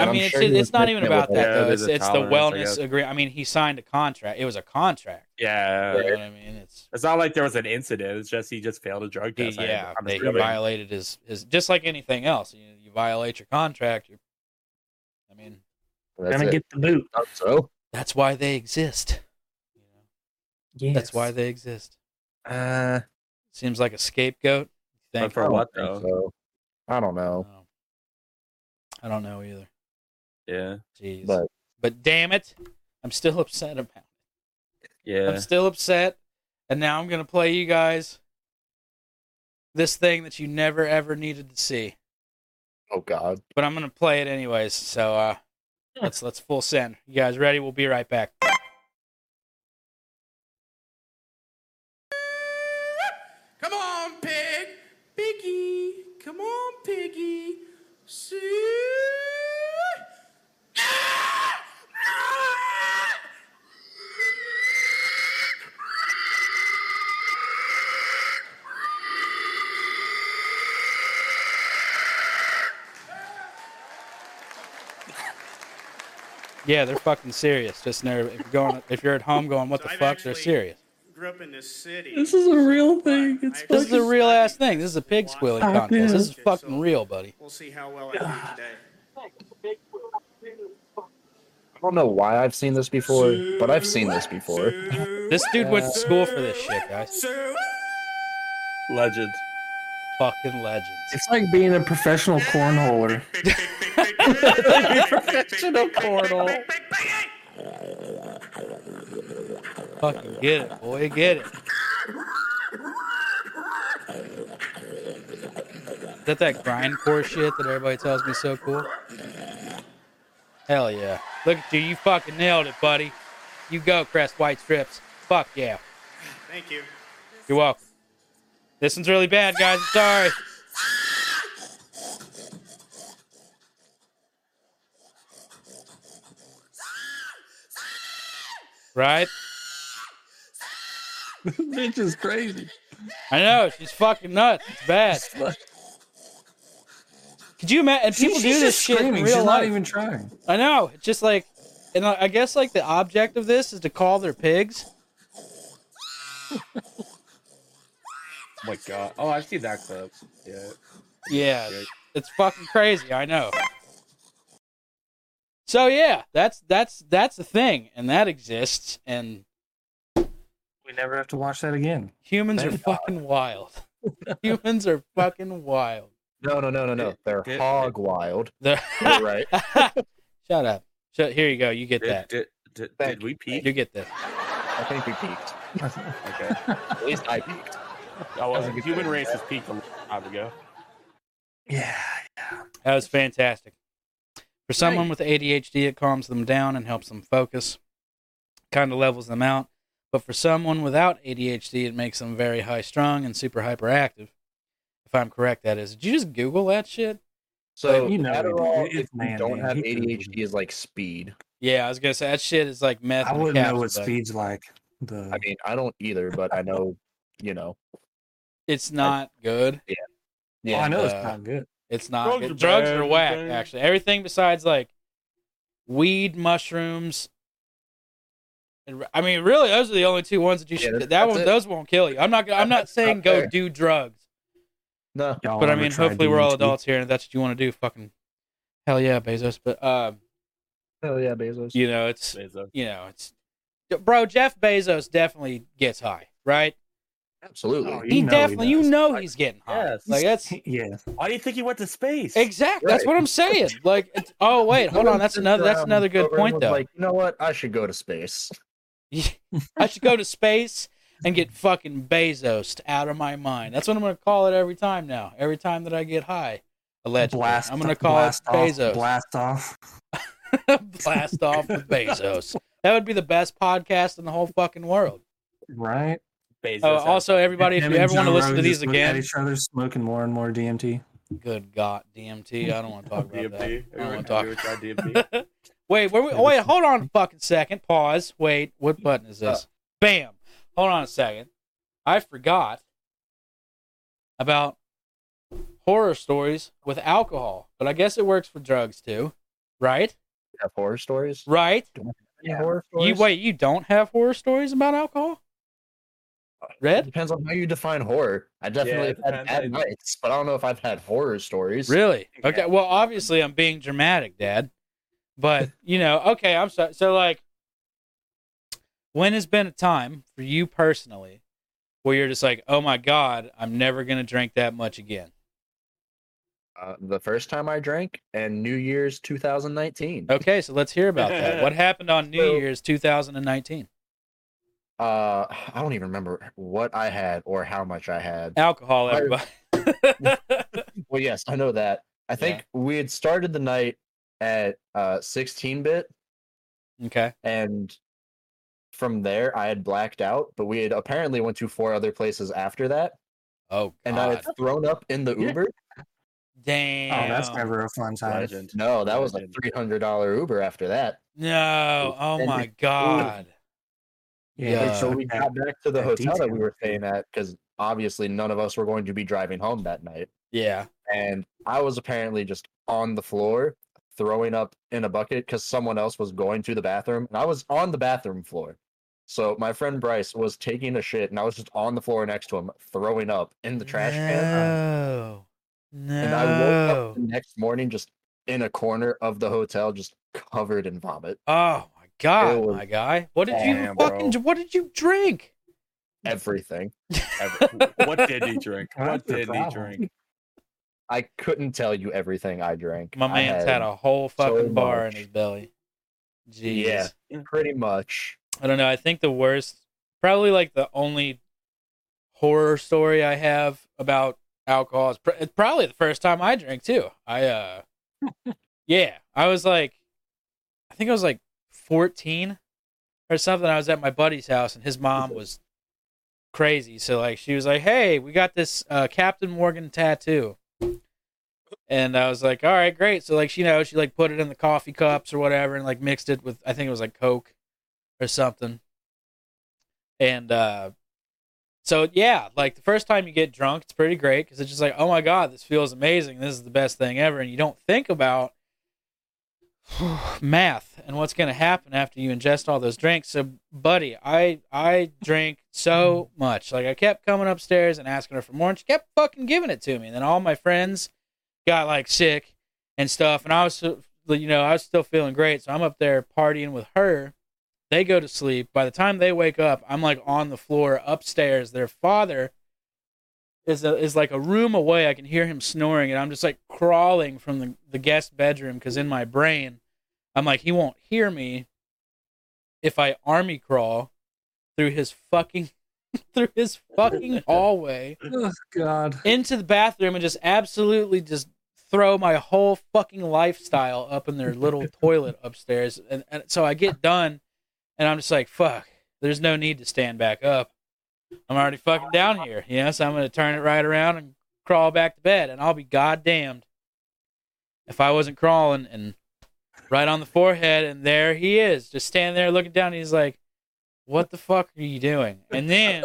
[SPEAKER 4] And I'm
[SPEAKER 3] mean, it's,
[SPEAKER 4] sure he
[SPEAKER 3] it's
[SPEAKER 4] was
[SPEAKER 3] not
[SPEAKER 4] making
[SPEAKER 3] even
[SPEAKER 4] it with
[SPEAKER 3] about
[SPEAKER 4] a-
[SPEAKER 3] that
[SPEAKER 5] Yeah,
[SPEAKER 3] though.
[SPEAKER 5] there's
[SPEAKER 3] It's,
[SPEAKER 5] a
[SPEAKER 3] it's the
[SPEAKER 5] tolerance, I guess.
[SPEAKER 3] wellness agree. I mean, he signed a contract. It was a contract.
[SPEAKER 5] Yeah.
[SPEAKER 3] You know what I mean? It's
[SPEAKER 5] It's not like there was an incident. It's just he just failed a drug
[SPEAKER 3] he,
[SPEAKER 5] test. I-
[SPEAKER 3] yeah,
[SPEAKER 5] I'm
[SPEAKER 3] they, he
[SPEAKER 5] assuming.
[SPEAKER 3] violated his his just like anything else. You, you violate your contract. You're, I mean,
[SPEAKER 4] That's
[SPEAKER 6] Gonna
[SPEAKER 4] it.
[SPEAKER 6] get the boot.
[SPEAKER 4] Thought so
[SPEAKER 3] that's why they exist. You know? That's why they exist.
[SPEAKER 4] uh,
[SPEAKER 3] Seems like a scapegoat.
[SPEAKER 5] But
[SPEAKER 3] Thank
[SPEAKER 5] for
[SPEAKER 4] I don't
[SPEAKER 5] what
[SPEAKER 4] think
[SPEAKER 5] though?
[SPEAKER 4] so. I don't know,
[SPEAKER 3] Oh. I don't know either.
[SPEAKER 5] Yeah.
[SPEAKER 3] Jeez. But,
[SPEAKER 4] but
[SPEAKER 3] damn it, I'm still upset about it.
[SPEAKER 5] Yeah.
[SPEAKER 3] I'm still upset. And now I'm going to play you guys this thing that you never ever needed to see.
[SPEAKER 4] oh god,
[SPEAKER 3] But I'm going to play it anyways. So uh let's let's full send. You guys ready? We'll be right back.
[SPEAKER 2] Come on, pig. Piggy. Come on, piggy. See?
[SPEAKER 3] Yeah, they're fucking serious. Just know if you're going if you're at home going what
[SPEAKER 8] I've
[SPEAKER 3] the fuck, they're
[SPEAKER 8] actually-
[SPEAKER 3] serious.
[SPEAKER 8] grew up in this city.
[SPEAKER 9] This is a real thing.
[SPEAKER 8] But
[SPEAKER 9] It's
[SPEAKER 8] I-
[SPEAKER 3] This is a real ass thing. This is a pig
[SPEAKER 8] Watch
[SPEAKER 3] squealing
[SPEAKER 8] it.
[SPEAKER 3] contest. This is
[SPEAKER 8] So-
[SPEAKER 3] fucking real, buddy.
[SPEAKER 8] We'll see how well I do today.
[SPEAKER 4] I don't know why I've seen this before, but I've seen this before.
[SPEAKER 3] This dude went to school for this shit, guys.
[SPEAKER 8] So,
[SPEAKER 5] Legend.
[SPEAKER 3] fucking legends.
[SPEAKER 6] It's like being a professional cornholer.
[SPEAKER 8] Professional
[SPEAKER 6] cornhole.
[SPEAKER 3] Fucking get it, boy, get it. Is that that grindcore shit that everybody tells me is so cool? Hell yeah. Look at you, you fucking nailed it, buddy. You go, Crest White Strips. Fuck yeah.
[SPEAKER 8] Thank you.
[SPEAKER 3] You're welcome. This one's really bad, guys. I'm sorry. Right?
[SPEAKER 6] Bitch is crazy.
[SPEAKER 3] I know she's fucking nuts. It's bad. Could you imagine? And people do this shit in real
[SPEAKER 6] She's
[SPEAKER 3] life.
[SPEAKER 6] not even trying.
[SPEAKER 3] I know. It's just like, and I I guess like the object of this is to call their pigs.
[SPEAKER 5] Oh my god. Oh, I've seen that clip. Yeah.
[SPEAKER 3] Yeah, it's fucking crazy. I know. So yeah, that's that's that's the thing, and that exists, and
[SPEAKER 6] We never have to watch that again.
[SPEAKER 3] humans are
[SPEAKER 6] Thank God.
[SPEAKER 3] fucking wild. humans are fucking wild.
[SPEAKER 4] No, no, no, no, no. They're
[SPEAKER 5] Did-
[SPEAKER 4] hog wild.
[SPEAKER 3] They're-
[SPEAKER 4] You're right.
[SPEAKER 3] Shut up. Shut, here you go. You get
[SPEAKER 5] Did,
[SPEAKER 3] that.
[SPEAKER 5] did, did,
[SPEAKER 4] Thank
[SPEAKER 5] did we peak?
[SPEAKER 3] You get this.
[SPEAKER 4] I think we peaked.
[SPEAKER 5] Okay.
[SPEAKER 4] At least I peaked.
[SPEAKER 5] Oh, well,
[SPEAKER 6] was a
[SPEAKER 5] the
[SPEAKER 6] good
[SPEAKER 5] human
[SPEAKER 6] thing.
[SPEAKER 5] race has peaked a long time ago.
[SPEAKER 6] Yeah.
[SPEAKER 3] That was fantastic. For someone with ADHD, it calms them down and helps them focus, kind of levels them out. But for someone without ADHD, it makes them very high strung and super hyperactive. If I'm correct, that is. Did you just Google that shit?
[SPEAKER 4] So
[SPEAKER 6] But you know,
[SPEAKER 4] Adderall,
[SPEAKER 6] it-
[SPEAKER 4] if
[SPEAKER 6] it's
[SPEAKER 4] you don't
[SPEAKER 6] man-made.
[SPEAKER 4] have
[SPEAKER 6] You can-
[SPEAKER 4] ADHD, is like speed.
[SPEAKER 3] Yeah, I was gonna say that shit is like meth.
[SPEAKER 6] I
[SPEAKER 3] in a
[SPEAKER 6] wouldn't know
[SPEAKER 3] capsule,
[SPEAKER 6] what
[SPEAKER 3] but
[SPEAKER 6] speed's like. The
[SPEAKER 4] I mean, I don't either, but I know, you know.
[SPEAKER 3] It's not good.
[SPEAKER 6] well, I know it's
[SPEAKER 3] uh,
[SPEAKER 6] not good.
[SPEAKER 3] It's not
[SPEAKER 5] Drugs
[SPEAKER 3] good.
[SPEAKER 5] are
[SPEAKER 3] drugs
[SPEAKER 5] bad,
[SPEAKER 3] are whack.
[SPEAKER 5] okay?
[SPEAKER 3] Actually, everything besides like weed, mushrooms. and re- I mean, really, those are the only two ones that you
[SPEAKER 4] Yeah,
[SPEAKER 3] should.
[SPEAKER 4] that's-
[SPEAKER 3] that one,
[SPEAKER 4] that's it.
[SPEAKER 3] those won't kill you. I'm not. I'm not saying
[SPEAKER 4] Up
[SPEAKER 3] go
[SPEAKER 4] there.
[SPEAKER 3] do drugs,
[SPEAKER 4] No.
[SPEAKER 6] Y'all
[SPEAKER 3] but I
[SPEAKER 6] ever
[SPEAKER 3] mean,
[SPEAKER 6] tried
[SPEAKER 3] hopefully, we're all
[SPEAKER 6] DMT?
[SPEAKER 3] adults here, and if that's what you want to do. Fucking hell yeah, Bezos. But um,
[SPEAKER 4] Oh, yeah, Bezos.
[SPEAKER 3] you know, it's
[SPEAKER 5] Bezos.
[SPEAKER 3] you know, it's bro. Jeff Bezos definitely gets high, right?
[SPEAKER 4] Absolutely.
[SPEAKER 6] Oh, You
[SPEAKER 3] He
[SPEAKER 6] know he
[SPEAKER 3] definitely, you
[SPEAKER 6] does.
[SPEAKER 3] know, he's getting high.
[SPEAKER 5] Yes.
[SPEAKER 3] Like that's
[SPEAKER 6] Yeah.
[SPEAKER 5] Why do you think he went to space?
[SPEAKER 3] Exactly. That's
[SPEAKER 4] Right.
[SPEAKER 3] what I'm saying. Like, it's, oh wait, hold on. That's another. That's another good
[SPEAKER 4] Everyone
[SPEAKER 3] point
[SPEAKER 4] um, was
[SPEAKER 3] though.
[SPEAKER 4] Like, you know what? I should go to space.
[SPEAKER 3] I should go to space and get fucking Bezos out of my mind. That's what I'm gonna call it every time now. Every time that I get high, allegedly,
[SPEAKER 6] Blast.
[SPEAKER 3] I'm gonna call
[SPEAKER 6] blast
[SPEAKER 3] it
[SPEAKER 6] off,
[SPEAKER 3] Bezos. Blast.
[SPEAKER 6] Blast off.
[SPEAKER 3] off with Bezos. That would be the best podcast in the whole fucking world.
[SPEAKER 6] Right.
[SPEAKER 5] Bezos.
[SPEAKER 3] Uh, also, everybody, if
[SPEAKER 6] Him
[SPEAKER 3] you
[SPEAKER 6] and
[SPEAKER 3] ever want to
[SPEAKER 6] Joe
[SPEAKER 3] listen to
[SPEAKER 6] Rogan
[SPEAKER 3] these
[SPEAKER 6] just looking At
[SPEAKER 3] again,
[SPEAKER 6] each other smoking more and more DMT.
[SPEAKER 3] good God, DMT. I don't want to talk about that. I
[SPEAKER 5] DMT.
[SPEAKER 3] don't
[SPEAKER 5] Everyone,
[SPEAKER 3] want to talk
[SPEAKER 5] everyone tried DMT.
[SPEAKER 3] Wait, where we, wait, hold on a fucking second. Pause. Wait, what button is this? Bam. Hold on a second. I forgot about horror stories with alcohol, but I guess it works for drugs too, right?
[SPEAKER 4] You Have horror stories?
[SPEAKER 3] Right?
[SPEAKER 4] Any horror
[SPEAKER 3] You
[SPEAKER 4] stories?
[SPEAKER 3] wait, you don't have horror stories about alcohol?
[SPEAKER 4] It
[SPEAKER 3] Red?
[SPEAKER 4] depends on how you define horror. I definitely
[SPEAKER 5] it
[SPEAKER 4] have had bad
[SPEAKER 5] depends.
[SPEAKER 4] nights, but I don't know if I've had horror stories.
[SPEAKER 3] Really? Okay. Well, obviously I'm being dramatic, Dad. But you know, okay, I'm sorry. So like, when has been a time for you personally where you're just like, oh my god, I'm never gonna drink that much again?
[SPEAKER 4] Uh, the first time I drank, and New Year's 2019.
[SPEAKER 3] Okay, so let's hear about that. What happened on New
[SPEAKER 4] So-
[SPEAKER 3] Year's 2019?
[SPEAKER 4] Uh, I don't even remember what I had or how much I had.
[SPEAKER 3] Alcohol,
[SPEAKER 4] I-
[SPEAKER 3] everybody.
[SPEAKER 4] Well, yes, I know that. I think we had started the night at uh 16 bit,
[SPEAKER 3] okay.
[SPEAKER 4] and from there I had blacked out. But we had apparently went to four other places after that,
[SPEAKER 3] Oh
[SPEAKER 4] and
[SPEAKER 5] Ah,
[SPEAKER 4] I
[SPEAKER 3] god.
[SPEAKER 4] had thrown up in the
[SPEAKER 6] Yeah.
[SPEAKER 4] Uber.
[SPEAKER 3] Damn.
[SPEAKER 6] Oh, that's never a fun time.
[SPEAKER 5] Legend.
[SPEAKER 4] No, that was a
[SPEAKER 5] Legend.
[SPEAKER 4] three hundred dollar Uber after that.
[SPEAKER 3] No. Oh
[SPEAKER 4] And-
[SPEAKER 3] my god. Yeah.
[SPEAKER 4] so we got back to the
[SPEAKER 6] that
[SPEAKER 4] hotel that we
[SPEAKER 6] detail.
[SPEAKER 4] were staying at because obviously none of us were going to be driving home that night.
[SPEAKER 3] Yeah.
[SPEAKER 4] And I was apparently just on the floor throwing up in a bucket because someone else was going to the bathroom. And I was on the bathroom floor. So my friend Bryce was taking a shit and I was just on the floor next to him throwing up in the trash can.
[SPEAKER 3] No. No.
[SPEAKER 4] And I woke up the next morning just in a corner of the hotel, just covered in vomit.
[SPEAKER 3] Oh my god,
[SPEAKER 4] It was
[SPEAKER 3] my guy! What did you
[SPEAKER 4] damn,
[SPEAKER 3] fucking? What did you drink?
[SPEAKER 4] everything.
[SPEAKER 5] Ever. what did he drink?
[SPEAKER 6] That's
[SPEAKER 5] What
[SPEAKER 6] the
[SPEAKER 5] did he
[SPEAKER 6] problem.
[SPEAKER 5] drink?
[SPEAKER 4] I couldn't tell you everything I drank.
[SPEAKER 3] My
[SPEAKER 4] I
[SPEAKER 3] man's had a whole fucking bar in
[SPEAKER 4] much.
[SPEAKER 3] his belly. Jeez.
[SPEAKER 4] Yeah. pretty much.
[SPEAKER 3] I don't know. I think the worst, probably like the only horror story I have about alcohol is pr- it's probably the first time I drank too. I, uh, yeah, I was like, I think I was like 14 or something. I was at my buddy's house and his mom was crazy. So, like, she was like, hey, we got this uh, Captain Morgan tattoo. And I was like, all right, great. So, like, she, you know, she like put it in the coffee cups or whatever and like mixed it with, I think it was like Coke or something. And uh, so, yeah, like the first time you get drunk, it's pretty great because it's just like, oh my God, this feels amazing. This is the best thing ever. And you don't think about math and what's going to happen after you ingest all those drinks. So, buddy, I I drank so much. Like, I kept coming upstairs and asking her for more, and she kept fucking giving it to me. And then all my friends got like sick and stuff. And I was, so- you know, I was still feeling great. So, I'm up there partying with her. They go to sleep. By the time they wake up, I'm like on the floor upstairs. Their father is a, is like a room away. I can hear him snoring, and I'm just like crawling from the, the guest bedroom because in my brain, I'm like, he won't hear me if I army crawl through his fucking through his fucking hallway
[SPEAKER 6] Oh God.
[SPEAKER 3] into the bathroom and just absolutely just throw my whole fucking lifestyle up in their little toilet upstairs. And, and so I get done and I'm just like, fuck, there's no need to stand back up. I'm already fucking down here. You know, so I'm going to turn it right around and crawl back to bed. And I'll be goddamned if I wasn't crawling and right on the forehead. And there he is, just standing there looking down. He's like, what the fuck are you doing? And then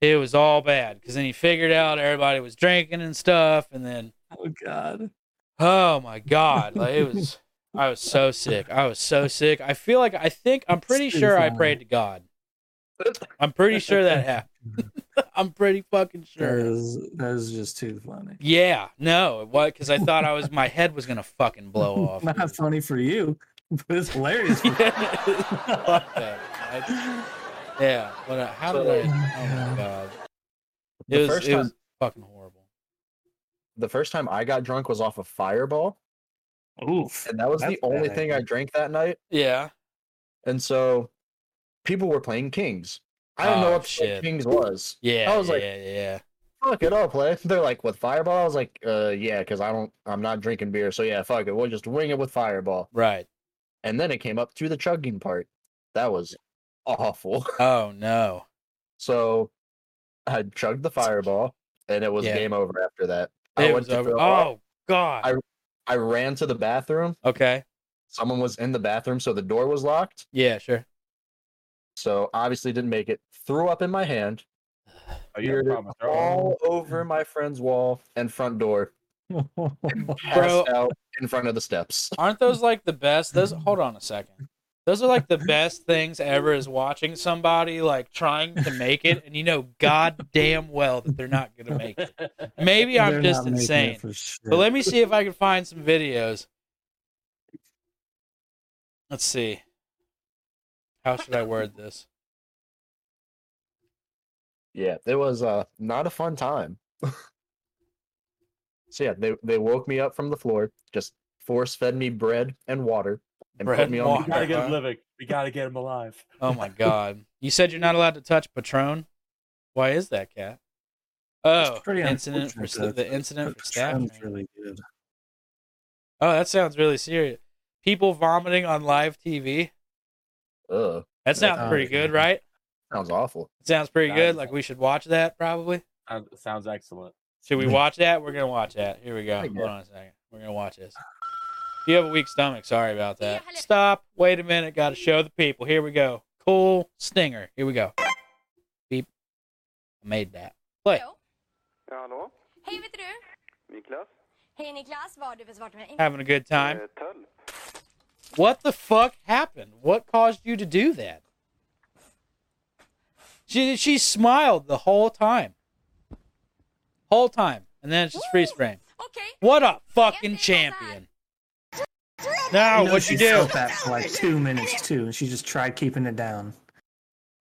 [SPEAKER 3] it was all bad because then he figured out everybody was drinking and stuff and then
[SPEAKER 6] Oh God.
[SPEAKER 3] oh my god like it was i was so sick i was so sick i feel like i think i'm pretty sure i prayed to god i'm pretty sure that happened i'm pretty fucking
[SPEAKER 6] That
[SPEAKER 3] sure
[SPEAKER 6] is that is just too funny.
[SPEAKER 3] yeah no what because i thought i was my head was gonna fucking blow off
[SPEAKER 6] Not funny for you, but it's hilarious. For
[SPEAKER 3] Fuck that. I- yeah what a- how did i oh my god it
[SPEAKER 4] The
[SPEAKER 3] was,
[SPEAKER 4] first
[SPEAKER 3] it was fucking horrible
[SPEAKER 4] The first time I got drunk was off of Fireball,
[SPEAKER 6] Oof.
[SPEAKER 4] and that was
[SPEAKER 6] That's
[SPEAKER 4] the only
[SPEAKER 6] bad
[SPEAKER 4] thing I
[SPEAKER 6] idea.
[SPEAKER 4] drank that night.
[SPEAKER 3] yeah
[SPEAKER 4] And so people were playing Kings. I didn't
[SPEAKER 3] Oh,
[SPEAKER 4] know what the fuck
[SPEAKER 3] shit.
[SPEAKER 4] Kings was.
[SPEAKER 3] yeah
[SPEAKER 4] I was like-
[SPEAKER 3] yeah yeah
[SPEAKER 4] Fuck it, I'll play. They're like with Fireball. I was like, uh, yeah, because I don't, I'm not drinking beer. So yeah, fuck it. We'll just wing it with Fireball.
[SPEAKER 3] right
[SPEAKER 4] And then it came up to the chugging part. That was awful.
[SPEAKER 3] oh no
[SPEAKER 4] So I chugged the fireball, and it was
[SPEAKER 3] Yeah.
[SPEAKER 4] game over after that. I
[SPEAKER 3] It
[SPEAKER 4] went
[SPEAKER 3] was
[SPEAKER 4] to
[SPEAKER 3] over.
[SPEAKER 4] throw up.
[SPEAKER 3] Oh God.
[SPEAKER 4] I- I ran to the bathroom.
[SPEAKER 3] okay.
[SPEAKER 4] Someone was in the bathroom, so the door was locked.
[SPEAKER 3] Yeah. Sure.
[SPEAKER 4] So obviously didn't make it. Threw up in my hand,
[SPEAKER 5] Oh, you have a
[SPEAKER 4] Beer
[SPEAKER 5] problem with throwing?
[SPEAKER 4] all over my friend's wall and front door.
[SPEAKER 3] Bro.
[SPEAKER 4] Passed out in front of the steps.
[SPEAKER 3] Aren't those like the best? Those. Hold on a second. Those are like the best things ever. Is watching somebody like trying to make it, and you know goddamn well that they're not gonna make it. Maybe I'm
[SPEAKER 6] They're
[SPEAKER 3] just
[SPEAKER 6] not making it
[SPEAKER 3] insane.
[SPEAKER 6] for sure.
[SPEAKER 3] But let me see if I can find some videos. Let's see. How should I word this?
[SPEAKER 4] Yeah, it was uh not a fun time. so yeah, they they woke me up from the floor, just force fed me bread and water, and
[SPEAKER 3] Bread
[SPEAKER 4] put me
[SPEAKER 3] and
[SPEAKER 4] on
[SPEAKER 5] We
[SPEAKER 4] the
[SPEAKER 5] gotta get
[SPEAKER 3] Huh?
[SPEAKER 5] him living. We gotta get him alive.
[SPEAKER 3] Oh my god! You said you're not allowed to touch Patron. Why is that, cat? Oh,
[SPEAKER 6] It's pretty
[SPEAKER 3] incident for
[SPEAKER 6] unfortunate
[SPEAKER 3] sta-
[SPEAKER 6] that
[SPEAKER 3] the incident for staff.
[SPEAKER 6] Patron's
[SPEAKER 3] training.
[SPEAKER 6] really good.
[SPEAKER 3] Oh, that sounds really serious. People vomiting on live TV.
[SPEAKER 4] Ugh,
[SPEAKER 3] That sounds
[SPEAKER 6] Oh,
[SPEAKER 3] pretty good,
[SPEAKER 6] yeah.
[SPEAKER 3] right?
[SPEAKER 4] sounds awful.
[SPEAKER 3] It sounds pretty
[SPEAKER 5] That
[SPEAKER 3] good.
[SPEAKER 5] is-
[SPEAKER 3] Like we should watch that probably.
[SPEAKER 5] Sounds, sounds excellent.
[SPEAKER 3] Should we watch that? We're gonna watch that. Here we go.
[SPEAKER 4] I
[SPEAKER 3] Hold
[SPEAKER 4] guess.
[SPEAKER 3] on a second. We're gonna watch this. If you have a weak stomach, sorry about that. Stop. Wait a minute. Got to show the people. Here we go. Cool stinger. Here we go. Beep. I made that. Play.
[SPEAKER 9] Ja, hallå?
[SPEAKER 7] Hej, vet du?
[SPEAKER 9] Niklas?
[SPEAKER 7] Hej Niklas, vad har du för svar till mig?
[SPEAKER 3] Having a good time.
[SPEAKER 9] Eh, Tull?
[SPEAKER 3] What the fuck happened? What caused you to do that? She she smiled the whole time. Whole time. And then it's just freeze frame.
[SPEAKER 7] Okej.
[SPEAKER 3] What a fucking champion. Now
[SPEAKER 6] You know
[SPEAKER 3] what you
[SPEAKER 6] she
[SPEAKER 3] Oh, do?
[SPEAKER 6] felt That for like two minutes too, and she just tried keeping it down.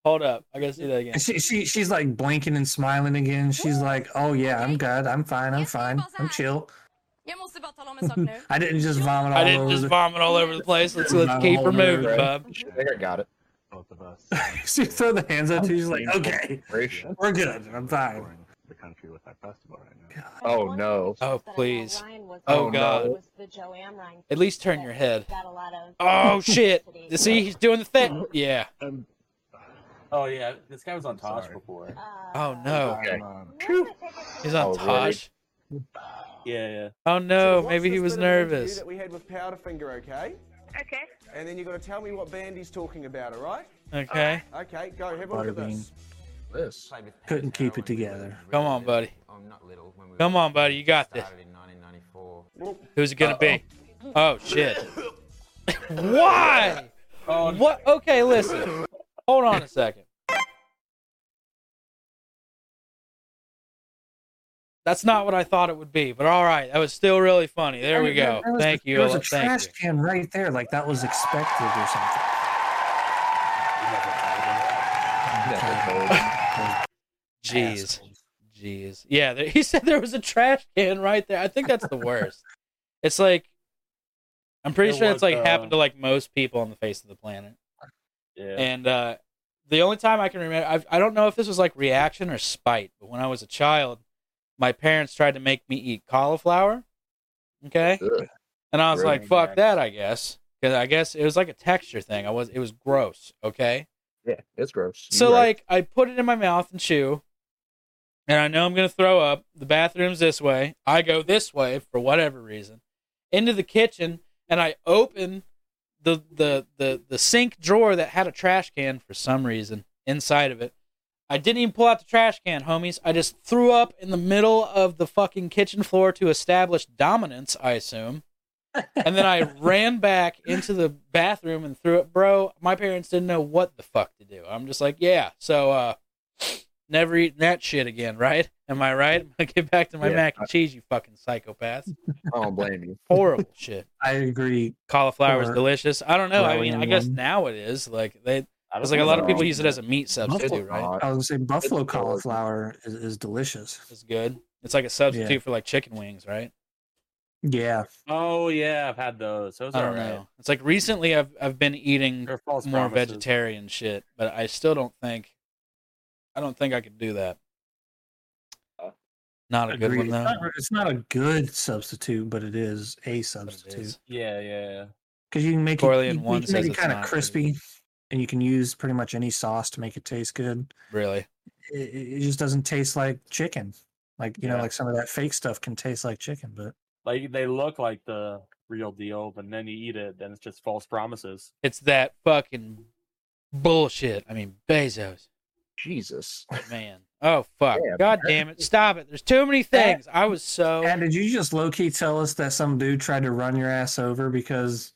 [SPEAKER 3] Hold up. I gotta see that again.
[SPEAKER 6] And she, she she's like blinking and smiling again. She's like, "Oh yeah, I'm good. I'm fine. I'm fine. I'm chill.
[SPEAKER 7] Jag måste bara tala om en sak nu.
[SPEAKER 6] I didn't just vomit all
[SPEAKER 3] I didn't
[SPEAKER 6] over
[SPEAKER 3] just
[SPEAKER 6] the-
[SPEAKER 3] vomit all over the place. Let's let's
[SPEAKER 6] Vomit
[SPEAKER 3] keep
[SPEAKER 6] all
[SPEAKER 3] her
[SPEAKER 6] over
[SPEAKER 3] moving,
[SPEAKER 4] the-
[SPEAKER 3] bub.
[SPEAKER 4] I think I got it.
[SPEAKER 10] both of us.
[SPEAKER 6] she throw the hands up. She's like, "Okay,
[SPEAKER 4] Inspiration.
[SPEAKER 6] we're good. I'm fine."
[SPEAKER 10] The country with our festival right now.
[SPEAKER 4] Oh no.
[SPEAKER 3] Oh please.
[SPEAKER 4] Oh,
[SPEAKER 3] Oh god. At least turn your head. Oh shit. You see he's doing the thing. Yeah.
[SPEAKER 10] Um,
[SPEAKER 5] Oh yeah, this guy was on
[SPEAKER 10] Tosh
[SPEAKER 5] Tosh before.
[SPEAKER 3] Oh no.
[SPEAKER 4] Okay.
[SPEAKER 10] I'm on.
[SPEAKER 3] He's on
[SPEAKER 4] Oh, really?
[SPEAKER 3] Taj.
[SPEAKER 5] Yeah, yeah.
[SPEAKER 2] So
[SPEAKER 3] Oh no,
[SPEAKER 2] watch
[SPEAKER 3] maybe he
[SPEAKER 2] this
[SPEAKER 3] was
[SPEAKER 2] bit of an interview
[SPEAKER 3] nervous.
[SPEAKER 2] That we had with Powderfinger, okay?
[SPEAKER 7] Okay.
[SPEAKER 2] And then you got to tell me what band he's talking about, all right?
[SPEAKER 3] Okay.
[SPEAKER 2] Okay, go have a look at this.
[SPEAKER 4] This.
[SPEAKER 6] Couldn't keep it together.
[SPEAKER 3] Come on, buddy. Come on, buddy. You got this. Who's it gonna be? Oh shit. Why?
[SPEAKER 5] Oh,
[SPEAKER 3] What? Okay, listen. Hold on a second. That's not what I thought it would be, but all right, that was still really funny. There
[SPEAKER 6] Oh,
[SPEAKER 3] we go.
[SPEAKER 6] There was
[SPEAKER 3] Thank
[SPEAKER 6] a-
[SPEAKER 3] you.
[SPEAKER 6] There was a
[SPEAKER 3] Ella. Thank
[SPEAKER 6] trash
[SPEAKER 3] you.
[SPEAKER 6] can right there. Like that was expected or something.
[SPEAKER 3] Jeez, jeez. Yeah, there, he said there was a trash can right there. I think that's the worst. it's like, I'm pretty
[SPEAKER 5] It
[SPEAKER 3] sure
[SPEAKER 5] was,
[SPEAKER 3] it's like
[SPEAKER 5] uh,
[SPEAKER 3] happened to like most people on the face of the planet.
[SPEAKER 5] yeah.
[SPEAKER 3] And uh, the only time I can remember, I've, I don't know if this was like reaction or spite, but when I was a child, my parents tried to make me eat cauliflower. Okay.
[SPEAKER 4] Ugh.
[SPEAKER 3] And I was
[SPEAKER 4] Gross.
[SPEAKER 3] like, fuck that, I guess. Because I guess it was like a texture thing. I was, it was gross. Okay.
[SPEAKER 4] Yeah, it's gross.
[SPEAKER 3] So,
[SPEAKER 4] You're right.
[SPEAKER 3] like, I put it in my mouth and chew. And I know I'm going to throw up. The bathroom's this way. I go this way for whatever reason into the kitchen and I open the, the, the, the sink drawer that had a trash can for some reason inside of it. I didn't even pull out the trash can, homies. I just threw up in the middle of the fucking kitchen floor to establish dominance, I assume. And then I ran back into the bathroom and threw it. Bro, my parents didn't know what the fuck to do. I'm just like, yeah, so uh never eating that shit again, right? Am I right? I'm gonna get back to my
[SPEAKER 4] Yeah.
[SPEAKER 3] mac and cheese, you fucking psychopaths
[SPEAKER 4] I don't blame you.
[SPEAKER 3] horrible shit.
[SPEAKER 6] I agree.
[SPEAKER 3] Cauliflower is
[SPEAKER 6] Or
[SPEAKER 3] delicious. I don't know. I mean, I
[SPEAKER 6] growing
[SPEAKER 3] guess
[SPEAKER 6] one.
[SPEAKER 3] now it is. Like they,
[SPEAKER 5] I
[SPEAKER 3] it's like a lot of people
[SPEAKER 4] know.
[SPEAKER 3] use it as a meat substitute, right? Oh.
[SPEAKER 6] I was gonna say buffalo
[SPEAKER 4] It's horrible.
[SPEAKER 6] cauliflower is, is delicious.
[SPEAKER 3] It's good. It's like a substitute for like chicken wings, right?
[SPEAKER 6] Yeah,
[SPEAKER 5] Oh yeah, I've had those. Those
[SPEAKER 3] I
[SPEAKER 5] are
[SPEAKER 3] don't
[SPEAKER 5] alright.
[SPEAKER 3] know. It's like recently I've I've been eating
[SPEAKER 5] They're false
[SPEAKER 3] more
[SPEAKER 5] promises.
[SPEAKER 3] vegetarian shit, but I still don't think, I don't think I could do that.
[SPEAKER 4] Uh,
[SPEAKER 3] Not a good
[SPEAKER 6] agreed.
[SPEAKER 3] one
[SPEAKER 6] It's
[SPEAKER 3] though.
[SPEAKER 6] not, it's not a good substitute, but it is a
[SPEAKER 3] But it
[SPEAKER 6] substitute
[SPEAKER 3] is.
[SPEAKER 5] Yeah, yeah, yeah.
[SPEAKER 6] because you can make
[SPEAKER 3] Corley
[SPEAKER 6] it,
[SPEAKER 3] in
[SPEAKER 6] you,
[SPEAKER 3] one
[SPEAKER 6] you can make
[SPEAKER 3] says
[SPEAKER 6] it
[SPEAKER 3] it's
[SPEAKER 6] kind
[SPEAKER 3] not
[SPEAKER 6] of
[SPEAKER 3] good.
[SPEAKER 6] crispy, and you can use pretty much any sauce to make it taste good.
[SPEAKER 3] Really?
[SPEAKER 6] It, it it just doesn't taste like chicken. Like you know,
[SPEAKER 5] Yeah.
[SPEAKER 6] like some of that fake stuff can taste like chicken, but
[SPEAKER 5] Like they look like the real deal, but then you eat it, then it's just false promises.
[SPEAKER 3] It's that fucking bullshit. I mean, Bezos.
[SPEAKER 4] Jesus.
[SPEAKER 3] Man. Oh fuck.
[SPEAKER 4] Yeah,
[SPEAKER 3] God damn it. Stop it. There's too many things. I was so
[SPEAKER 6] And did you just low key tell us that some dude tried to run your ass over because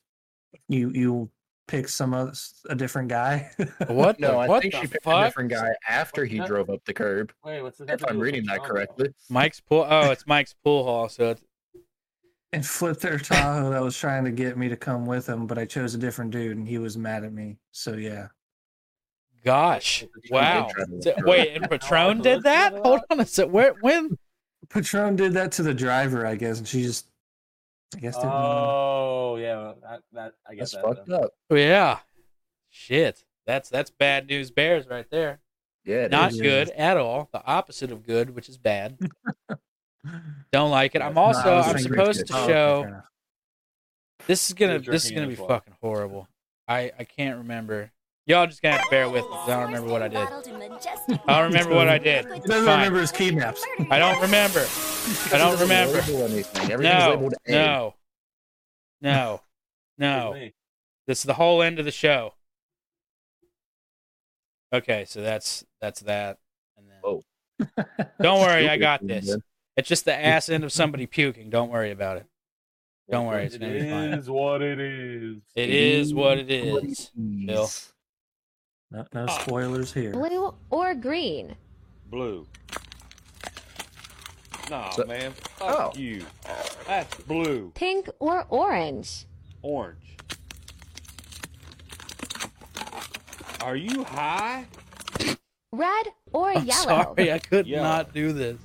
[SPEAKER 6] you you picked some other, a different guy?
[SPEAKER 3] what the,
[SPEAKER 4] No, I
[SPEAKER 3] what
[SPEAKER 4] think
[SPEAKER 3] the
[SPEAKER 4] she picked
[SPEAKER 3] fuck?
[SPEAKER 4] a different guy after he drove up the curb.
[SPEAKER 5] Wait, what's this? have
[SPEAKER 4] If
[SPEAKER 5] to do
[SPEAKER 4] I'm
[SPEAKER 5] with
[SPEAKER 4] reading that
[SPEAKER 5] Obama?
[SPEAKER 4] correctly.
[SPEAKER 3] Mike's pool oh, it's Mike's pool hall, so it's
[SPEAKER 6] and flipped their Tahoe that was trying to get me to come with him, but I chose a different dude and he was mad at me. So yeah.
[SPEAKER 3] gosh. Wow. So- Wait, and Patron did that? Hold on a sec. Where when
[SPEAKER 6] Patron did that to the driver, I guess, and she just I guess
[SPEAKER 5] uh,
[SPEAKER 6] didn't
[SPEAKER 3] Uh,
[SPEAKER 6] know.
[SPEAKER 5] Oh yeah, that, that I guess
[SPEAKER 4] That's
[SPEAKER 5] that,
[SPEAKER 4] fucked
[SPEAKER 5] then.
[SPEAKER 4] up.
[SPEAKER 3] Oh, Yeah. Shit. That's that's bad news bears right there.
[SPEAKER 4] Yeah. it
[SPEAKER 3] Not
[SPEAKER 4] is.
[SPEAKER 3] good at all. The opposite of good, which is bad. Don't like it. I'm also
[SPEAKER 6] No, I was
[SPEAKER 3] I'm
[SPEAKER 6] thinking-
[SPEAKER 3] supposed to
[SPEAKER 6] Oh, okay,
[SPEAKER 3] show
[SPEAKER 6] fair enough.
[SPEAKER 3] This is gonna
[SPEAKER 5] You're
[SPEAKER 3] this is
[SPEAKER 5] drinking
[SPEAKER 3] gonna
[SPEAKER 5] it
[SPEAKER 3] be
[SPEAKER 5] as well.
[SPEAKER 3] fucking horrible. I I can't remember. Y'all just gonna have to bear with me 'cause I don't remember what I did. I don't remember what I did.
[SPEAKER 6] He doesn't
[SPEAKER 3] Fine.
[SPEAKER 6] remember his kidnaps.
[SPEAKER 3] I don't remember. I don't
[SPEAKER 4] Doesn't
[SPEAKER 3] remember.
[SPEAKER 4] label anything. Everything's
[SPEAKER 3] No,
[SPEAKER 4] labeled A.
[SPEAKER 3] no, no, no.
[SPEAKER 5] Excuse me.
[SPEAKER 3] This is the whole end of the show. Okay, so that's that's that. And then,
[SPEAKER 4] Whoa.
[SPEAKER 3] don't worry, I got
[SPEAKER 4] Stupid,
[SPEAKER 3] this.
[SPEAKER 4] man.
[SPEAKER 3] It's just the ass end of somebody puking. Don't worry about it. Don't worry, it's gonna be fine.
[SPEAKER 5] It is what it is.
[SPEAKER 3] It is what it is. Bill.
[SPEAKER 6] No, no
[SPEAKER 3] Ah.
[SPEAKER 6] spoilers here.
[SPEAKER 11] Blue or green?
[SPEAKER 10] Blue. Nah,
[SPEAKER 4] So-
[SPEAKER 10] man.
[SPEAKER 4] Oh.
[SPEAKER 10] Fuck you. That's blue.
[SPEAKER 11] Pink or orange?
[SPEAKER 10] Orange. Are you high?
[SPEAKER 11] red, or
[SPEAKER 3] I'm
[SPEAKER 11] yellow.
[SPEAKER 3] sorry, I could
[SPEAKER 10] Yellow.
[SPEAKER 3] not do this.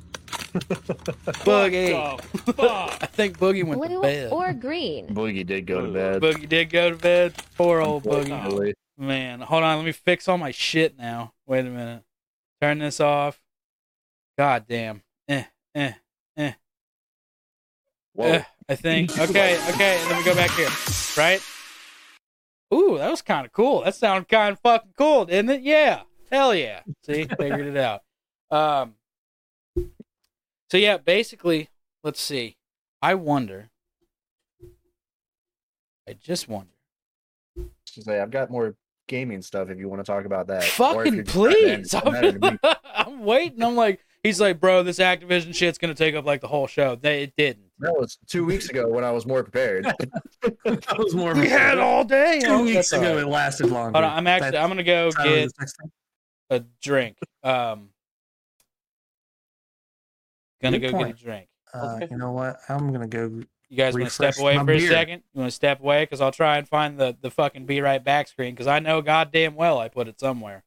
[SPEAKER 3] Boogie. I think Boogie went to
[SPEAKER 11] Blue
[SPEAKER 3] bed.
[SPEAKER 11] or green.
[SPEAKER 4] Boogie did go to bed.
[SPEAKER 3] Boogie did go to bed. Poor old Boogie. Eh.
[SPEAKER 4] Unfortunately.
[SPEAKER 3] Man, hold on. Let me fix all my shit now. Wait a minute. Turn this off. God damn. Eh, eh, eh.
[SPEAKER 4] Whoa.
[SPEAKER 3] eh, I think. Okay, okay. And then we go back here. Right? Ooh, that was kind of cool. That sounded kind of fucking cool, didn't it? Yeah. Hell yeah. See, figured it out. Um. So yeah, basically, let's see. I wonder. I just wonder.
[SPEAKER 4] She's like, I've got more gaming stuff if you want to talk about that. Or if
[SPEAKER 3] Fucking
[SPEAKER 4] you're just trying to end
[SPEAKER 3] please!
[SPEAKER 4] it, doesn't matter to
[SPEAKER 3] I'm,
[SPEAKER 4] me.
[SPEAKER 3] I'm waiting. I'm like, he's like, bro, this Activision shit's gonna take up like the whole show. They it didn't.
[SPEAKER 4] That was two weeks ago when I was more prepared.
[SPEAKER 6] That was more. of
[SPEAKER 3] We
[SPEAKER 6] a-
[SPEAKER 3] had all day.
[SPEAKER 6] two
[SPEAKER 3] Oh,
[SPEAKER 6] weeks
[SPEAKER 3] that's all
[SPEAKER 6] ago.
[SPEAKER 3] right.
[SPEAKER 6] It lasted longer.
[SPEAKER 3] Hold on, I'm actually, I'm gonna go
[SPEAKER 6] Tyler,
[SPEAKER 3] get
[SPEAKER 6] this next time.
[SPEAKER 3] a drink. Um, gonna
[SPEAKER 6] Good
[SPEAKER 3] go
[SPEAKER 6] point.
[SPEAKER 3] get a drink.
[SPEAKER 6] Uh, you know what? I'm gonna go.
[SPEAKER 3] You guys want to step
[SPEAKER 6] Refresh
[SPEAKER 3] away
[SPEAKER 6] my
[SPEAKER 3] for a
[SPEAKER 6] beer.
[SPEAKER 3] second? You want to step away because I'll try and find the the fucking be right back screen because I know goddamn well I put it somewhere.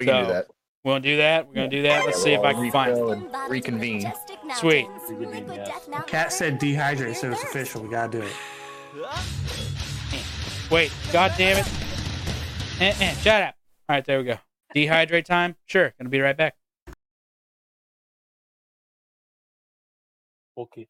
[SPEAKER 4] We can
[SPEAKER 3] So-
[SPEAKER 4] do that.
[SPEAKER 3] We want to do that. We're gonna do that. Let's see if I can find it.
[SPEAKER 4] Refill and reconvene.
[SPEAKER 3] Sweet.
[SPEAKER 6] Cat said dehydrate, so it's official. We gotta do it.
[SPEAKER 3] Wait, god damn it. Eh, eh, shut up. All right, there we go. Dehydrate time? Sure. Gonna be right back.
[SPEAKER 5] Okay.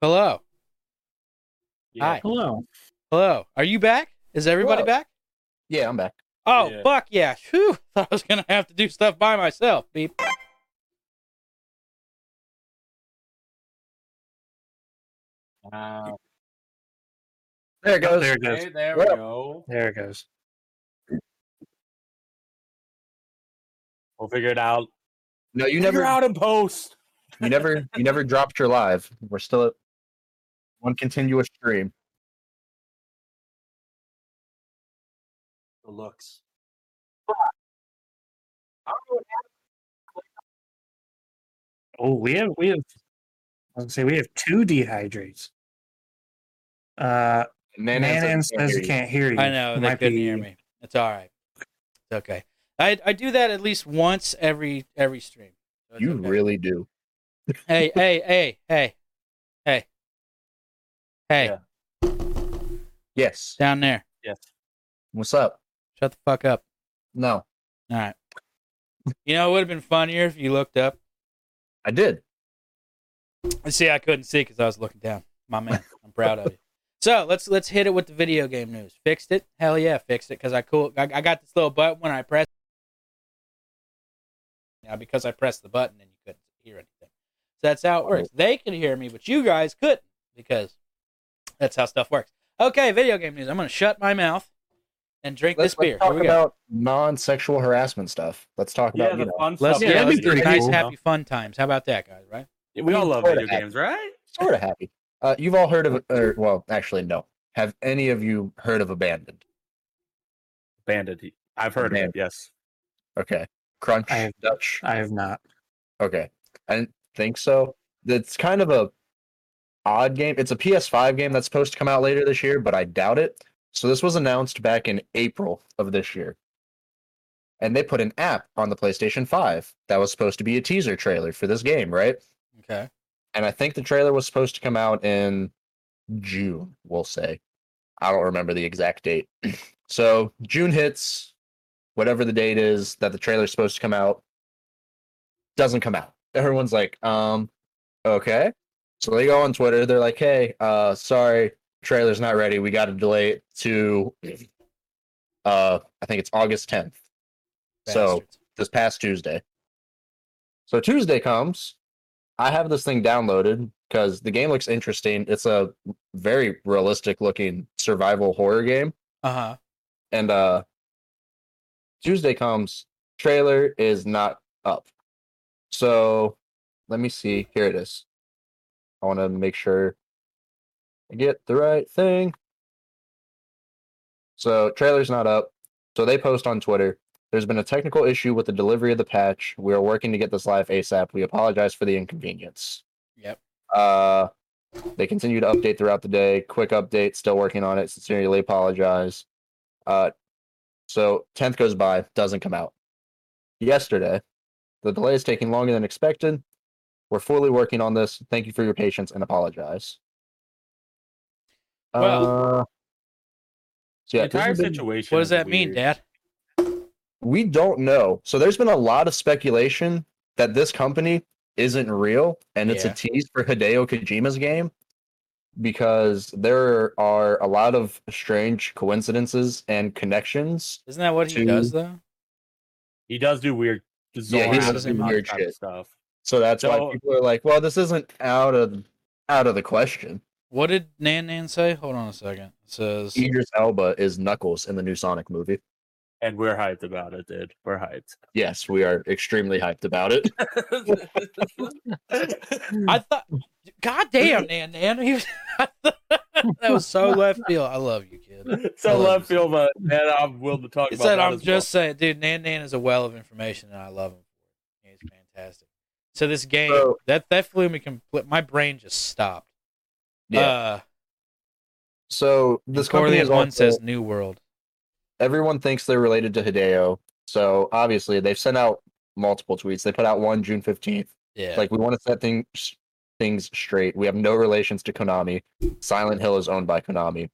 [SPEAKER 3] Hello.
[SPEAKER 5] Yeah.
[SPEAKER 3] Hi.
[SPEAKER 6] Hello.
[SPEAKER 3] Hello. Are you back? Is everybody
[SPEAKER 4] Hello.
[SPEAKER 3] back?
[SPEAKER 4] Yeah, I'm back.
[SPEAKER 3] Oh,
[SPEAKER 5] Yeah.
[SPEAKER 3] fuck yeah. Phew. Thought I was gonna have to do stuff by myself. Beep.
[SPEAKER 5] Wow.
[SPEAKER 4] There it goes.
[SPEAKER 6] There it goes.
[SPEAKER 5] Okay, there we
[SPEAKER 4] Well.
[SPEAKER 5] go.
[SPEAKER 6] There it goes.
[SPEAKER 5] We'll figure it out.
[SPEAKER 4] No, you
[SPEAKER 5] Figure
[SPEAKER 4] never
[SPEAKER 5] out in post.
[SPEAKER 4] you never you never dropped your live. We're still at one continuous stream.
[SPEAKER 5] The looks.
[SPEAKER 6] Oh, we have we have. I was gonna say we have two dehydrates. Uh,
[SPEAKER 4] Man,
[SPEAKER 6] Manan
[SPEAKER 4] says I can't
[SPEAKER 6] says
[SPEAKER 4] hear
[SPEAKER 6] he
[SPEAKER 4] you.
[SPEAKER 6] can't hear you.
[SPEAKER 3] I know,
[SPEAKER 6] It
[SPEAKER 3] they
[SPEAKER 6] might
[SPEAKER 3] couldn't
[SPEAKER 6] be-
[SPEAKER 3] hear me. It's all right. It's okay. I I do that at least once every every stream. So it's
[SPEAKER 4] You
[SPEAKER 3] okay.
[SPEAKER 4] really do.
[SPEAKER 3] Hey, hey, hey, hey. Hey. Hey,
[SPEAKER 5] Yeah.
[SPEAKER 4] Yes.
[SPEAKER 3] down there.
[SPEAKER 5] Yes.
[SPEAKER 4] What's up?
[SPEAKER 3] Shut the fuck up.
[SPEAKER 4] No,
[SPEAKER 3] All right. You know, it would have been funnier if you looked up.
[SPEAKER 4] I did.
[SPEAKER 3] You See, I couldn't see because I was looking down. My man, I'm proud of you. So let's let's hit it with the video game news. Fixed it? Hell yeah, fixed it because I cool. I, I got this little button when I press. Now because I pressed the button and you couldn't hear anything. So that's how it
[SPEAKER 4] Oh.
[SPEAKER 3] works. They could hear me, but you guys couldn't because that's how stuff works. Okay, video game news. I'm gonna shut my mouth and drink
[SPEAKER 4] Let's,
[SPEAKER 3] this beer.
[SPEAKER 4] let's talk
[SPEAKER 3] Here we go.
[SPEAKER 4] about non-sexual harassment stuff. Let's talk
[SPEAKER 5] Yeah,
[SPEAKER 4] about
[SPEAKER 5] the
[SPEAKER 4] you know,
[SPEAKER 5] fun
[SPEAKER 3] Let's
[SPEAKER 5] stuff.
[SPEAKER 4] Yeah,
[SPEAKER 3] yeah,
[SPEAKER 4] that'd be
[SPEAKER 3] let's
[SPEAKER 4] pretty
[SPEAKER 3] nice,
[SPEAKER 4] cool.
[SPEAKER 3] happy, fun times. How about that, guys? Right?
[SPEAKER 5] We all love
[SPEAKER 4] Sorta
[SPEAKER 5] video
[SPEAKER 4] happy.
[SPEAKER 5] games, right?
[SPEAKER 4] sort of happy. Uh, you've all heard of, or, well, actually, no. Have any of you heard of Abandoned?
[SPEAKER 5] Bandit. I've heard of it. Yes.
[SPEAKER 4] Okay, Crunch
[SPEAKER 6] I have-
[SPEAKER 4] Dutch.
[SPEAKER 6] I have not.
[SPEAKER 4] Okay, I didn't think so. It's kind of a odd game. It's a PS5 game that's supposed to come out later this year, but I doubt it. So this was announced back in April of this year. And they put an app on the PlayStation 5 that was supposed to be a teaser trailer for this game, right?
[SPEAKER 3] Okay.
[SPEAKER 4] And I think the trailer was supposed to come out in June, we'll say. I don't remember the exact date. so June hits, whatever the date is that the trailer's supposed to come out, doesn't come out. Everyone's like, um, okay. So they go on Twitter, they're like, hey, uh, sorry, trailer's not ready. We gotta delay it to uh I think it's August 10th. So
[SPEAKER 3] Bastards.
[SPEAKER 4] this past Tuesday. So Tuesday comes. I have this thing downloaded because the game looks interesting. It's a very realistic looking survival horror game.
[SPEAKER 3] Uh huh.
[SPEAKER 4] And uh Tuesday comes, trailer is not up. So let me see. Here it is. I want to make sure I get the right thing. So trailer's not up. So they post on Twitter. There's been a technical issue with the delivery of the patch. We are working to get this live ASAP. We apologize for the inconvenience.
[SPEAKER 3] Yep.
[SPEAKER 4] Uh they continue to update throughout the day. Quick update, still working on it. Sincerely apologize. Uh, so 10th goes by, doesn't come out. Yesterday, the delay is taking longer than expected. We're fully working on this. Thank you for your patience and apologize.
[SPEAKER 3] Well-
[SPEAKER 4] uh, so yeah,
[SPEAKER 5] the entire
[SPEAKER 4] this has been-
[SPEAKER 5] situation.
[SPEAKER 3] What does
[SPEAKER 5] is
[SPEAKER 3] that mean,
[SPEAKER 5] weird.
[SPEAKER 3] Dad?
[SPEAKER 4] we don't know. So there's been a lot of speculation that this company isn't real and it's
[SPEAKER 3] Yeah.
[SPEAKER 4] a tease for Hideo Kojima's game because there are a lot of strange coincidences and connections.
[SPEAKER 3] Isn't that what he
[SPEAKER 4] Two.
[SPEAKER 3] does though?
[SPEAKER 5] He does do weird, bizarre,
[SPEAKER 4] Yeah,
[SPEAKER 3] he
[SPEAKER 5] out
[SPEAKER 3] does
[SPEAKER 5] of
[SPEAKER 3] do
[SPEAKER 5] box
[SPEAKER 4] weird
[SPEAKER 5] kind of
[SPEAKER 4] shit.
[SPEAKER 5] stuff.
[SPEAKER 4] So that's
[SPEAKER 5] So-
[SPEAKER 4] why people are like, well, this isn't out of out of the question.
[SPEAKER 3] What did Nan Nan say? Hold on a second. It says
[SPEAKER 4] Idris Elba is Knuckles in the new Sonic movie.
[SPEAKER 5] And we're hyped about it, dude. We're hyped.
[SPEAKER 4] Yes, we are extremely hyped about it.
[SPEAKER 3] Uh, I thought, God damn, Nan Nan. He was- that was so left field. I love you, kid.
[SPEAKER 5] so left field, but man, I'm willing to talk
[SPEAKER 3] He
[SPEAKER 5] about
[SPEAKER 3] said,
[SPEAKER 5] that
[SPEAKER 3] "I'm
[SPEAKER 5] as
[SPEAKER 3] just saying, dude. Nan Nan is a well of information, and I love him. He's fantastic." So this game
[SPEAKER 4] So-
[SPEAKER 3] that that flew me complete. My brain just stopped.
[SPEAKER 4] Yeah.
[SPEAKER 3] Uh,
[SPEAKER 4] So this company
[SPEAKER 3] Corleone
[SPEAKER 4] is
[SPEAKER 3] one
[SPEAKER 4] also,
[SPEAKER 3] says New World.
[SPEAKER 4] everyone thinks they're related to Hideo. So obviously they've sent out multiple tweets. They put out one June fifteenth.
[SPEAKER 3] Yeah.
[SPEAKER 4] Like we want to set things things straight. We have no relations to Konami. Silent Hill is owned by Konami.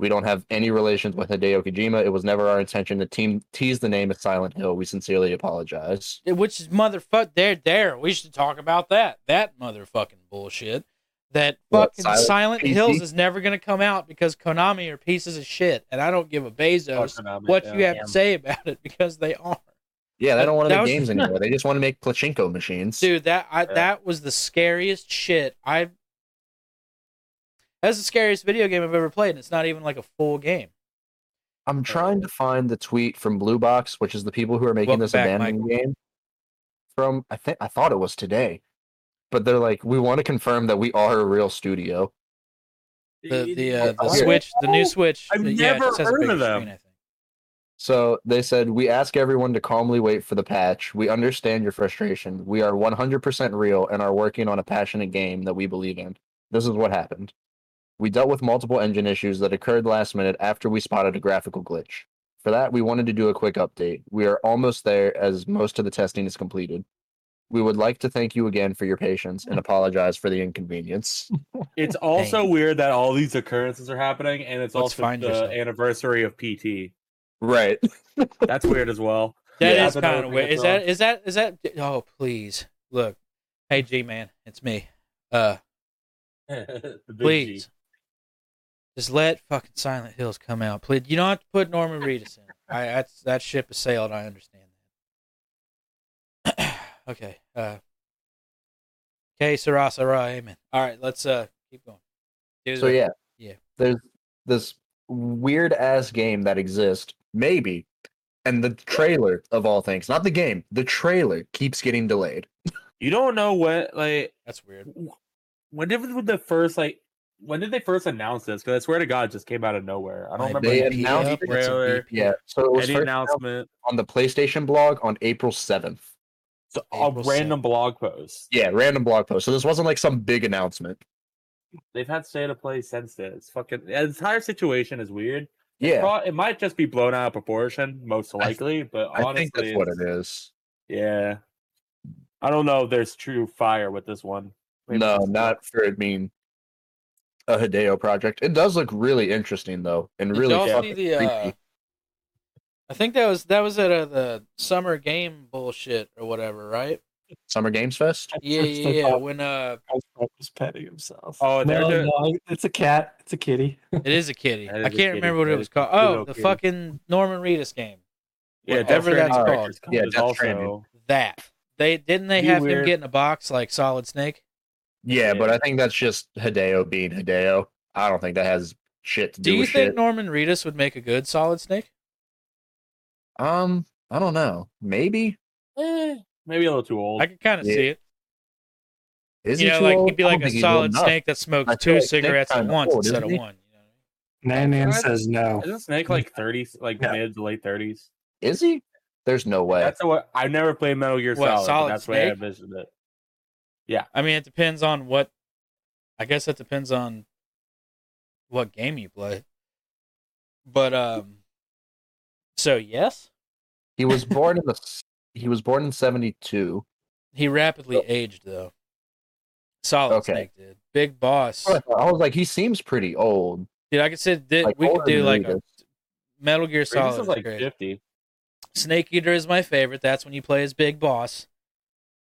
[SPEAKER 4] We don't have any relations with Hideo Kojima. It was never our intention to team tease the name of Silent Hill. We sincerely apologize.
[SPEAKER 3] Yeah, which is motherfuck there there we should talk about that that motherfucking bullshit that
[SPEAKER 4] What,
[SPEAKER 3] fucking
[SPEAKER 4] Silent
[SPEAKER 3] silent
[SPEAKER 4] PC?
[SPEAKER 3] hills is never going to come out because konami are pieces of shit and i don't give a bezos
[SPEAKER 5] Konami,
[SPEAKER 3] uh, what
[SPEAKER 5] yeah.
[SPEAKER 3] you have
[SPEAKER 6] Yeah.
[SPEAKER 3] to say about it because they are
[SPEAKER 4] Yeah, they
[SPEAKER 3] That-
[SPEAKER 4] don't want to
[SPEAKER 3] that
[SPEAKER 4] make
[SPEAKER 3] was-
[SPEAKER 4] games anymore. They just want to make pachinko machines.
[SPEAKER 3] dude that I,
[SPEAKER 5] Yeah.
[SPEAKER 3] that was the scariest shit i've that's the scariest video game i've ever played and it's not even like a full game
[SPEAKER 4] I'm trying to find the tweet from Blue Box, which is the people who are making
[SPEAKER 3] Welcome
[SPEAKER 4] this
[SPEAKER 3] back,
[SPEAKER 4] abandoned game. From I think I thought it was today, but they're like, we want to confirm that we are a real studio.
[SPEAKER 3] the the, uh, the
[SPEAKER 4] Oh, yeah.
[SPEAKER 3] switch the new switch
[SPEAKER 5] I've
[SPEAKER 3] the- yeah, it
[SPEAKER 5] never
[SPEAKER 3] just has a
[SPEAKER 5] heard of
[SPEAKER 3] bigger
[SPEAKER 5] them.
[SPEAKER 3] screen, I think.
[SPEAKER 4] So they said, we ask everyone to calmly wait for the patch. We understand your frustration. We are 100% real and are working on a passionate game that we believe in. This is what happened. We dealt with multiple engine issues that occurred last minute after we spotted a graphical glitch. For that, we wanted to do a quick update. We are almost there as most of the testing is completed. We would like to thank you again for your patience and apologize for the inconvenience.
[SPEAKER 5] It's also weird that all these occurrences are happening, and it's
[SPEAKER 3] Let's
[SPEAKER 5] also
[SPEAKER 3] find
[SPEAKER 5] the
[SPEAKER 3] yourself.
[SPEAKER 5] anniversary of PT.
[SPEAKER 4] Right.
[SPEAKER 5] That's weird as well.
[SPEAKER 3] That
[SPEAKER 5] Yeah,
[SPEAKER 3] is
[SPEAKER 5] I've been
[SPEAKER 3] kind of
[SPEAKER 5] hoping
[SPEAKER 3] weird.
[SPEAKER 5] it's
[SPEAKER 3] Is that
[SPEAKER 5] wrong.
[SPEAKER 3] is that is that? Oh please, look, hey G man, it's me. Uh,
[SPEAKER 5] The big G.
[SPEAKER 3] please, just let fucking Silent Hills come out, please. You don't have to put Norman Reedus in. I that's, that ship has sailed. I understand that. okay. Uh, okay, Sarah, Sarah, amen. All right, let's uh keep going. Dude,
[SPEAKER 4] So yeah,
[SPEAKER 3] Yeah.
[SPEAKER 4] There's this weird ass game that exists maybe. And the trailer of all things, not the game, the trailer keeps getting delayed.
[SPEAKER 5] You don't know what like
[SPEAKER 3] That's weird.
[SPEAKER 5] when did the first like when did they first announce this? Because I swear to God, it just came out of nowhere. I don't
[SPEAKER 4] Like,
[SPEAKER 5] remember
[SPEAKER 4] they
[SPEAKER 5] any
[SPEAKER 4] announced it, it's a
[SPEAKER 5] trailer,
[SPEAKER 4] Yeah. So it was
[SPEAKER 5] any
[SPEAKER 4] first
[SPEAKER 5] announcement.
[SPEAKER 4] on the PlayStation blog on April 7th.
[SPEAKER 5] So a
[SPEAKER 3] April
[SPEAKER 5] random blog post.
[SPEAKER 4] Yeah, random blog post. So this wasn't like some big announcement.
[SPEAKER 5] They've had state of play since then. It's fucking the entire situation is weird.
[SPEAKER 4] Yeah.
[SPEAKER 5] Pro- it might just be blown out of proportion, most
[SPEAKER 4] th-
[SPEAKER 5] likely. but honestly,
[SPEAKER 4] I think that's what it is.
[SPEAKER 5] Yeah, I don't know if there's true fire with this one. Maybe
[SPEAKER 4] No,
[SPEAKER 5] it's-
[SPEAKER 4] not for I mean a Hideo project. It does look really interesting though, and
[SPEAKER 3] Did
[SPEAKER 4] really
[SPEAKER 3] y'all see
[SPEAKER 4] fucking
[SPEAKER 3] the,
[SPEAKER 4] creepy.
[SPEAKER 3] uh, I think that was that was at uh, the summer game bullshit or whatever, right?
[SPEAKER 4] Summer Games Fest.
[SPEAKER 3] Yeah, yeah, yeah. When uh,
[SPEAKER 12] was petting himself.
[SPEAKER 5] Oh, they're
[SPEAKER 12] No,
[SPEAKER 5] doing-
[SPEAKER 12] no, it's a cat. It's a kitty.
[SPEAKER 3] it is a kitty.
[SPEAKER 5] That is
[SPEAKER 3] I
[SPEAKER 5] a
[SPEAKER 3] can't
[SPEAKER 5] kitty.
[SPEAKER 3] remember what
[SPEAKER 5] That
[SPEAKER 3] it
[SPEAKER 5] is
[SPEAKER 3] was
[SPEAKER 5] a
[SPEAKER 3] called.
[SPEAKER 5] cute
[SPEAKER 3] Oh,
[SPEAKER 5] little
[SPEAKER 3] the
[SPEAKER 5] kitty.
[SPEAKER 3] fucking Norman Reedus game.
[SPEAKER 5] Yeah,
[SPEAKER 3] Whatever
[SPEAKER 5] Death
[SPEAKER 3] that's
[SPEAKER 5] Stranding
[SPEAKER 3] called.
[SPEAKER 5] Director's Cut
[SPEAKER 4] Oh, Yeah,
[SPEAKER 5] is
[SPEAKER 4] Death
[SPEAKER 5] also-
[SPEAKER 4] Stranding.
[SPEAKER 3] That they didn't they
[SPEAKER 5] Be
[SPEAKER 3] have him
[SPEAKER 5] weird.
[SPEAKER 3] get in a box like Solid Snake.
[SPEAKER 4] Yeah,
[SPEAKER 5] Yeah.
[SPEAKER 4] but I think that's just Hideo being Hideo. I don't think that has shit to do,
[SPEAKER 3] Do you
[SPEAKER 4] with
[SPEAKER 3] think
[SPEAKER 4] shit.
[SPEAKER 3] Norman Reedus would make a good Solid Snake?
[SPEAKER 4] um, I don't know. Maybe
[SPEAKER 5] maybe a little too old.
[SPEAKER 3] I could kind of
[SPEAKER 4] Eh. Yeah.
[SPEAKER 3] see it.
[SPEAKER 4] is
[SPEAKER 3] you
[SPEAKER 4] he
[SPEAKER 3] know,
[SPEAKER 4] too
[SPEAKER 3] like
[SPEAKER 4] old?
[SPEAKER 3] he'd be
[SPEAKER 4] I don't
[SPEAKER 3] like a
[SPEAKER 4] think he's old
[SPEAKER 3] solid
[SPEAKER 4] enough.
[SPEAKER 3] snake that smokes
[SPEAKER 4] I feel
[SPEAKER 3] two
[SPEAKER 4] like Snake's
[SPEAKER 3] cigarettes at
[SPEAKER 4] kinda
[SPEAKER 3] once
[SPEAKER 4] old,
[SPEAKER 3] instead
[SPEAKER 4] isn't
[SPEAKER 3] of
[SPEAKER 4] he?
[SPEAKER 3] one. You know?
[SPEAKER 6] Nan Nan
[SPEAKER 5] Right.
[SPEAKER 6] says no.
[SPEAKER 5] Isn't Snake like 30, like
[SPEAKER 6] No.
[SPEAKER 5] mid to late 30s?
[SPEAKER 4] Is he? There's no way.
[SPEAKER 5] That's what I've never played Metal Gear
[SPEAKER 3] What,
[SPEAKER 5] Solid. but
[SPEAKER 3] Solid
[SPEAKER 5] that's the way I
[SPEAKER 3] Snake?
[SPEAKER 5] envisioned it.
[SPEAKER 3] I mean, it depends on what. I guess it depends on what game you play. But um, so yes,
[SPEAKER 4] He was born in the. s- He was born in seventy two.
[SPEAKER 3] he rapidly aged though. Solid
[SPEAKER 4] Oh. Okay.
[SPEAKER 3] Snake did. Big Boss.
[SPEAKER 4] I was like, he seems pretty old.
[SPEAKER 3] Dude, I could say that
[SPEAKER 4] Like
[SPEAKER 3] we could
[SPEAKER 4] older
[SPEAKER 3] do
[SPEAKER 4] than
[SPEAKER 3] like a
[SPEAKER 4] Reedus.
[SPEAKER 3] Metal Gear
[SPEAKER 5] This
[SPEAKER 3] Solid.
[SPEAKER 5] is
[SPEAKER 3] is
[SPEAKER 5] like
[SPEAKER 3] great.
[SPEAKER 5] 50.
[SPEAKER 3] Snake Eater is my favorite. That's when you play as Big Boss,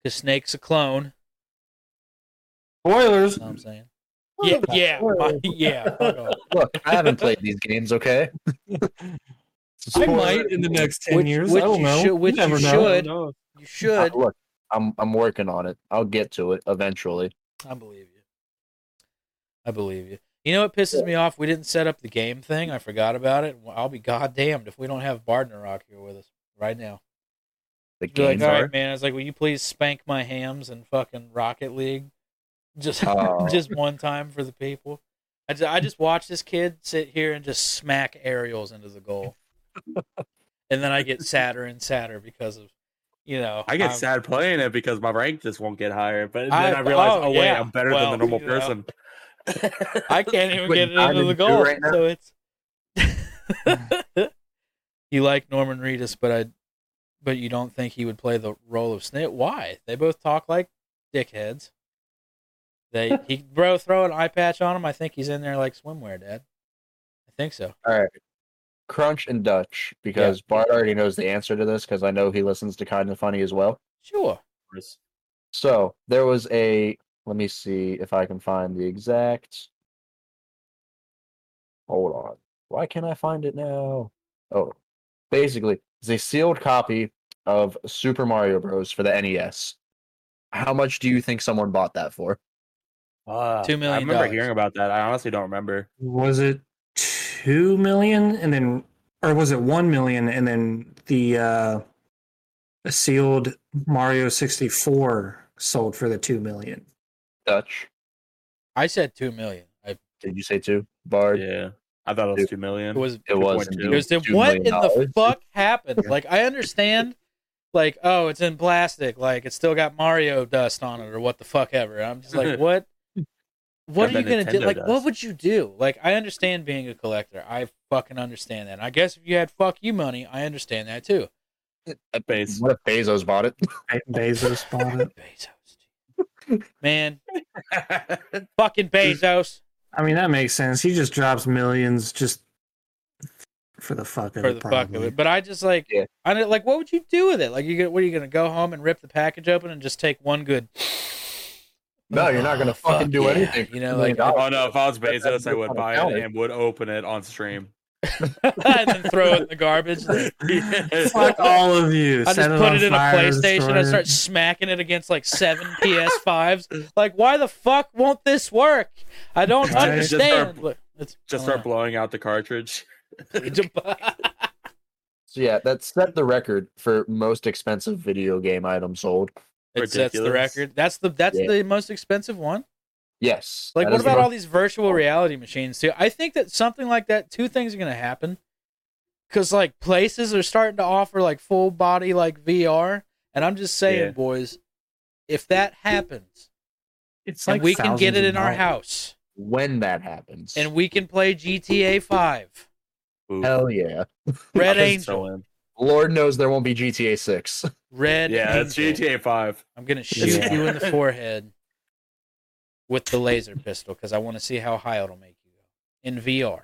[SPEAKER 3] because Snake's a clone.
[SPEAKER 12] Spoilers.
[SPEAKER 3] You know what I'm saying. Yeah, yeah, my- yeah. fuck off.
[SPEAKER 4] Look, I haven't played these games. Okay.
[SPEAKER 12] I
[SPEAKER 4] Spoiler.
[SPEAKER 12] might in the next ten
[SPEAKER 3] Which-
[SPEAKER 12] years.
[SPEAKER 3] which
[SPEAKER 12] I don't
[SPEAKER 3] you
[SPEAKER 12] know.
[SPEAKER 3] should- which
[SPEAKER 12] you never
[SPEAKER 3] you
[SPEAKER 12] know.
[SPEAKER 3] should.
[SPEAKER 5] No,
[SPEAKER 3] You should.
[SPEAKER 4] Uh, look, I'm I'm working on it. I'll get to it eventually.
[SPEAKER 3] I believe you. I believe you. You know what pisses me off? We didn't set up the game thing. I forgot about it. Well, I'll be goddamned if we don't have Bardner Rock here with us right now.
[SPEAKER 4] The
[SPEAKER 3] Be like,
[SPEAKER 4] games
[SPEAKER 3] all
[SPEAKER 4] are.
[SPEAKER 3] right, man. It's like, will you please spank my hams and fucking Rocket League, just
[SPEAKER 4] Oh.
[SPEAKER 3] just one time for the people. I just, I just watched this kid sit here and just smack aerials into the goal, and then I get sadder and sadder because of, you know,
[SPEAKER 5] I get
[SPEAKER 3] I'm-
[SPEAKER 5] sad playing it because my rank just won't get higher. But then
[SPEAKER 3] Um, I-
[SPEAKER 5] I, realize,
[SPEAKER 3] oh,
[SPEAKER 5] oh, wait,
[SPEAKER 3] yeah.
[SPEAKER 5] I'm better
[SPEAKER 3] Well,
[SPEAKER 5] than the normal
[SPEAKER 3] you know.
[SPEAKER 5] person.
[SPEAKER 3] I can't even
[SPEAKER 4] Wait,
[SPEAKER 3] get it
[SPEAKER 4] I'm
[SPEAKER 3] into the
[SPEAKER 4] in two
[SPEAKER 3] goal.
[SPEAKER 4] right now?
[SPEAKER 3] so it's you like Norman Reedus, but I, but you don't think he would play the role of Snit. Why? They both talk like dickheads. They he bro throw an eye patch on him. I think he's in there like swimwear, Dad. I think so.
[SPEAKER 4] Crunch and Dutch because Bart already knows the answer to this because I know he listens to Kind of Funny as well.
[SPEAKER 3] Sure.
[SPEAKER 4] So there was a. Let me see if I can find the exact. Hold on. Why can't I find it now? Oh, basically, it's a sealed copy of Super Mario Bros. for the NES. How much do you think someone bought that for?
[SPEAKER 5] Fuck.
[SPEAKER 3] Two million
[SPEAKER 5] I remember
[SPEAKER 3] dollars.
[SPEAKER 5] hearing about that. I honestly don't remember.
[SPEAKER 6] Was it two million and then, or was it one million and then the uh, sealed Mario sixty four sold for the two million?
[SPEAKER 4] Dutch?
[SPEAKER 3] I said two million. I,
[SPEAKER 4] Did you say two? Bard?
[SPEAKER 5] Yeah, I thought it was
[SPEAKER 4] Dude,
[SPEAKER 5] two
[SPEAKER 3] it
[SPEAKER 5] million.
[SPEAKER 3] was
[SPEAKER 4] It was.
[SPEAKER 5] 2.2.
[SPEAKER 4] indeed
[SPEAKER 3] Because then
[SPEAKER 4] $2
[SPEAKER 3] what in
[SPEAKER 4] million
[SPEAKER 3] the
[SPEAKER 4] dollars.
[SPEAKER 3] fuck happened?
[SPEAKER 4] Yeah.
[SPEAKER 3] Like I understand, like oh, it's in plastic, like it's still got Mario dust on it, or what the fuck ever. I'm just like, what? What
[SPEAKER 5] Got
[SPEAKER 3] are you
[SPEAKER 5] that
[SPEAKER 3] gonna do?
[SPEAKER 5] Nintendo
[SPEAKER 3] Like, what
[SPEAKER 5] dust.
[SPEAKER 3] would you do? Like, I understand being a collector. I fucking understand that. And I guess if you had fuck you money, I understand that too.
[SPEAKER 5] That base.
[SPEAKER 4] What if Bezos bought it?
[SPEAKER 6] Be- Bezos bought it.
[SPEAKER 3] Bezos, man, fucking Bezos
[SPEAKER 6] I mean, that makes sense. He just drops millions just for the fuck of
[SPEAKER 3] for
[SPEAKER 6] it.
[SPEAKER 3] the fuck
[SPEAKER 6] probably.
[SPEAKER 3] of it. But I just like,
[SPEAKER 4] Yeah.
[SPEAKER 3] I don't- like, what would you do with it? Like, you gonna what are you gonna go home and rip the package open and just take one good?
[SPEAKER 4] No, you're not gonna
[SPEAKER 3] Oh,
[SPEAKER 4] fucking
[SPEAKER 3] fuck
[SPEAKER 4] do
[SPEAKER 3] yeah.
[SPEAKER 4] anything.
[SPEAKER 3] You know,
[SPEAKER 4] $2
[SPEAKER 3] like
[SPEAKER 4] million dollars.
[SPEAKER 5] Oh no! If I was
[SPEAKER 4] That's
[SPEAKER 5] Bezos, I would
[SPEAKER 4] on
[SPEAKER 5] buy
[SPEAKER 4] account.
[SPEAKER 5] it and would open it on stream.
[SPEAKER 3] and then throw it in the garbage.
[SPEAKER 6] Fuck all of you.
[SPEAKER 3] I just
[SPEAKER 6] Set
[SPEAKER 3] put
[SPEAKER 6] on
[SPEAKER 3] it in a
[SPEAKER 6] fire,
[SPEAKER 3] PlayStation.
[SPEAKER 6] destroy
[SPEAKER 3] I
[SPEAKER 6] it.
[SPEAKER 3] start smacking it against like seven PS5s. Like, why the fuck won't this work? I don't
[SPEAKER 6] Just start-
[SPEAKER 3] understand. Look, it's-
[SPEAKER 5] Just
[SPEAKER 3] I
[SPEAKER 5] start
[SPEAKER 3] don't
[SPEAKER 5] blowing out the cartridge.
[SPEAKER 3] know.
[SPEAKER 4] So yeah, that set the record for most expensive video game item sold.
[SPEAKER 3] It sets the record. That's the that's
[SPEAKER 4] Yeah.
[SPEAKER 3] the most expensive one.
[SPEAKER 4] Yes.
[SPEAKER 3] Like,
[SPEAKER 4] that
[SPEAKER 3] what
[SPEAKER 4] is the
[SPEAKER 3] about
[SPEAKER 4] most-
[SPEAKER 3] all these virtual reality machines too? I think that something like that, two things are gonna happen, because like places are starting to offer like full body like VR, and I'm just saying,
[SPEAKER 12] Yeah.
[SPEAKER 3] boys, if that happens,
[SPEAKER 12] It's
[SPEAKER 3] and
[SPEAKER 12] like
[SPEAKER 3] we can get
[SPEAKER 12] thousands
[SPEAKER 3] it
[SPEAKER 12] of
[SPEAKER 3] in our
[SPEAKER 12] dollars.
[SPEAKER 3] house,
[SPEAKER 4] when that happens,
[SPEAKER 3] and we can play GTA Five,
[SPEAKER 4] Hell yeah.
[SPEAKER 3] Red Angel,
[SPEAKER 4] Lord knows there won't be GTA 6.
[SPEAKER 3] Red
[SPEAKER 5] Yeah, it's
[SPEAKER 3] Angel.
[SPEAKER 5] GTA Five.
[SPEAKER 3] I'm gonna shoot
[SPEAKER 4] Yeah.
[SPEAKER 3] you in the forehead with the laser pistol because I want to see how high it'll make you go in VR.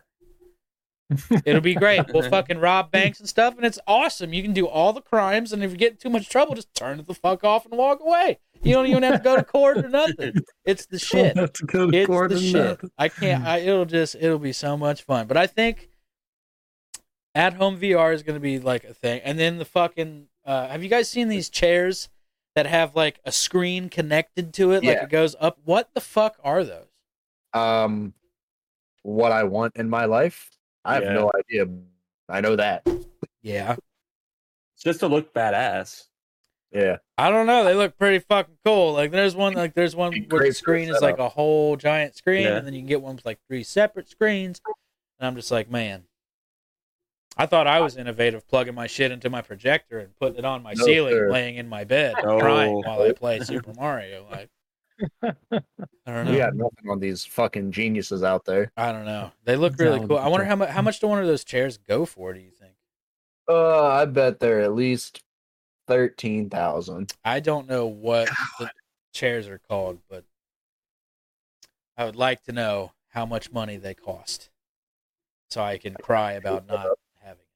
[SPEAKER 3] It'll be great. We'll fucking rob banks and stuff, and it's awesome. You can do all the crimes, and if you get in too much trouble, just turn it the fuck off and walk away. You don't even have to go to court or nothing. It's the shit.
[SPEAKER 12] have to go to
[SPEAKER 3] it's
[SPEAKER 12] court
[SPEAKER 3] the
[SPEAKER 12] or
[SPEAKER 3] shit.
[SPEAKER 12] nothing.
[SPEAKER 3] I can't. I, it'll just. It'll be so much fun. But I think at home VR is going to be like a thing. And then the fucking. Uh, have you guys seen these chairs that have like a screen connected to it? Like
[SPEAKER 4] Yeah.
[SPEAKER 3] it goes up. What the fuck are those?
[SPEAKER 4] Um, what I want in my life, I have
[SPEAKER 5] Yeah.
[SPEAKER 4] no idea. I know that.
[SPEAKER 3] Yeah.
[SPEAKER 5] just to look badass.
[SPEAKER 4] Yeah.
[SPEAKER 3] I don't know. They look pretty fucking cool. Like there's one like there's one where the
[SPEAKER 4] great
[SPEAKER 3] screen is
[SPEAKER 4] setup.
[SPEAKER 3] like a whole giant screen,
[SPEAKER 5] Yeah.
[SPEAKER 3] and then you can get one with like three separate screens. And I'm just like, man, I thought I was innovative, plugging my shit into my projector and putting it on my
[SPEAKER 4] No,
[SPEAKER 3] ceiling,
[SPEAKER 4] sir.
[SPEAKER 3] laying in my bed,
[SPEAKER 5] No.
[SPEAKER 3] crying while I play Super Mario. Like, I don't know.
[SPEAKER 4] We got nothing on these fucking geniuses out there.
[SPEAKER 3] I don't know. They look really
[SPEAKER 12] No,
[SPEAKER 3] cool. I wonder
[SPEAKER 12] no.
[SPEAKER 3] how much how much do one of those chairs go for? Do you think?
[SPEAKER 4] Uh, I bet they're at least 13,000.
[SPEAKER 3] I don't know what the chairs are called, but I would like to know how much money they cost so I can cry about not having it.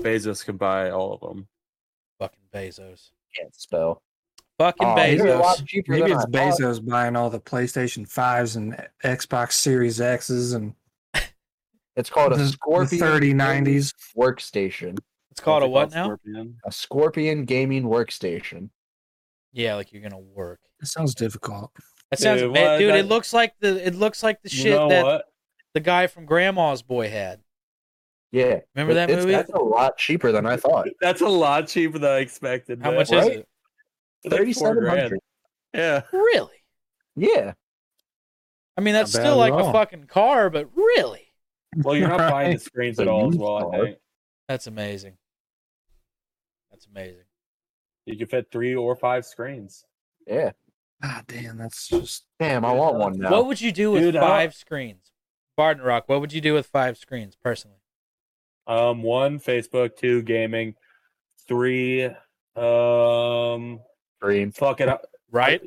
[SPEAKER 5] Bezos can buy all of them.
[SPEAKER 3] Fucking Bezos.
[SPEAKER 4] Can't spell.
[SPEAKER 3] Fucking
[SPEAKER 4] Aw, you're a lot
[SPEAKER 3] Bezos.
[SPEAKER 4] cheaper
[SPEAKER 6] Maybe
[SPEAKER 4] than
[SPEAKER 6] it's
[SPEAKER 4] I thought.
[SPEAKER 6] Bezos buying all the PlayStation Fives and Xbox Series X's and
[SPEAKER 4] It's called
[SPEAKER 6] the-
[SPEAKER 4] a
[SPEAKER 6] the
[SPEAKER 4] Scorpion
[SPEAKER 6] 3090s.
[SPEAKER 4] workstation.
[SPEAKER 3] It's called a what now?
[SPEAKER 5] Scorpion.
[SPEAKER 4] A Scorpion gaming workstation.
[SPEAKER 3] Yeah, like you're gonna work.
[SPEAKER 6] It sounds difficult.
[SPEAKER 3] That sounds
[SPEAKER 5] Dude,
[SPEAKER 3] ba-
[SPEAKER 5] what?
[SPEAKER 3] dude,
[SPEAKER 5] That-
[SPEAKER 3] it looks like the it looks like the shit
[SPEAKER 5] you know
[SPEAKER 3] that
[SPEAKER 5] what?
[SPEAKER 3] the guy from Grandma's Boy had.
[SPEAKER 4] Yeah.
[SPEAKER 3] Remember that
[SPEAKER 4] it's,
[SPEAKER 3] movie?
[SPEAKER 4] That's a lot cheaper than I thought.
[SPEAKER 5] That's a lot cheaper than I expected.
[SPEAKER 3] How
[SPEAKER 5] man.
[SPEAKER 3] much is
[SPEAKER 4] Right?
[SPEAKER 3] it?
[SPEAKER 5] It's like four
[SPEAKER 4] Thirty-seven
[SPEAKER 5] grand.
[SPEAKER 4] hundred.
[SPEAKER 5] Yeah.
[SPEAKER 3] Really?
[SPEAKER 4] Yeah.
[SPEAKER 3] I mean that's
[SPEAKER 6] Not bad
[SPEAKER 3] still like
[SPEAKER 6] at
[SPEAKER 3] a
[SPEAKER 6] all.
[SPEAKER 3] fucking car, but really?
[SPEAKER 5] Well, you're not buying the
[SPEAKER 6] Right.
[SPEAKER 5] screens
[SPEAKER 4] The
[SPEAKER 5] at all as
[SPEAKER 4] used
[SPEAKER 5] well. I
[SPEAKER 4] car.
[SPEAKER 5] think
[SPEAKER 3] That's amazing. That's amazing.
[SPEAKER 5] you can fit three or five screens.
[SPEAKER 4] Yeah.
[SPEAKER 6] Ah, damn, that's just
[SPEAKER 4] Damn, I
[SPEAKER 5] uh,
[SPEAKER 4] want one now.
[SPEAKER 3] What would you do with
[SPEAKER 5] Dude, I-
[SPEAKER 3] five screens? Barton Rock, what would you do with five screens personally?
[SPEAKER 5] Um, one Facebook, two gaming, three. Um,
[SPEAKER 4] Dream.
[SPEAKER 5] fuck it up.
[SPEAKER 3] Right?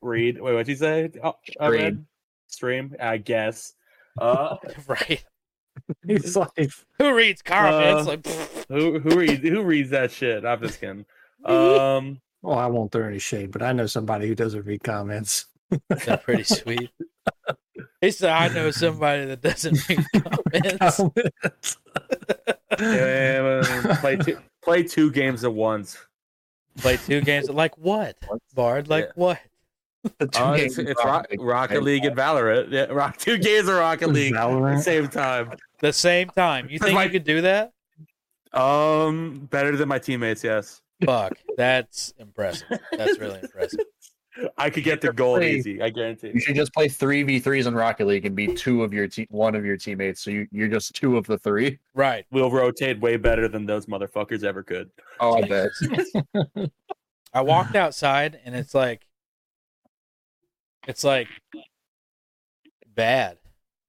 [SPEAKER 5] Read. Wait, what'd you say? Oh, I read.
[SPEAKER 4] Stream.
[SPEAKER 5] Stream. I guess. Uh,
[SPEAKER 3] right.
[SPEAKER 12] He's like,
[SPEAKER 3] Who reads comments?
[SPEAKER 5] Uh,
[SPEAKER 3] like, pfft,
[SPEAKER 5] who who reads who reads that shit? I'm just kidding. Um,
[SPEAKER 6] well, I won't throw any shade, but I know somebody who doesn't read comments.
[SPEAKER 3] that's pretty sweet. He said, I know somebody that doesn't read comments.
[SPEAKER 5] yeah, uh, play two play two games at once.
[SPEAKER 3] Play two games. Like what? Bard, like
[SPEAKER 5] Yeah.
[SPEAKER 3] what?
[SPEAKER 4] The two
[SPEAKER 5] Uh,
[SPEAKER 4] games
[SPEAKER 5] it's it's
[SPEAKER 4] are
[SPEAKER 5] Rock,
[SPEAKER 4] like
[SPEAKER 5] Rocket
[SPEAKER 4] same
[SPEAKER 5] League and Valorant. Yeah, Rock two games of Rocket League at the
[SPEAKER 6] Valorant?
[SPEAKER 5] same time.
[SPEAKER 3] The same time. You
[SPEAKER 5] That's
[SPEAKER 3] think
[SPEAKER 5] my-
[SPEAKER 3] you could do that?
[SPEAKER 5] Um, better than my teammates. Yes,
[SPEAKER 3] Fuck. That's impressive. That's really impressive.
[SPEAKER 5] I could get the gold
[SPEAKER 4] Play-
[SPEAKER 5] easy. I guarantee.
[SPEAKER 4] You should just play three v threes in Rocket League and be two of your te- one of your teammates. So you, you're just two of the three.
[SPEAKER 3] Right.
[SPEAKER 5] We'll rotate way better than those motherfuckers ever could.
[SPEAKER 4] Oh, I bet.
[SPEAKER 3] I walked outside and it's like it's like bad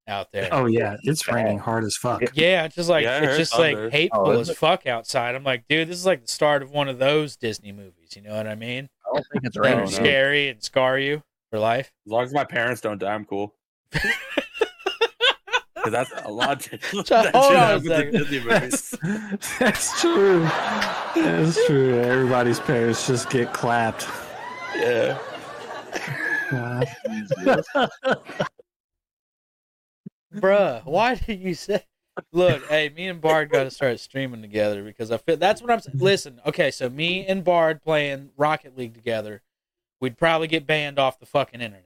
[SPEAKER 3] out there.
[SPEAKER 6] Oh yeah, it's raining hard as fuck.
[SPEAKER 3] Yeah, it's just like
[SPEAKER 5] Yeah, I
[SPEAKER 3] it's
[SPEAKER 5] heard
[SPEAKER 3] just
[SPEAKER 5] thunder.
[SPEAKER 3] like hateful
[SPEAKER 4] Oh,
[SPEAKER 3] as
[SPEAKER 4] is
[SPEAKER 3] fuck outside. I'm like, dude, this is like the start of one of those Disney movies. You know what I mean?
[SPEAKER 4] I don't think it's
[SPEAKER 3] That are
[SPEAKER 5] no.
[SPEAKER 4] random.
[SPEAKER 3] scary and scar you for life.
[SPEAKER 5] As long as my parents don't die, I'm cool. Because that's a lot. that shit
[SPEAKER 3] on a
[SPEAKER 5] happens in
[SPEAKER 3] second.
[SPEAKER 5] Disney movies.
[SPEAKER 12] That's, that's true. That's true. Everybody's parents just get clapped.
[SPEAKER 5] Yeah.
[SPEAKER 6] God.
[SPEAKER 3] Bruh, why did you say Look, hey, me and Bard gotta start streaming together because I feel that's what I'm
[SPEAKER 5] Mm-hmm.
[SPEAKER 3] saying. Listen, okay, so me and Bard playing Rocket League together, we'd probably get banned off the fucking internet.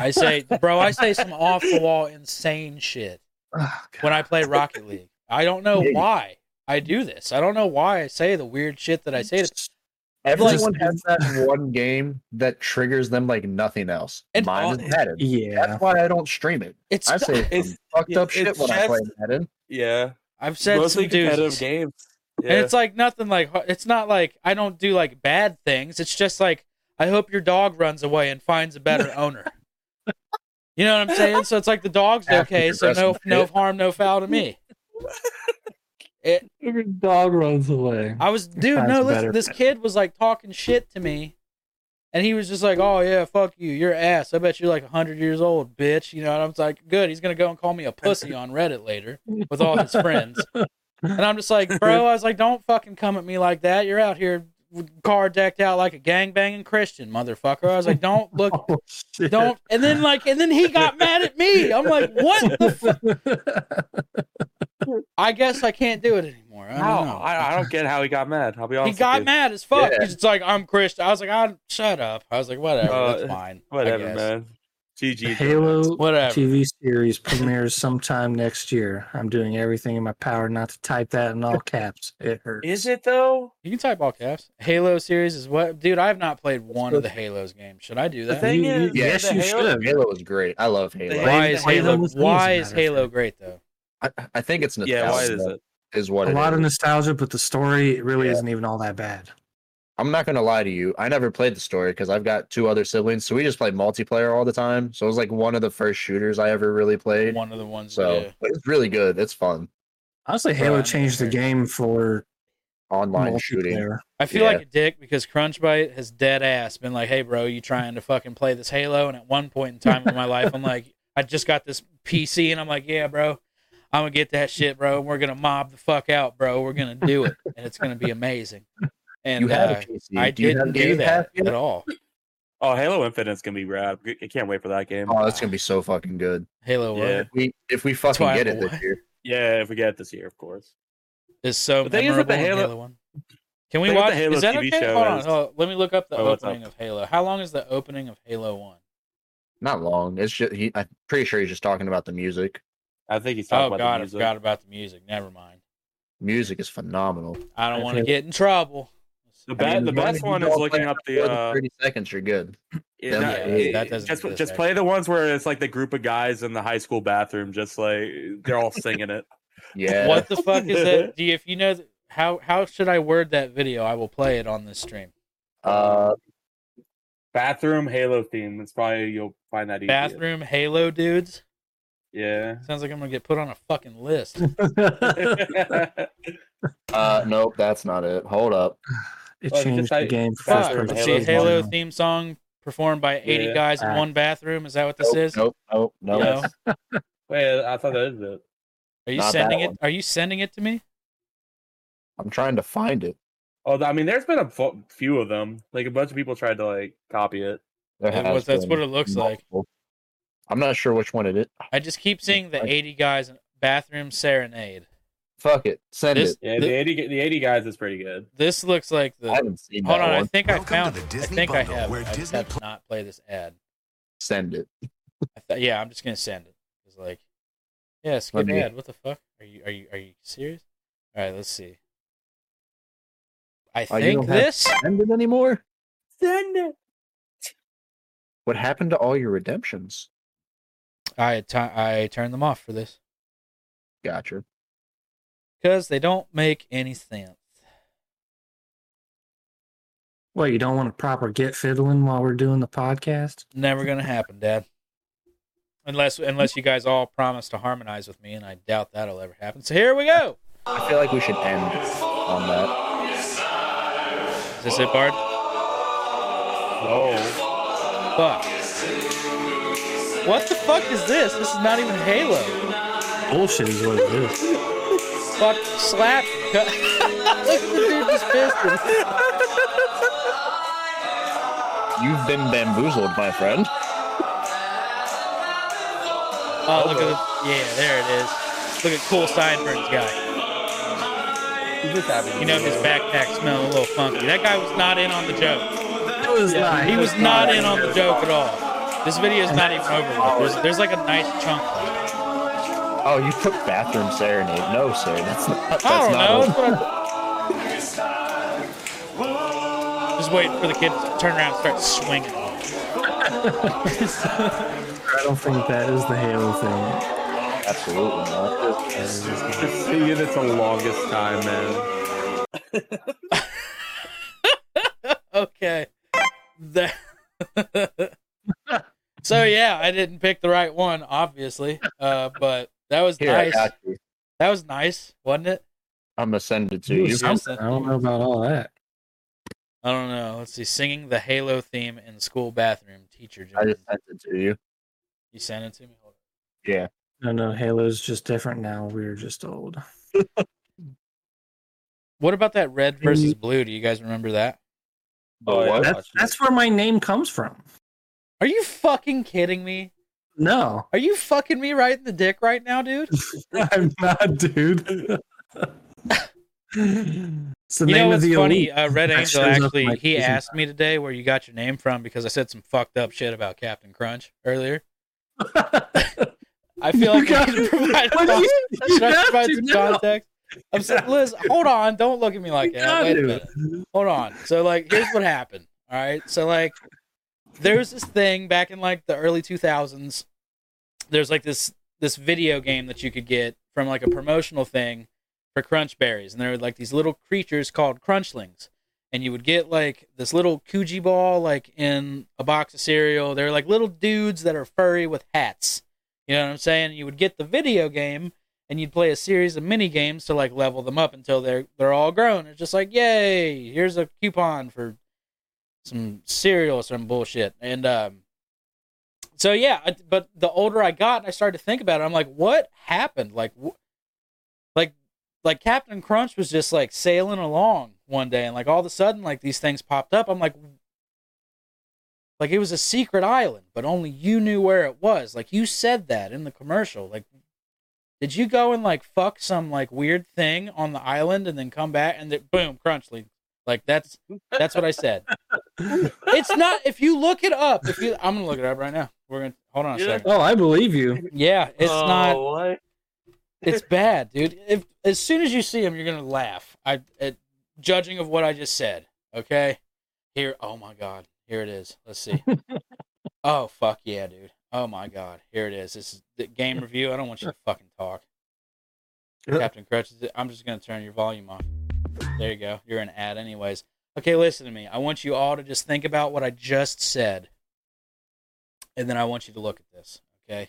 [SPEAKER 3] I say, bro, I say some off the wall insane shit.
[SPEAKER 5] Oh,
[SPEAKER 3] when I play Rocket League. I don't know
[SPEAKER 4] Yeah, you-
[SPEAKER 3] why I do this. I don't know why I say the weird shit that I say. To-
[SPEAKER 4] Everyone has that one game that triggers them like nothing else.
[SPEAKER 3] And
[SPEAKER 4] Mine
[SPEAKER 3] all-
[SPEAKER 4] is Madden.
[SPEAKER 6] Yeah.
[SPEAKER 4] That's why I don't stream it.
[SPEAKER 3] It's
[SPEAKER 4] I say
[SPEAKER 3] not-
[SPEAKER 4] some
[SPEAKER 5] it's-
[SPEAKER 4] fucked up
[SPEAKER 5] it's
[SPEAKER 4] shit when I
[SPEAKER 5] just-
[SPEAKER 4] play Madden.
[SPEAKER 5] Yeah,
[SPEAKER 3] I've said
[SPEAKER 5] mostly
[SPEAKER 3] some doozies.
[SPEAKER 5] competitive games. Yeah.
[SPEAKER 3] And it's like nothing like it's not like I don't do like bad things. It's just like I hope your dog runs away and finds a better owner. You know what I'm saying? So it's like the dog's
[SPEAKER 4] After
[SPEAKER 3] okay,
[SPEAKER 4] your
[SPEAKER 3] so
[SPEAKER 4] best
[SPEAKER 3] no
[SPEAKER 4] and
[SPEAKER 3] no
[SPEAKER 4] fit.
[SPEAKER 3] harm, no foul to me. It,
[SPEAKER 12] Every dog runs away.
[SPEAKER 3] I was dude,
[SPEAKER 12] Finds
[SPEAKER 3] no,
[SPEAKER 12] a
[SPEAKER 3] listen,
[SPEAKER 12] better
[SPEAKER 3] this
[SPEAKER 12] fit.
[SPEAKER 3] kid was like talking shit to me. And he was just like, Oh yeah, fuck you, you're ass. I bet you're like hundred years old, bitch. You know, and I was like, good, he's gonna go and call me a pussy on Reddit later with all his friends. And I'm just like, bro, I was like, don't fucking come at me like that. You're out here with car decked out like a gangbanging Christian, motherfucker. I was like, don't look,
[SPEAKER 12] Oh, shit.
[SPEAKER 3] don't. And then like, and then he got mad at me. I'm like, what the? Fu-? I guess I can't do it anymore. I
[SPEAKER 5] How?
[SPEAKER 3] don't know.
[SPEAKER 5] I, I don't get how he got mad. I'll be
[SPEAKER 3] he
[SPEAKER 5] honest.
[SPEAKER 3] got
[SPEAKER 5] with you.
[SPEAKER 3] mad as fuck.
[SPEAKER 4] Yeah.
[SPEAKER 3] He's just like, I'm Christian. I was like, I shut up. I was like, whatever,
[SPEAKER 5] Uh,
[SPEAKER 3] that's fine. I
[SPEAKER 5] Whatever,
[SPEAKER 3] guess.
[SPEAKER 5] man. GG.
[SPEAKER 6] Halo
[SPEAKER 3] Whatever.
[SPEAKER 6] TV series premieres sometime next year. I'm doing everything in my power not to type that in all caps. It hurts.
[SPEAKER 5] Is it though?
[SPEAKER 3] You can type all caps. Halo series is what, dude. I have not played one of the Halos games. Should I do
[SPEAKER 5] The
[SPEAKER 3] that?
[SPEAKER 5] thing
[SPEAKER 6] You-
[SPEAKER 5] is,
[SPEAKER 6] you-
[SPEAKER 5] the
[SPEAKER 6] yes, you
[SPEAKER 5] Halo-
[SPEAKER 6] should.
[SPEAKER 4] Halo is great. I love Halo.
[SPEAKER 5] Why
[SPEAKER 3] Why
[SPEAKER 5] is
[SPEAKER 3] is Halo?
[SPEAKER 6] Halo-
[SPEAKER 3] Why
[SPEAKER 6] Halo
[SPEAKER 3] is Halo great though?
[SPEAKER 4] I, I think it's nostalgia.
[SPEAKER 5] Yeah, why is it?
[SPEAKER 4] Is what
[SPEAKER 6] a
[SPEAKER 4] it
[SPEAKER 6] lot of
[SPEAKER 4] is.
[SPEAKER 6] nostalgia, but the story it really
[SPEAKER 4] Yeah.
[SPEAKER 6] isn't even all that bad.
[SPEAKER 4] I'm not gonna lie to you. I never played the story because I've got two other siblings, so we just play multiplayer all the time. So it was like one of the first shooters I ever really played.
[SPEAKER 3] One of the ones.
[SPEAKER 4] so
[SPEAKER 3] yeah.
[SPEAKER 4] but it's really good. It's fun
[SPEAKER 6] Honestly,
[SPEAKER 3] Right,
[SPEAKER 6] Halo
[SPEAKER 3] I
[SPEAKER 6] changed the
[SPEAKER 3] heard.
[SPEAKER 6] game for
[SPEAKER 4] online shooting.
[SPEAKER 6] multiplayer.
[SPEAKER 3] I feel
[SPEAKER 4] Yeah.
[SPEAKER 3] like a dick because Crunchbite has dead ass been like, "Hey, bro, you trying to fucking play this Halo?" And at one point in time in my life, I'm like, "I just got this PC," and I'm like, "Yeah, bro, I'm gonna get that shit, bro. And we're gonna mob the fuck out, bro. We're gonna do it, and it's gonna be amazing." And
[SPEAKER 4] you have
[SPEAKER 3] uh,
[SPEAKER 4] a PC.
[SPEAKER 3] I
[SPEAKER 4] do you
[SPEAKER 3] didn't
[SPEAKER 4] have
[SPEAKER 3] do
[SPEAKER 4] Game
[SPEAKER 3] that
[SPEAKER 4] Pass yet?
[SPEAKER 3] at all.
[SPEAKER 5] Oh, Halo Infinite's gonna be rad. I can't wait for that game.
[SPEAKER 4] Oh, that's gonna be so fucking good.
[SPEAKER 3] Halo
[SPEAKER 5] Yeah.
[SPEAKER 3] World
[SPEAKER 4] We if we
[SPEAKER 3] That's
[SPEAKER 4] fucking
[SPEAKER 3] why
[SPEAKER 4] get
[SPEAKER 3] I'm
[SPEAKER 4] it this
[SPEAKER 3] away.
[SPEAKER 4] year.
[SPEAKER 5] Yeah, if we get it this year, of course.
[SPEAKER 3] is so
[SPEAKER 5] The
[SPEAKER 3] the
[SPEAKER 5] thing is
[SPEAKER 3] memorable.
[SPEAKER 5] that the
[SPEAKER 3] in Halo,
[SPEAKER 5] Halo-
[SPEAKER 3] one. Can we
[SPEAKER 5] thing with the
[SPEAKER 3] watch?
[SPEAKER 5] Halo
[SPEAKER 3] is that
[SPEAKER 5] TV
[SPEAKER 3] okay?
[SPEAKER 5] show
[SPEAKER 3] hold on,
[SPEAKER 5] is-
[SPEAKER 3] hold on. Let me look up the
[SPEAKER 5] Oh, what's
[SPEAKER 3] opening
[SPEAKER 5] up?
[SPEAKER 3] of Halo. How long is the opening of Halo One?
[SPEAKER 4] Not long. It's just he. I'm pretty sure he's just talking about the music.
[SPEAKER 5] I think he's talking
[SPEAKER 3] Oh
[SPEAKER 5] about
[SPEAKER 3] God,
[SPEAKER 5] the
[SPEAKER 3] I
[SPEAKER 5] music.
[SPEAKER 3] forgot about the music. Never mind.
[SPEAKER 4] Music is phenomenal.
[SPEAKER 3] I don't
[SPEAKER 6] I've
[SPEAKER 3] want to
[SPEAKER 6] heard-
[SPEAKER 3] get in trouble.
[SPEAKER 5] The, be- the best one is looking up the. Uh,
[SPEAKER 4] thirty seconds. You're good.
[SPEAKER 5] yeah,
[SPEAKER 4] Yeah,
[SPEAKER 5] that,
[SPEAKER 4] that
[SPEAKER 3] doesn't
[SPEAKER 5] just
[SPEAKER 3] exist,
[SPEAKER 5] just play the ones where it's like the group of guys in the high school bathroom, just like they're all singing it.
[SPEAKER 4] Yeah.
[SPEAKER 3] What the fuck is that? Do you, if you know th- how how should I word that video? I will play it on this stream.
[SPEAKER 4] Uh,
[SPEAKER 5] Bathroom Halo theme. That's probably you'll find that easy.
[SPEAKER 3] Bathroom Halo dudes.
[SPEAKER 5] Yeah.
[SPEAKER 3] Sounds like I'm gonna get put on a fucking list.
[SPEAKER 4] uh, nope, that's not it. Hold up.
[SPEAKER 6] It
[SPEAKER 5] Well, it's
[SPEAKER 6] changed
[SPEAKER 5] just
[SPEAKER 6] the
[SPEAKER 5] like-
[SPEAKER 6] game for
[SPEAKER 5] Fuck,
[SPEAKER 6] first
[SPEAKER 3] Fuck.
[SPEAKER 5] Bathroom
[SPEAKER 6] person.
[SPEAKER 3] Let's
[SPEAKER 5] Halo
[SPEAKER 3] see, Halo
[SPEAKER 6] shooter.
[SPEAKER 3] theme song performed by 80
[SPEAKER 5] Yeah.
[SPEAKER 3] guys in
[SPEAKER 6] Ah.
[SPEAKER 3] one bathroom. Is that what this
[SPEAKER 4] Nope,
[SPEAKER 3] is?
[SPEAKER 4] nope, nope, nope.
[SPEAKER 3] No.
[SPEAKER 5] Wait, I thought that was it.
[SPEAKER 3] Are you
[SPEAKER 4] Not that
[SPEAKER 3] sending it?
[SPEAKER 4] one.
[SPEAKER 3] Are you sending it to me?
[SPEAKER 4] I'm trying to find it.
[SPEAKER 5] Oh, I mean, there's been a fu- few of them. Like a bunch of people tried to like copy it.
[SPEAKER 4] There
[SPEAKER 3] That-
[SPEAKER 4] has
[SPEAKER 3] what- that's what
[SPEAKER 4] been
[SPEAKER 3] it looks like.
[SPEAKER 4] multiple. I'm not sure which one it is.
[SPEAKER 3] I just keep seeing the
[SPEAKER 4] I-
[SPEAKER 3] 80 guys in bathroom serenade.
[SPEAKER 4] Fuck it. Send
[SPEAKER 3] This-
[SPEAKER 4] it.
[SPEAKER 5] Yeah, the,
[SPEAKER 3] The-
[SPEAKER 5] eighty gu- the eighty guys is pretty good.
[SPEAKER 3] This looks like the.
[SPEAKER 4] I haven't seen
[SPEAKER 3] Hold
[SPEAKER 4] that
[SPEAKER 3] on, I
[SPEAKER 4] one.
[SPEAKER 3] think I
[SPEAKER 13] Welcome to
[SPEAKER 3] found
[SPEAKER 13] the
[SPEAKER 3] it. I
[SPEAKER 13] Disney
[SPEAKER 3] think
[SPEAKER 13] Bundle,
[SPEAKER 3] I have.
[SPEAKER 13] where
[SPEAKER 3] I just
[SPEAKER 13] Disney
[SPEAKER 3] have
[SPEAKER 13] Pl-
[SPEAKER 3] not play this ad.
[SPEAKER 4] Send it.
[SPEAKER 3] I th- yeah, I'm just gonna send it. It's like, yeah, skip
[SPEAKER 4] me-
[SPEAKER 3] ad. What the fuck? Are you are you are you serious? All right, let's see. I
[SPEAKER 4] Oh, you
[SPEAKER 3] think
[SPEAKER 4] don't have-
[SPEAKER 3] this.
[SPEAKER 4] Send it anymore?
[SPEAKER 5] Send it.
[SPEAKER 4] What happened to all your redemptions?
[SPEAKER 3] I had ti- I turned them off for this
[SPEAKER 4] Gotcha.
[SPEAKER 3] because they don't make any sense.
[SPEAKER 6] What, you don't want a proper get fiddling while we're doing the podcast?
[SPEAKER 3] Never gonna happen, Dad. Unless unless you guys all promise to harmonize with me, and I doubt that'll ever happen. So here we go.
[SPEAKER 4] I feel like we should end on that.
[SPEAKER 3] Is this it, Bard?
[SPEAKER 5] Oh,
[SPEAKER 3] Fuck. What the fuck is this? This is not even Halo.
[SPEAKER 6] Bullshit is what it is.
[SPEAKER 3] Fuck slap. Look at the dude just pissed him.
[SPEAKER 4] You've been bamboozled, my friend.
[SPEAKER 3] Oh, look at the, yeah, there it is. Look at cool sideburns guy.
[SPEAKER 5] this happened.
[SPEAKER 3] You know his backpack smelling a little funky. That guy was not in on the joke.
[SPEAKER 6] It was not.
[SPEAKER 3] He was not in on the joke at all. This video is not even over. With. There's, there's like a nice chunk. Left.
[SPEAKER 4] Oh, you took bathroom serenade. No, sir, that's not. That's
[SPEAKER 3] I don't know.
[SPEAKER 4] not.
[SPEAKER 3] That's what I- Just wait for the kid to turn around and start swinging.
[SPEAKER 6] I don't think that is the Halo thing.
[SPEAKER 4] Absolutely not.
[SPEAKER 5] See, it's the longest time, man.
[SPEAKER 3] okay. The- so yeah, I didn't pick the right one, obviously. Uh, but that was
[SPEAKER 4] Here, I
[SPEAKER 3] nice.
[SPEAKER 4] got you.
[SPEAKER 3] That was nice, wasn't it?
[SPEAKER 4] I'm gonna send it to
[SPEAKER 6] Ooh,
[SPEAKER 4] you.
[SPEAKER 6] something. I don't know about all that.
[SPEAKER 3] I don't know. Let's see. Singing the Halo theme in school bathroom, teacher.
[SPEAKER 4] I
[SPEAKER 3] Jones.
[SPEAKER 4] just sent it to you.
[SPEAKER 3] You sent it to me. Hold
[SPEAKER 4] Yeah.
[SPEAKER 6] No, no, Halo's just different now. We're just old.
[SPEAKER 3] on. What about that red versus blue? Do you guys remember that?
[SPEAKER 4] Oh, what?
[SPEAKER 6] Mm. That's that's where my name comes from.
[SPEAKER 3] Are you fucking kidding me?
[SPEAKER 6] No,
[SPEAKER 3] Are you fucking me right in the dick right now, dude?
[SPEAKER 6] I'm not, dude. It's the
[SPEAKER 3] you
[SPEAKER 6] name
[SPEAKER 3] know
[SPEAKER 6] of
[SPEAKER 3] what's
[SPEAKER 6] the
[SPEAKER 3] funny?
[SPEAKER 6] elite.
[SPEAKER 3] Uh, Red
[SPEAKER 6] That
[SPEAKER 3] Angel
[SPEAKER 6] shows up in
[SPEAKER 3] actually
[SPEAKER 6] my
[SPEAKER 3] he
[SPEAKER 6] prison.
[SPEAKER 3] asked me today where you got your name from because I said some fucked up shit about Captain Crunch earlier. I feel
[SPEAKER 6] You
[SPEAKER 3] like
[SPEAKER 6] got-
[SPEAKER 3] I need to provide,
[SPEAKER 6] What do you- you
[SPEAKER 3] should I
[SPEAKER 6] have
[SPEAKER 3] provide
[SPEAKER 6] to
[SPEAKER 3] some
[SPEAKER 6] know.
[SPEAKER 3] context. I'm so,
[SPEAKER 6] got
[SPEAKER 3] Liz, hold on. Don't look at me like
[SPEAKER 6] You
[SPEAKER 3] that. Wait a
[SPEAKER 6] gotta.
[SPEAKER 3] minute. Hold on. So like here's what happened. All right. So like there was this thing back in like the early 2000s. There's like this this video game that you could get from like a promotional thing for crunch berries and there were like these little creatures called crunchlings and you would get like this little kooji ball like in a box of cereal they're like little dudes that are furry with hats you know what i'm saying you would get the video game and you'd play a series of mini games to like level them up until they're they're all grown it's just like yay here's a coupon for some cereal or some bullshit and um so yeah I- but the older i got and i started to think about it i'm like what happened like wh- like like captain crunch was just like sailing along one day and like all of a sudden like these things popped up i'm like like it was a secret island but only you knew where it was like you said that in the commercial like did you go and like fuck some like weird thing on the island and then come back and then boom crunchly like that's that's what i said it's not if you look it up if you i'm gonna look it up right now we're gonna hold on a second
[SPEAKER 6] Oh, I believe you.
[SPEAKER 3] yeah it's
[SPEAKER 5] oh,
[SPEAKER 3] not
[SPEAKER 5] What?
[SPEAKER 3] it's bad, dude. If as soon as you see him, you're gonna laugh. I at, judging of what I just said. Okay, here. Oh my god, here it is. Let's see. oh fuck yeah, dude. Oh my god, here it is. This is the game review. I don't want you to fucking talk, Captain Crutch. I'm just gonna turn your volume off. There you go. You're an ad, anyways. Okay, listen to me. I want you all to just think about what I just said, and then I want you to look at this. Okay.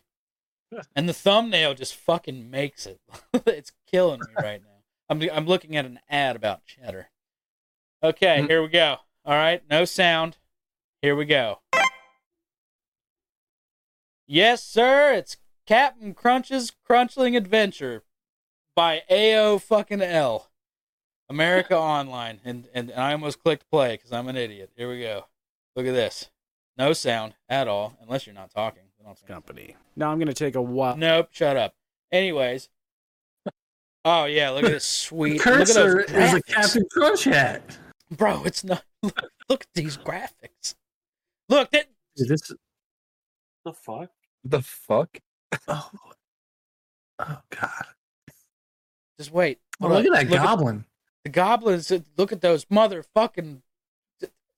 [SPEAKER 3] And the thumbnail just fucking makes it. it's killing me right now. I'm I'm looking at an ad about cheddar. Okay, here we go. All right, no sound. Here we go. Yes, sir. It's Captain Crunch's Crunchling Adventure by AO fucking L. America Online. And, and, and I almost clicked play because I'm an idiot. Here we go. Look at this. No sound at all, unless you're not talking. Then I'll turn it
[SPEAKER 10] Company. Now I'm gonna take a while.
[SPEAKER 3] Uh, Nope, shut up. Anyways. Oh yeah, look at this
[SPEAKER 6] The
[SPEAKER 3] sweet
[SPEAKER 6] cursor
[SPEAKER 3] look at those
[SPEAKER 6] is a
[SPEAKER 3] graphics.
[SPEAKER 6] Captain Crunch hat.
[SPEAKER 3] Bro, it's not look, look at these graphics. Look that
[SPEAKER 6] Dude, this
[SPEAKER 5] The fuck?
[SPEAKER 4] The fuck?
[SPEAKER 6] oh, oh god.
[SPEAKER 3] just wait.
[SPEAKER 6] Oh, look at that
[SPEAKER 3] Look
[SPEAKER 6] goblin.
[SPEAKER 3] the goblins uh, look at those motherfucking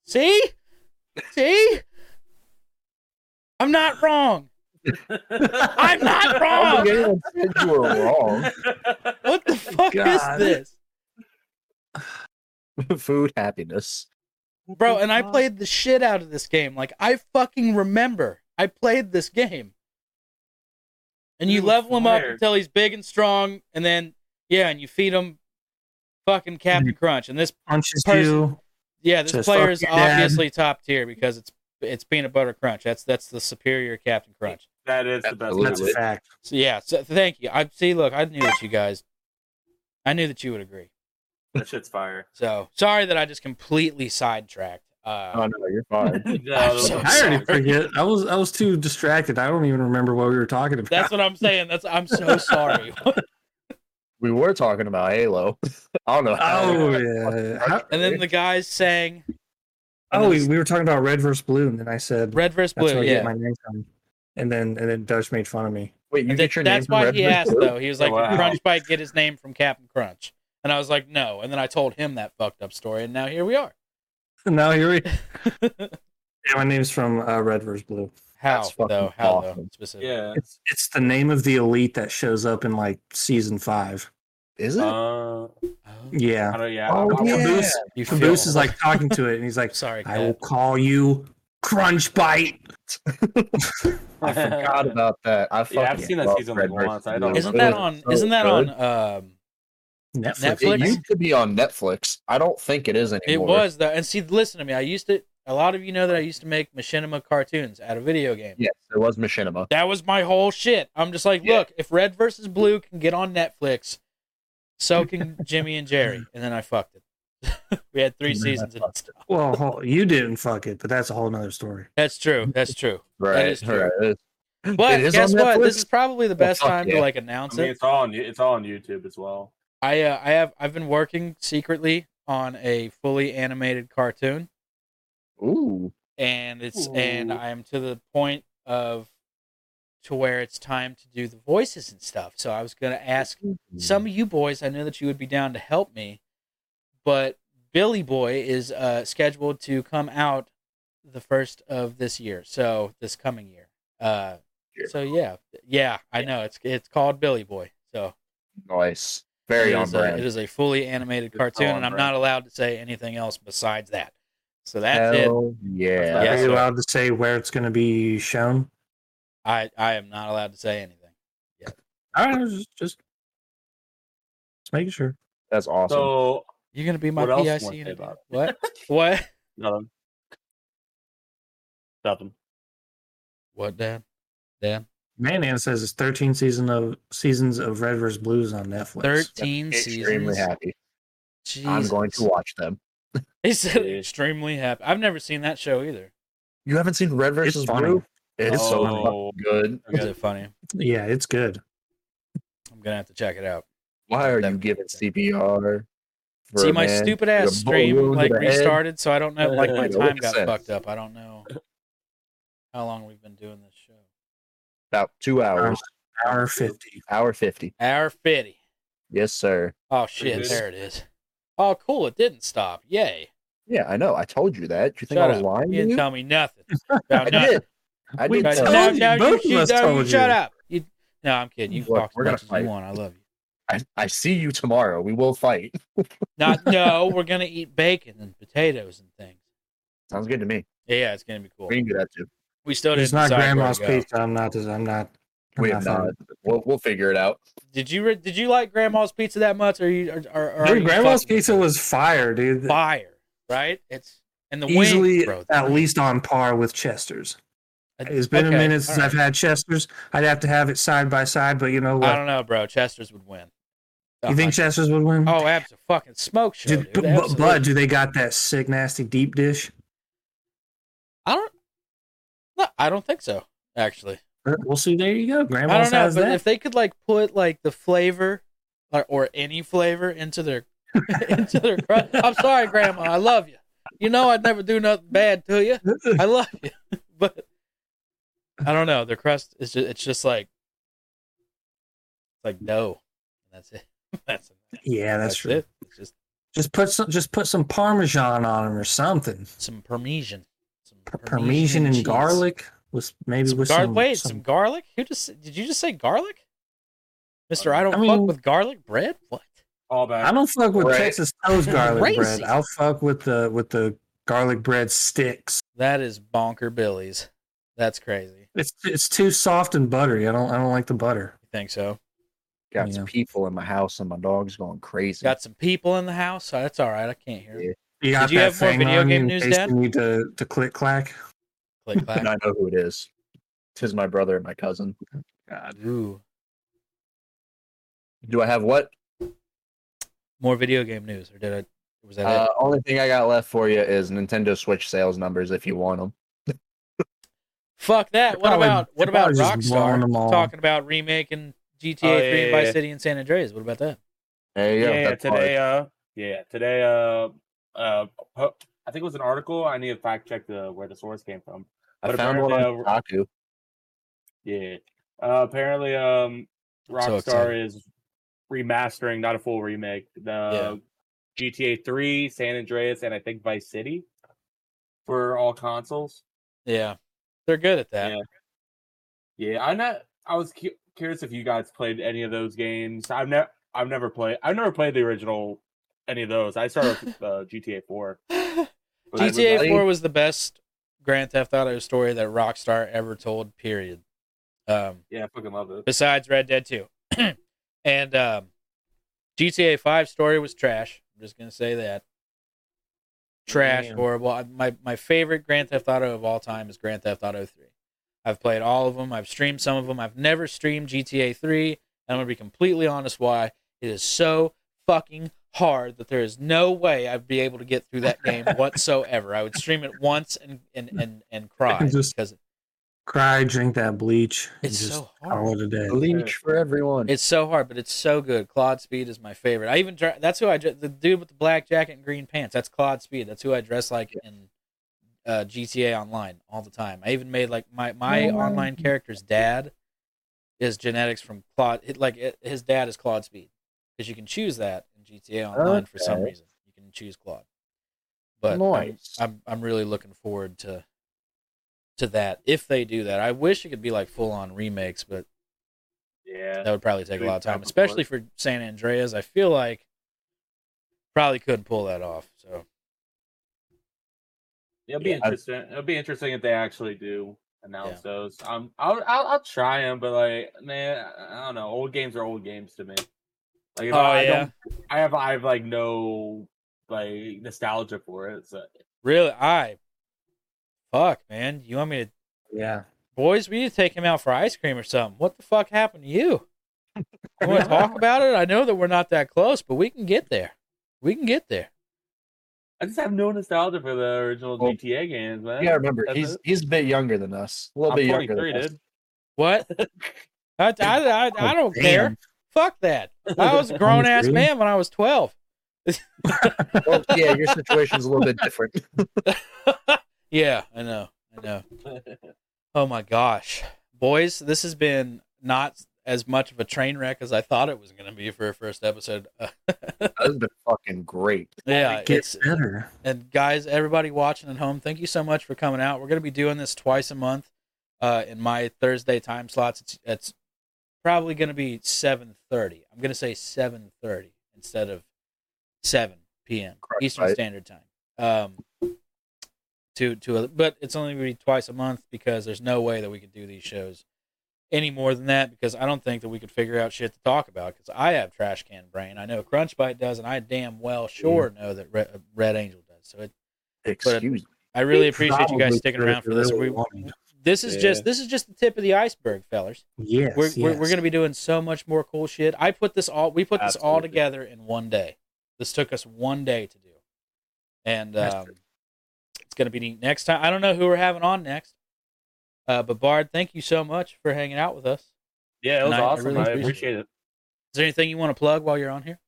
[SPEAKER 3] See? See? I'm not wrong. I'm not
[SPEAKER 4] I don't
[SPEAKER 3] wrong.
[SPEAKER 4] think anyone said you were wrong.
[SPEAKER 3] What the fuck
[SPEAKER 6] God.
[SPEAKER 3] is this?
[SPEAKER 4] Food happiness.
[SPEAKER 3] Bro, and I played the shit out of this game. Like I fucking remember. I played this game. And you,
[SPEAKER 5] You were
[SPEAKER 3] level him up
[SPEAKER 5] fired.
[SPEAKER 3] until he's big and strong, and then yeah, and you feed him fucking Captain Crunch. And this
[SPEAKER 6] punches
[SPEAKER 3] person-
[SPEAKER 6] you.
[SPEAKER 3] yeah, this
[SPEAKER 6] Says,
[SPEAKER 3] player
[SPEAKER 6] "Fuck
[SPEAKER 3] is
[SPEAKER 6] your dad."
[SPEAKER 3] obviously top tier because it's it's peanut butter crunch. That's that's the superior Captain Crunch.
[SPEAKER 5] That is the best.
[SPEAKER 6] That's a
[SPEAKER 4] Absolutely.
[SPEAKER 6] fact.
[SPEAKER 3] So yeah, so thank you. I see look, I knew that you guys I knew that you would agree.
[SPEAKER 5] That shit's fire.
[SPEAKER 3] So sorry that I just completely sidetracked. Uh,
[SPEAKER 4] Oh no, you're fine.
[SPEAKER 3] I'm so
[SPEAKER 6] I
[SPEAKER 3] sorry.
[SPEAKER 6] already forget. I was I was too distracted. I don't even remember what we were talking about.
[SPEAKER 3] That's what I'm saying. That's I'm so sorry.
[SPEAKER 4] we were talking about Halo. I don't know. how
[SPEAKER 6] oh
[SPEAKER 4] we got
[SPEAKER 6] yeah.
[SPEAKER 4] fucking
[SPEAKER 6] How-
[SPEAKER 3] and then the guys sang and
[SPEAKER 6] oh,
[SPEAKER 3] then
[SPEAKER 6] we, we were talking about red versus blue, and then I said
[SPEAKER 3] Red vs
[SPEAKER 6] that's where
[SPEAKER 3] Blue.
[SPEAKER 6] I get
[SPEAKER 3] Yeah,
[SPEAKER 6] my name from. And then and then Dutch made fun of me.
[SPEAKER 4] Wait, you get your
[SPEAKER 3] That's
[SPEAKER 4] name from
[SPEAKER 3] why
[SPEAKER 4] Red
[SPEAKER 3] he
[SPEAKER 4] Hood?
[SPEAKER 3] asked though. He was like,
[SPEAKER 4] Wow.
[SPEAKER 3] "Did Crunch Bite get his name from Captain Crunch?" And I was like, "No." And then I told him that fucked up story, and now here we are.
[SPEAKER 6] Now here we. yeah, my name's from uh, Red vs. Blue.
[SPEAKER 3] How
[SPEAKER 6] That's fucking
[SPEAKER 3] though? How though?
[SPEAKER 6] awesome.
[SPEAKER 3] Specifically.
[SPEAKER 5] Yeah.
[SPEAKER 6] It's it's the name of the elite that shows up in like season five.
[SPEAKER 4] Is
[SPEAKER 5] Uh,
[SPEAKER 6] Yeah.
[SPEAKER 5] I don't, yeah.
[SPEAKER 6] Oh,
[SPEAKER 5] I- I-
[SPEAKER 6] Caboose,
[SPEAKER 3] You
[SPEAKER 6] Caboose
[SPEAKER 3] feel-
[SPEAKER 6] is like talking to it, and he's like,
[SPEAKER 3] "Sorry,
[SPEAKER 6] I will call you Crunch Bite."
[SPEAKER 4] I forgot about that. I fucking
[SPEAKER 5] Yeah, I've seen that
[SPEAKER 4] love
[SPEAKER 5] season
[SPEAKER 4] Red
[SPEAKER 5] like once.
[SPEAKER 4] versus
[SPEAKER 5] I don't
[SPEAKER 4] Blue.
[SPEAKER 3] Isn't that
[SPEAKER 4] It was
[SPEAKER 3] on?
[SPEAKER 4] so
[SPEAKER 3] isn't that
[SPEAKER 4] good.
[SPEAKER 3] on? Um,
[SPEAKER 4] It
[SPEAKER 3] Netflix?
[SPEAKER 4] used to be on Netflix. I don't think it is anymore.
[SPEAKER 3] It was though, and see, listen to me. I used to. A lot of you know that I used to make machinima cartoons out of video games.
[SPEAKER 4] Yes, it was Machinima.
[SPEAKER 3] That was my whole shit. I'm just like, look, if Red versus Blue can get on Netflix, so can Jimmy and Jerry. And then I fucked it. we had three seasons and it stopped.
[SPEAKER 6] Well, hol- you didn't fuck it, but that's a whole nother story.
[SPEAKER 3] That's true. That's true.
[SPEAKER 4] Right.
[SPEAKER 3] That is true.
[SPEAKER 4] right. it is-
[SPEAKER 3] But
[SPEAKER 4] it is
[SPEAKER 3] guess
[SPEAKER 4] on
[SPEAKER 3] what?
[SPEAKER 4] Netflix?
[SPEAKER 3] This is probably the
[SPEAKER 4] Well,
[SPEAKER 3] best
[SPEAKER 4] fuck
[SPEAKER 3] time
[SPEAKER 4] yeah.
[SPEAKER 3] to like announce
[SPEAKER 5] I mean,
[SPEAKER 3] it.
[SPEAKER 5] it's all on you- it's all on YouTube as well.
[SPEAKER 3] I uh, I have I've been working secretly on a fully animated cartoon.
[SPEAKER 4] Ooh.
[SPEAKER 3] and it's and
[SPEAKER 5] Ooh.
[SPEAKER 3] I'm to the point of to where it's time to do the voices and stuff. So I was gonna ask
[SPEAKER 4] Hmm.
[SPEAKER 3] some of you boys. I know that you would be down to help me, but Billy Boy is uh, scheduled to come out the first of this year, so this coming year. Uh, so yeah, yeah, I know it's it's called Billy Boy. So
[SPEAKER 4] Nice. Very
[SPEAKER 3] it
[SPEAKER 4] on
[SPEAKER 3] is a-
[SPEAKER 4] brand.
[SPEAKER 3] it is a fully animated cartoon,
[SPEAKER 5] on
[SPEAKER 3] and I'm
[SPEAKER 5] brand.
[SPEAKER 3] not allowed to say anything else besides that. So that's it.
[SPEAKER 4] Hell yeah.
[SPEAKER 3] Yeah.
[SPEAKER 6] Are
[SPEAKER 3] so-
[SPEAKER 6] you allowed to say where it's going to be shown?
[SPEAKER 3] I I am not allowed to say anything.
[SPEAKER 6] All right, I was just, just just making sure.
[SPEAKER 4] That's awesome.
[SPEAKER 5] So
[SPEAKER 3] You're gonna be my
[SPEAKER 5] What else you
[SPEAKER 3] PIC
[SPEAKER 5] wanna say
[SPEAKER 3] interview?
[SPEAKER 5] about
[SPEAKER 3] What? what?
[SPEAKER 5] nothing. Nothing.
[SPEAKER 3] What, Dan? Dan?
[SPEAKER 6] Man Ann says it's 13 season of seasons of Red vs. Blues on Netflix.
[SPEAKER 3] Thirteen
[SPEAKER 4] extremely
[SPEAKER 3] seasons.
[SPEAKER 4] happy. I'm going to
[SPEAKER 3] Jesus.
[SPEAKER 4] watch them.
[SPEAKER 3] He said
[SPEAKER 5] Yeah.
[SPEAKER 3] extremely happy. I've never seen that show either.
[SPEAKER 4] You haven't seen Red versus
[SPEAKER 6] funny.
[SPEAKER 4] Blue? It's so
[SPEAKER 5] Oh.
[SPEAKER 4] fucking good.
[SPEAKER 3] Is it funny?
[SPEAKER 6] Yeah, it's good.
[SPEAKER 3] I'm gonna have to check it out.
[SPEAKER 4] Why are you
[SPEAKER 3] Definitely.
[SPEAKER 4] giving CPR? for
[SPEAKER 3] See,
[SPEAKER 4] a
[SPEAKER 3] my
[SPEAKER 4] man
[SPEAKER 3] stupid
[SPEAKER 4] with
[SPEAKER 3] ass
[SPEAKER 4] a
[SPEAKER 3] stream
[SPEAKER 4] balloon to
[SPEAKER 3] like
[SPEAKER 4] the head?
[SPEAKER 3] restarted, so I don't know. Like my
[SPEAKER 4] Yeah,
[SPEAKER 3] time
[SPEAKER 4] what
[SPEAKER 3] got
[SPEAKER 4] sense?
[SPEAKER 3] fucked up. I don't know how long we've been doing this show.
[SPEAKER 4] About two hours,
[SPEAKER 6] Hour 50.
[SPEAKER 4] hour 50.
[SPEAKER 3] Hour fifty.
[SPEAKER 4] Yes, sir.
[SPEAKER 3] Oh shit!
[SPEAKER 5] good.
[SPEAKER 3] There it is. Oh cool! It didn't stop. Yay!
[SPEAKER 4] Yeah, I know. I told you that. You think I
[SPEAKER 3] Shut
[SPEAKER 4] was
[SPEAKER 3] up!
[SPEAKER 4] lying? to
[SPEAKER 3] you didn't
[SPEAKER 4] you?
[SPEAKER 3] tell me nothing. About
[SPEAKER 4] I
[SPEAKER 3] nothing.
[SPEAKER 4] did. I
[SPEAKER 6] We
[SPEAKER 4] did.
[SPEAKER 3] Guys,
[SPEAKER 6] told
[SPEAKER 4] tell
[SPEAKER 3] no,
[SPEAKER 4] you.
[SPEAKER 6] you,
[SPEAKER 3] no,
[SPEAKER 6] both
[SPEAKER 3] you,
[SPEAKER 6] of us
[SPEAKER 3] no, you
[SPEAKER 6] told
[SPEAKER 3] shut
[SPEAKER 6] you.
[SPEAKER 3] up. You, no, I'm kidding. You can
[SPEAKER 4] Look,
[SPEAKER 3] talk
[SPEAKER 4] we're
[SPEAKER 3] as
[SPEAKER 4] gonna
[SPEAKER 3] much as
[SPEAKER 4] fight.
[SPEAKER 3] you want. I love you.
[SPEAKER 4] I, I see you tomorrow. We will fight.
[SPEAKER 3] Not no, we're gonna eat bacon and potatoes and things.
[SPEAKER 4] Sounds good to me.
[SPEAKER 3] Yeah, it's gonna be cool.
[SPEAKER 4] We can do that too.
[SPEAKER 3] We still didn't.
[SPEAKER 6] It's not
[SPEAKER 3] decide where to
[SPEAKER 6] Grandma's
[SPEAKER 3] go.
[SPEAKER 6] Pizza. I'm not. I'm not. I'm
[SPEAKER 4] We have not. We'll, we'll figure it out.
[SPEAKER 3] Did you re- did you like Grandma's pizza that much? Or you or, or, or are
[SPEAKER 6] Dude,
[SPEAKER 3] you
[SPEAKER 6] Grandma's
[SPEAKER 3] fucking
[SPEAKER 6] Pizza was fire, dude.
[SPEAKER 3] fire, right? It's and the wings,
[SPEAKER 6] Easily
[SPEAKER 3] bro.
[SPEAKER 6] at least on par with Chester's. It's been
[SPEAKER 3] Uh, Okay,
[SPEAKER 6] a minute since
[SPEAKER 3] all
[SPEAKER 6] I've had Chester's. I'd have to have it side by side, but you know
[SPEAKER 3] right. I
[SPEAKER 6] what?
[SPEAKER 3] don't know, bro. Chester's would win.
[SPEAKER 6] You think Chester's would win?
[SPEAKER 3] Oh, absolutely! Fucking smoke show,
[SPEAKER 6] Dude,
[SPEAKER 3] dude.
[SPEAKER 6] but, but,
[SPEAKER 3] Absolutely.
[SPEAKER 6] but do they got that sick, nasty deep dish?
[SPEAKER 3] I don't. No, I don't think so. Actually.
[SPEAKER 6] Uh, We'll see. There you go.
[SPEAKER 3] I
[SPEAKER 6] Grandma's
[SPEAKER 3] don't know,
[SPEAKER 6] has
[SPEAKER 3] but
[SPEAKER 6] that.
[SPEAKER 3] if they could like put like the flavor or, or any flavor into their into their crust. I'm sorry, Grandma. I love you. You know I'd never do nothing bad to you. I love you, but I don't know. Their crust is just it's just like it's like dough. That's it. That's
[SPEAKER 6] yeah, that's, true.
[SPEAKER 3] it. It's just
[SPEAKER 6] Just put some, just put some parmesan on them or something.
[SPEAKER 3] some Parmesan, some
[SPEAKER 6] P- Parmesan and
[SPEAKER 3] cheese.
[SPEAKER 6] garlic with maybe
[SPEAKER 3] Some
[SPEAKER 6] with
[SPEAKER 3] gar-
[SPEAKER 6] some.
[SPEAKER 3] wait,
[SPEAKER 6] some-
[SPEAKER 3] some garlic? Who just did you just say garlic, Mister? I don't
[SPEAKER 6] I
[SPEAKER 3] fuck
[SPEAKER 6] mean-
[SPEAKER 3] with garlic bread. What?
[SPEAKER 5] All back.
[SPEAKER 6] I don't fuck with
[SPEAKER 4] Right.
[SPEAKER 6] Texas toast garlic bread.
[SPEAKER 3] Crazy.
[SPEAKER 6] I'll fuck with the with the garlic bread sticks.
[SPEAKER 3] That is bonker billies. That's crazy.
[SPEAKER 6] It's it's too soft and buttery. I don't I don't like the butter.
[SPEAKER 3] You think so?
[SPEAKER 4] Got
[SPEAKER 6] Yeah.
[SPEAKER 4] some people in my house, and my dog's going crazy.
[SPEAKER 3] Got some people in the house. So that's all right. I can't hear.
[SPEAKER 4] Yeah.
[SPEAKER 3] it.
[SPEAKER 6] You got
[SPEAKER 3] you
[SPEAKER 6] that
[SPEAKER 3] have more
[SPEAKER 6] thing
[SPEAKER 3] video
[SPEAKER 6] on
[SPEAKER 3] game
[SPEAKER 6] in
[SPEAKER 3] news,
[SPEAKER 6] case
[SPEAKER 3] Dad?
[SPEAKER 6] You need to to click clack.
[SPEAKER 3] Click
[SPEAKER 4] and I
[SPEAKER 3] clack.
[SPEAKER 4] know who it is. Tis my brother and my cousin.
[SPEAKER 3] Ooh.
[SPEAKER 4] Do I have what?
[SPEAKER 3] More video game news, or did I? Was that
[SPEAKER 4] Uh,
[SPEAKER 3] it?
[SPEAKER 4] only thing I got left for you is Nintendo Switch sales numbers if you want them.
[SPEAKER 3] Fuck that.
[SPEAKER 6] they're
[SPEAKER 3] What
[SPEAKER 6] probably-
[SPEAKER 3] about what
[SPEAKER 6] they're
[SPEAKER 3] about
[SPEAKER 6] probably just blowing
[SPEAKER 3] Rockstar
[SPEAKER 6] them all.
[SPEAKER 3] talking about remaking GTA
[SPEAKER 5] Oh, yeah,
[SPEAKER 3] Three and Vice
[SPEAKER 5] yeah,
[SPEAKER 3] City and San Andreas? What about that?
[SPEAKER 4] There you
[SPEAKER 5] yeah,
[SPEAKER 4] go. That's all I-
[SPEAKER 5] today uh yeah today uh uh po- i think it was an article i need to fact check the where the source came from
[SPEAKER 4] I
[SPEAKER 5] but uh,
[SPEAKER 4] found one
[SPEAKER 5] apparently,
[SPEAKER 4] on Kotaku.
[SPEAKER 5] yeah Uh, apparently, um, Rockstar
[SPEAKER 3] excited.
[SPEAKER 5] is remastering, not a full remake, the GTA 3, San Andreas, and I think Vice City for all consoles.
[SPEAKER 3] Yeah, they're good at that.
[SPEAKER 5] Yeah, I know. I was cu- curious if you guys played any of those games. I've never, I've never played. I've never played the original any of those. I started with uh, GTA 4. But I was
[SPEAKER 3] GTA
[SPEAKER 5] like-
[SPEAKER 3] 4 was the best Grand Theft Auto story that Rockstar ever told. Period. Um,
[SPEAKER 5] Yeah, I fucking love it.
[SPEAKER 3] besides Red Dead 2. and um, GTA 5 story was trash. I'm just gonna say that. Trash,
[SPEAKER 12] Damn.
[SPEAKER 3] horrible. I- My my favorite Grand Theft Auto of all time is Grand Theft Auto 3. I've played all of them. I've streamed some of them. I've never streamed GTA 3, and I'm gonna be completely honest why it is so fucking hard that there is no way I'd be able to get through that game whatsoever. I would stream it once and and and, and cry
[SPEAKER 6] just-
[SPEAKER 3] because
[SPEAKER 6] Cry, drink that bleach. and
[SPEAKER 3] It's
[SPEAKER 6] just
[SPEAKER 3] so
[SPEAKER 6] call it a day.
[SPEAKER 4] Bleach for everyone.
[SPEAKER 3] It's so hard, but it's so good. Claude Speed is my favorite. I even dre- that's who I dre- the dude with the black jacket and green pants. That's Claude Speed. That's who I dress like in uh, GTA Online all the time. I even made like my my
[SPEAKER 12] Oh, wow.
[SPEAKER 3] online character's dad is genetics from Claude. It, like it, his dad is Claude Speed because you can choose that in GTA Online for some
[SPEAKER 4] Okay.
[SPEAKER 3] reason. You can choose Claude. But I'm-
[SPEAKER 4] Nice.
[SPEAKER 3] I'm, I'm really looking forward to to that if they do that. I wish it could be like full on remakes, but
[SPEAKER 5] Yeah,
[SPEAKER 3] that would probably take a lot of time,
[SPEAKER 5] Big
[SPEAKER 3] especially for San Andreas. I feel like probably couldn't pull that off. So
[SPEAKER 5] It'll be
[SPEAKER 3] Yeah, I-
[SPEAKER 5] interesting. It'll be interesting if they actually do announce those. Um, I'll, I'll I'll try them, but like, man, I don't know. Old games are old games to me. Like, if
[SPEAKER 3] Oh,
[SPEAKER 5] I,
[SPEAKER 3] yeah?
[SPEAKER 5] I, don't, I have I have like no like nostalgia for it. So
[SPEAKER 3] really, I fuck man, you want me to?
[SPEAKER 6] Yeah.
[SPEAKER 3] Boys, we need to take him out for ice cream or something. What the fuck happened to you? You want to talk about it? I know that we're not that close, but we can get there. We can get there.
[SPEAKER 5] I just have no nostalgia for the original GTA games, man.
[SPEAKER 4] Yeah, I remember
[SPEAKER 5] That's
[SPEAKER 4] he's
[SPEAKER 5] it.
[SPEAKER 4] he's a bit younger than us. A little
[SPEAKER 5] I'm
[SPEAKER 4] bit younger
[SPEAKER 5] 23,
[SPEAKER 4] than us.
[SPEAKER 5] dude.
[SPEAKER 3] What? I, I, I, I don't care. Fuck that. I was a grown ass
[SPEAKER 4] Really?
[SPEAKER 3] man when I was 12.
[SPEAKER 4] Well, yeah, your situation's a little bit different.
[SPEAKER 3] Yeah, I know. I know. Oh my gosh. Boys, this has been not as much of a train wreck as I thought it was going to be for a first episode. Uh,
[SPEAKER 4] That's been fucking great.
[SPEAKER 3] yeah,
[SPEAKER 6] Gets
[SPEAKER 3] it's
[SPEAKER 6] better.
[SPEAKER 3] and guys, everybody watching at home, thank you so much for coming out. We're going to be doing this twice a month uh, in my Thursday time slots. It's, it's probably going to be 7:30. I'm going to say 7:30 instead of 7 p.m.
[SPEAKER 4] Correct,
[SPEAKER 3] Eastern
[SPEAKER 4] right.
[SPEAKER 3] Standard Time. Um, to to but it's only going to be twice a month because there's no way that we could do these shows any more than that because I don't think that we could figure out shit to talk about because I have trash can brain. I know Crunchbite does, and I damn well sure
[SPEAKER 4] Mm-hmm.
[SPEAKER 3] know that Red, Red Angel does. So it,
[SPEAKER 4] Excuse me.
[SPEAKER 3] I really
[SPEAKER 6] He
[SPEAKER 3] appreciate you guys
[SPEAKER 6] probably
[SPEAKER 3] sticking
[SPEAKER 6] could if
[SPEAKER 3] around for
[SPEAKER 6] he
[SPEAKER 3] this. We,
[SPEAKER 6] really wanted.
[SPEAKER 3] this is
[SPEAKER 5] Yeah.
[SPEAKER 3] just this is just the tip of the iceberg, fellas.
[SPEAKER 6] Yes.
[SPEAKER 3] we're, we're,
[SPEAKER 6] yes.
[SPEAKER 3] we're going to be doing so much more cool shit. I put this all we put this all
[SPEAKER 5] Absolutely.
[SPEAKER 3] together in one day. This took us one day to do, and
[SPEAKER 6] That's
[SPEAKER 3] um, it's going to be neat. Next time, I don't know who we're having on next, uh, but Bard, thank you so much for hanging out with us.
[SPEAKER 5] Yeah, it was
[SPEAKER 3] And I- I
[SPEAKER 5] awesome.
[SPEAKER 3] really
[SPEAKER 5] I
[SPEAKER 3] appreciate it.
[SPEAKER 5] appreciate it.
[SPEAKER 3] Is there anything you want to plug while you're on here?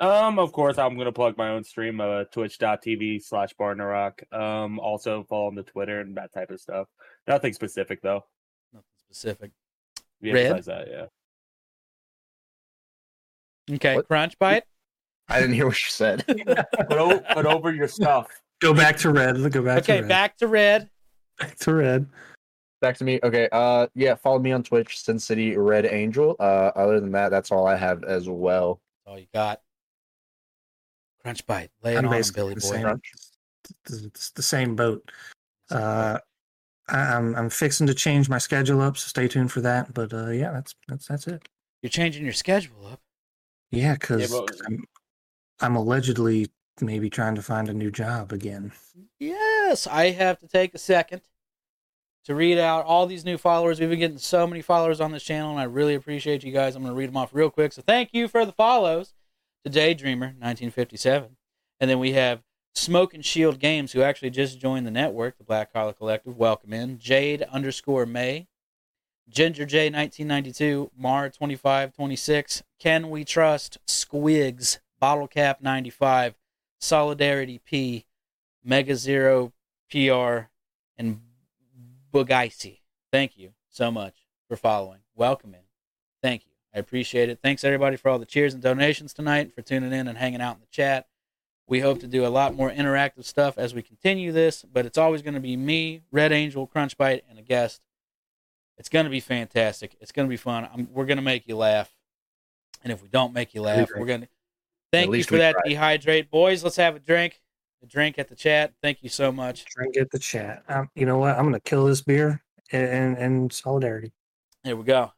[SPEAKER 5] Um, of course, I'm gonna plug my own stream, uh, twitch.tv slash barnarock. Um, also follow on the Twitter and that type of stuff. Nothing specific though.
[SPEAKER 3] Nothing specific.
[SPEAKER 5] Yeah,
[SPEAKER 3] Red?
[SPEAKER 5] besides that, yeah.
[SPEAKER 3] Okay,
[SPEAKER 4] What?
[SPEAKER 3] Crunch Bite.
[SPEAKER 4] I didn't hear what you said.
[SPEAKER 5] Put, o- put over your stuff.
[SPEAKER 6] Go back to red. Go back to
[SPEAKER 3] Okay,
[SPEAKER 6] red.
[SPEAKER 3] back to Red.
[SPEAKER 6] back to red.
[SPEAKER 4] Back to me. Okay. Uh, yeah. Follow me on Twitch, Sin City Red Angel. Uh, other than that, that's all I have as well.
[SPEAKER 3] All you got. Crunch Bite. Lay it
[SPEAKER 6] I'm
[SPEAKER 3] on 'em,
[SPEAKER 6] basically
[SPEAKER 3] Billy
[SPEAKER 6] the
[SPEAKER 3] Boy.
[SPEAKER 6] same. It's the same boat. Uh, I- I'm I'm fixing to change my schedule up, so stay tuned for that. But uh, yeah, that's that's that's it.
[SPEAKER 3] You're changing your schedule up.
[SPEAKER 6] Yeah, because
[SPEAKER 5] but-
[SPEAKER 6] I'm, I'm allegedly maybe trying to find a new job again.
[SPEAKER 3] Yes, I have to take a second to read out all these new followers. We've been getting so many followers on this channel, and I really appreciate you guys. I'm going to read them off real quick. So thank you for the follows to Daydreamer 1957, and then we have Smoke and Shield Games, who actually just joined the network, the Black Collar Collective. Welcome in Jade underscore May, Ginger J 1992, Mar 2526, Can We Trust Squigs, Bottle Cap 95, Solidarity P. Mega Zero PR and Bugaisi. Thank you so much for following. welcoming. Thank you. I appreciate it. Thanks everybody for all the cheers and donations tonight for tuning in and hanging out in the chat. We hope to do a lot more interactive stuff as we continue this, but it's always going to be me, Red Angel, Crunchbite, and a guest. It's going to be fantastic. It's going to be fun. I'm, we're going to make you laugh, and if we don't make you laugh,
[SPEAKER 4] Rehydrate.
[SPEAKER 3] we're going to. Thank you
[SPEAKER 4] least
[SPEAKER 3] for
[SPEAKER 4] we
[SPEAKER 3] that, dehydrate boys. Let's have a drink. A drink at the chat. Thank you so much.
[SPEAKER 6] Drink at the chat. Um, you know what? I'm gonna kill this beer in, in, in solidarity.
[SPEAKER 3] Here we go.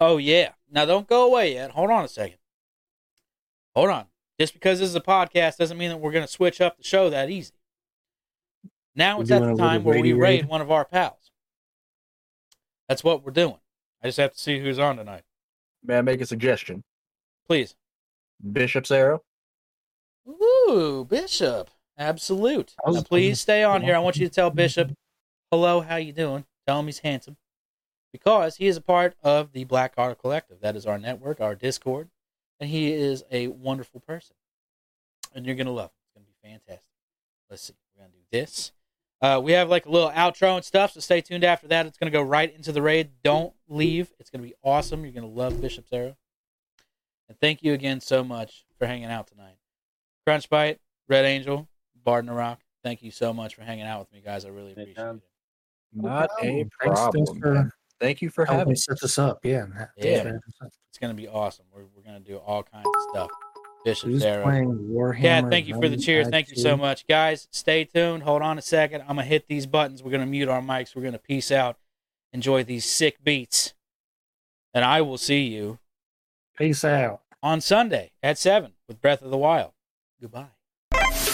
[SPEAKER 3] Oh yeah. Now don't go away yet. Hold on a second. Hold on. Just because this is a podcast doesn't mean that we're going to switch up the show that easy. Now
[SPEAKER 6] We're
[SPEAKER 3] it's at
[SPEAKER 6] doing a
[SPEAKER 3] the
[SPEAKER 6] little
[SPEAKER 3] time where we
[SPEAKER 6] radio
[SPEAKER 3] raid
[SPEAKER 6] raid.
[SPEAKER 3] one of our pals. That's what we're doing. I just have to see who's on tonight.
[SPEAKER 4] May I make a suggestion?
[SPEAKER 3] Please.
[SPEAKER 4] Bishop's arrow.
[SPEAKER 3] Ooh, Bishop. Absolute.
[SPEAKER 4] I was-
[SPEAKER 3] Now, please stay on here. I want you to tell Bishop, hello, how you doing? Tell him he's handsome. Because he is a part of the Black Heart Collective. That is our network, our Discord. And he is a wonderful person. And you're going to love him. It's going to be fantastic. Let's see. We're going to do this. Uh, we have like a little outro and stuff, so stay tuned after that. It's going to go right into the raid. Don't leave. It's going to be awesome. You're going to love Bishop's Arrow. And thank you again so much for hanging out tonight. Crunchbite, Red Angel, Barden the Rock, thank you so much for hanging out with me, guys. I really appreciate it.
[SPEAKER 4] Not a
[SPEAKER 6] Thanks, thanks
[SPEAKER 4] problem.
[SPEAKER 6] for-
[SPEAKER 4] man. Thank you for
[SPEAKER 6] helping
[SPEAKER 4] having.
[SPEAKER 6] set this up. Yeah. man.
[SPEAKER 3] Yeah, man. it's going to be awesome. We're, we're going to do all kinds of stuff. Bishop's
[SPEAKER 6] Who's
[SPEAKER 3] Arrow.
[SPEAKER 6] playing Warhammer?
[SPEAKER 3] Dad, thank you for the
[SPEAKER 6] Vanguard
[SPEAKER 3] cheers. Thank you so
[SPEAKER 6] 2?
[SPEAKER 3] much. Guys, stay tuned. Hold on a second. I'm going to hit these buttons. We're going to mute our mics. We're going to peace out. Enjoy these sick beats. And I will see you
[SPEAKER 6] Peace out.
[SPEAKER 3] on Sunday at 7 with Breath of the Wild. Goodbye.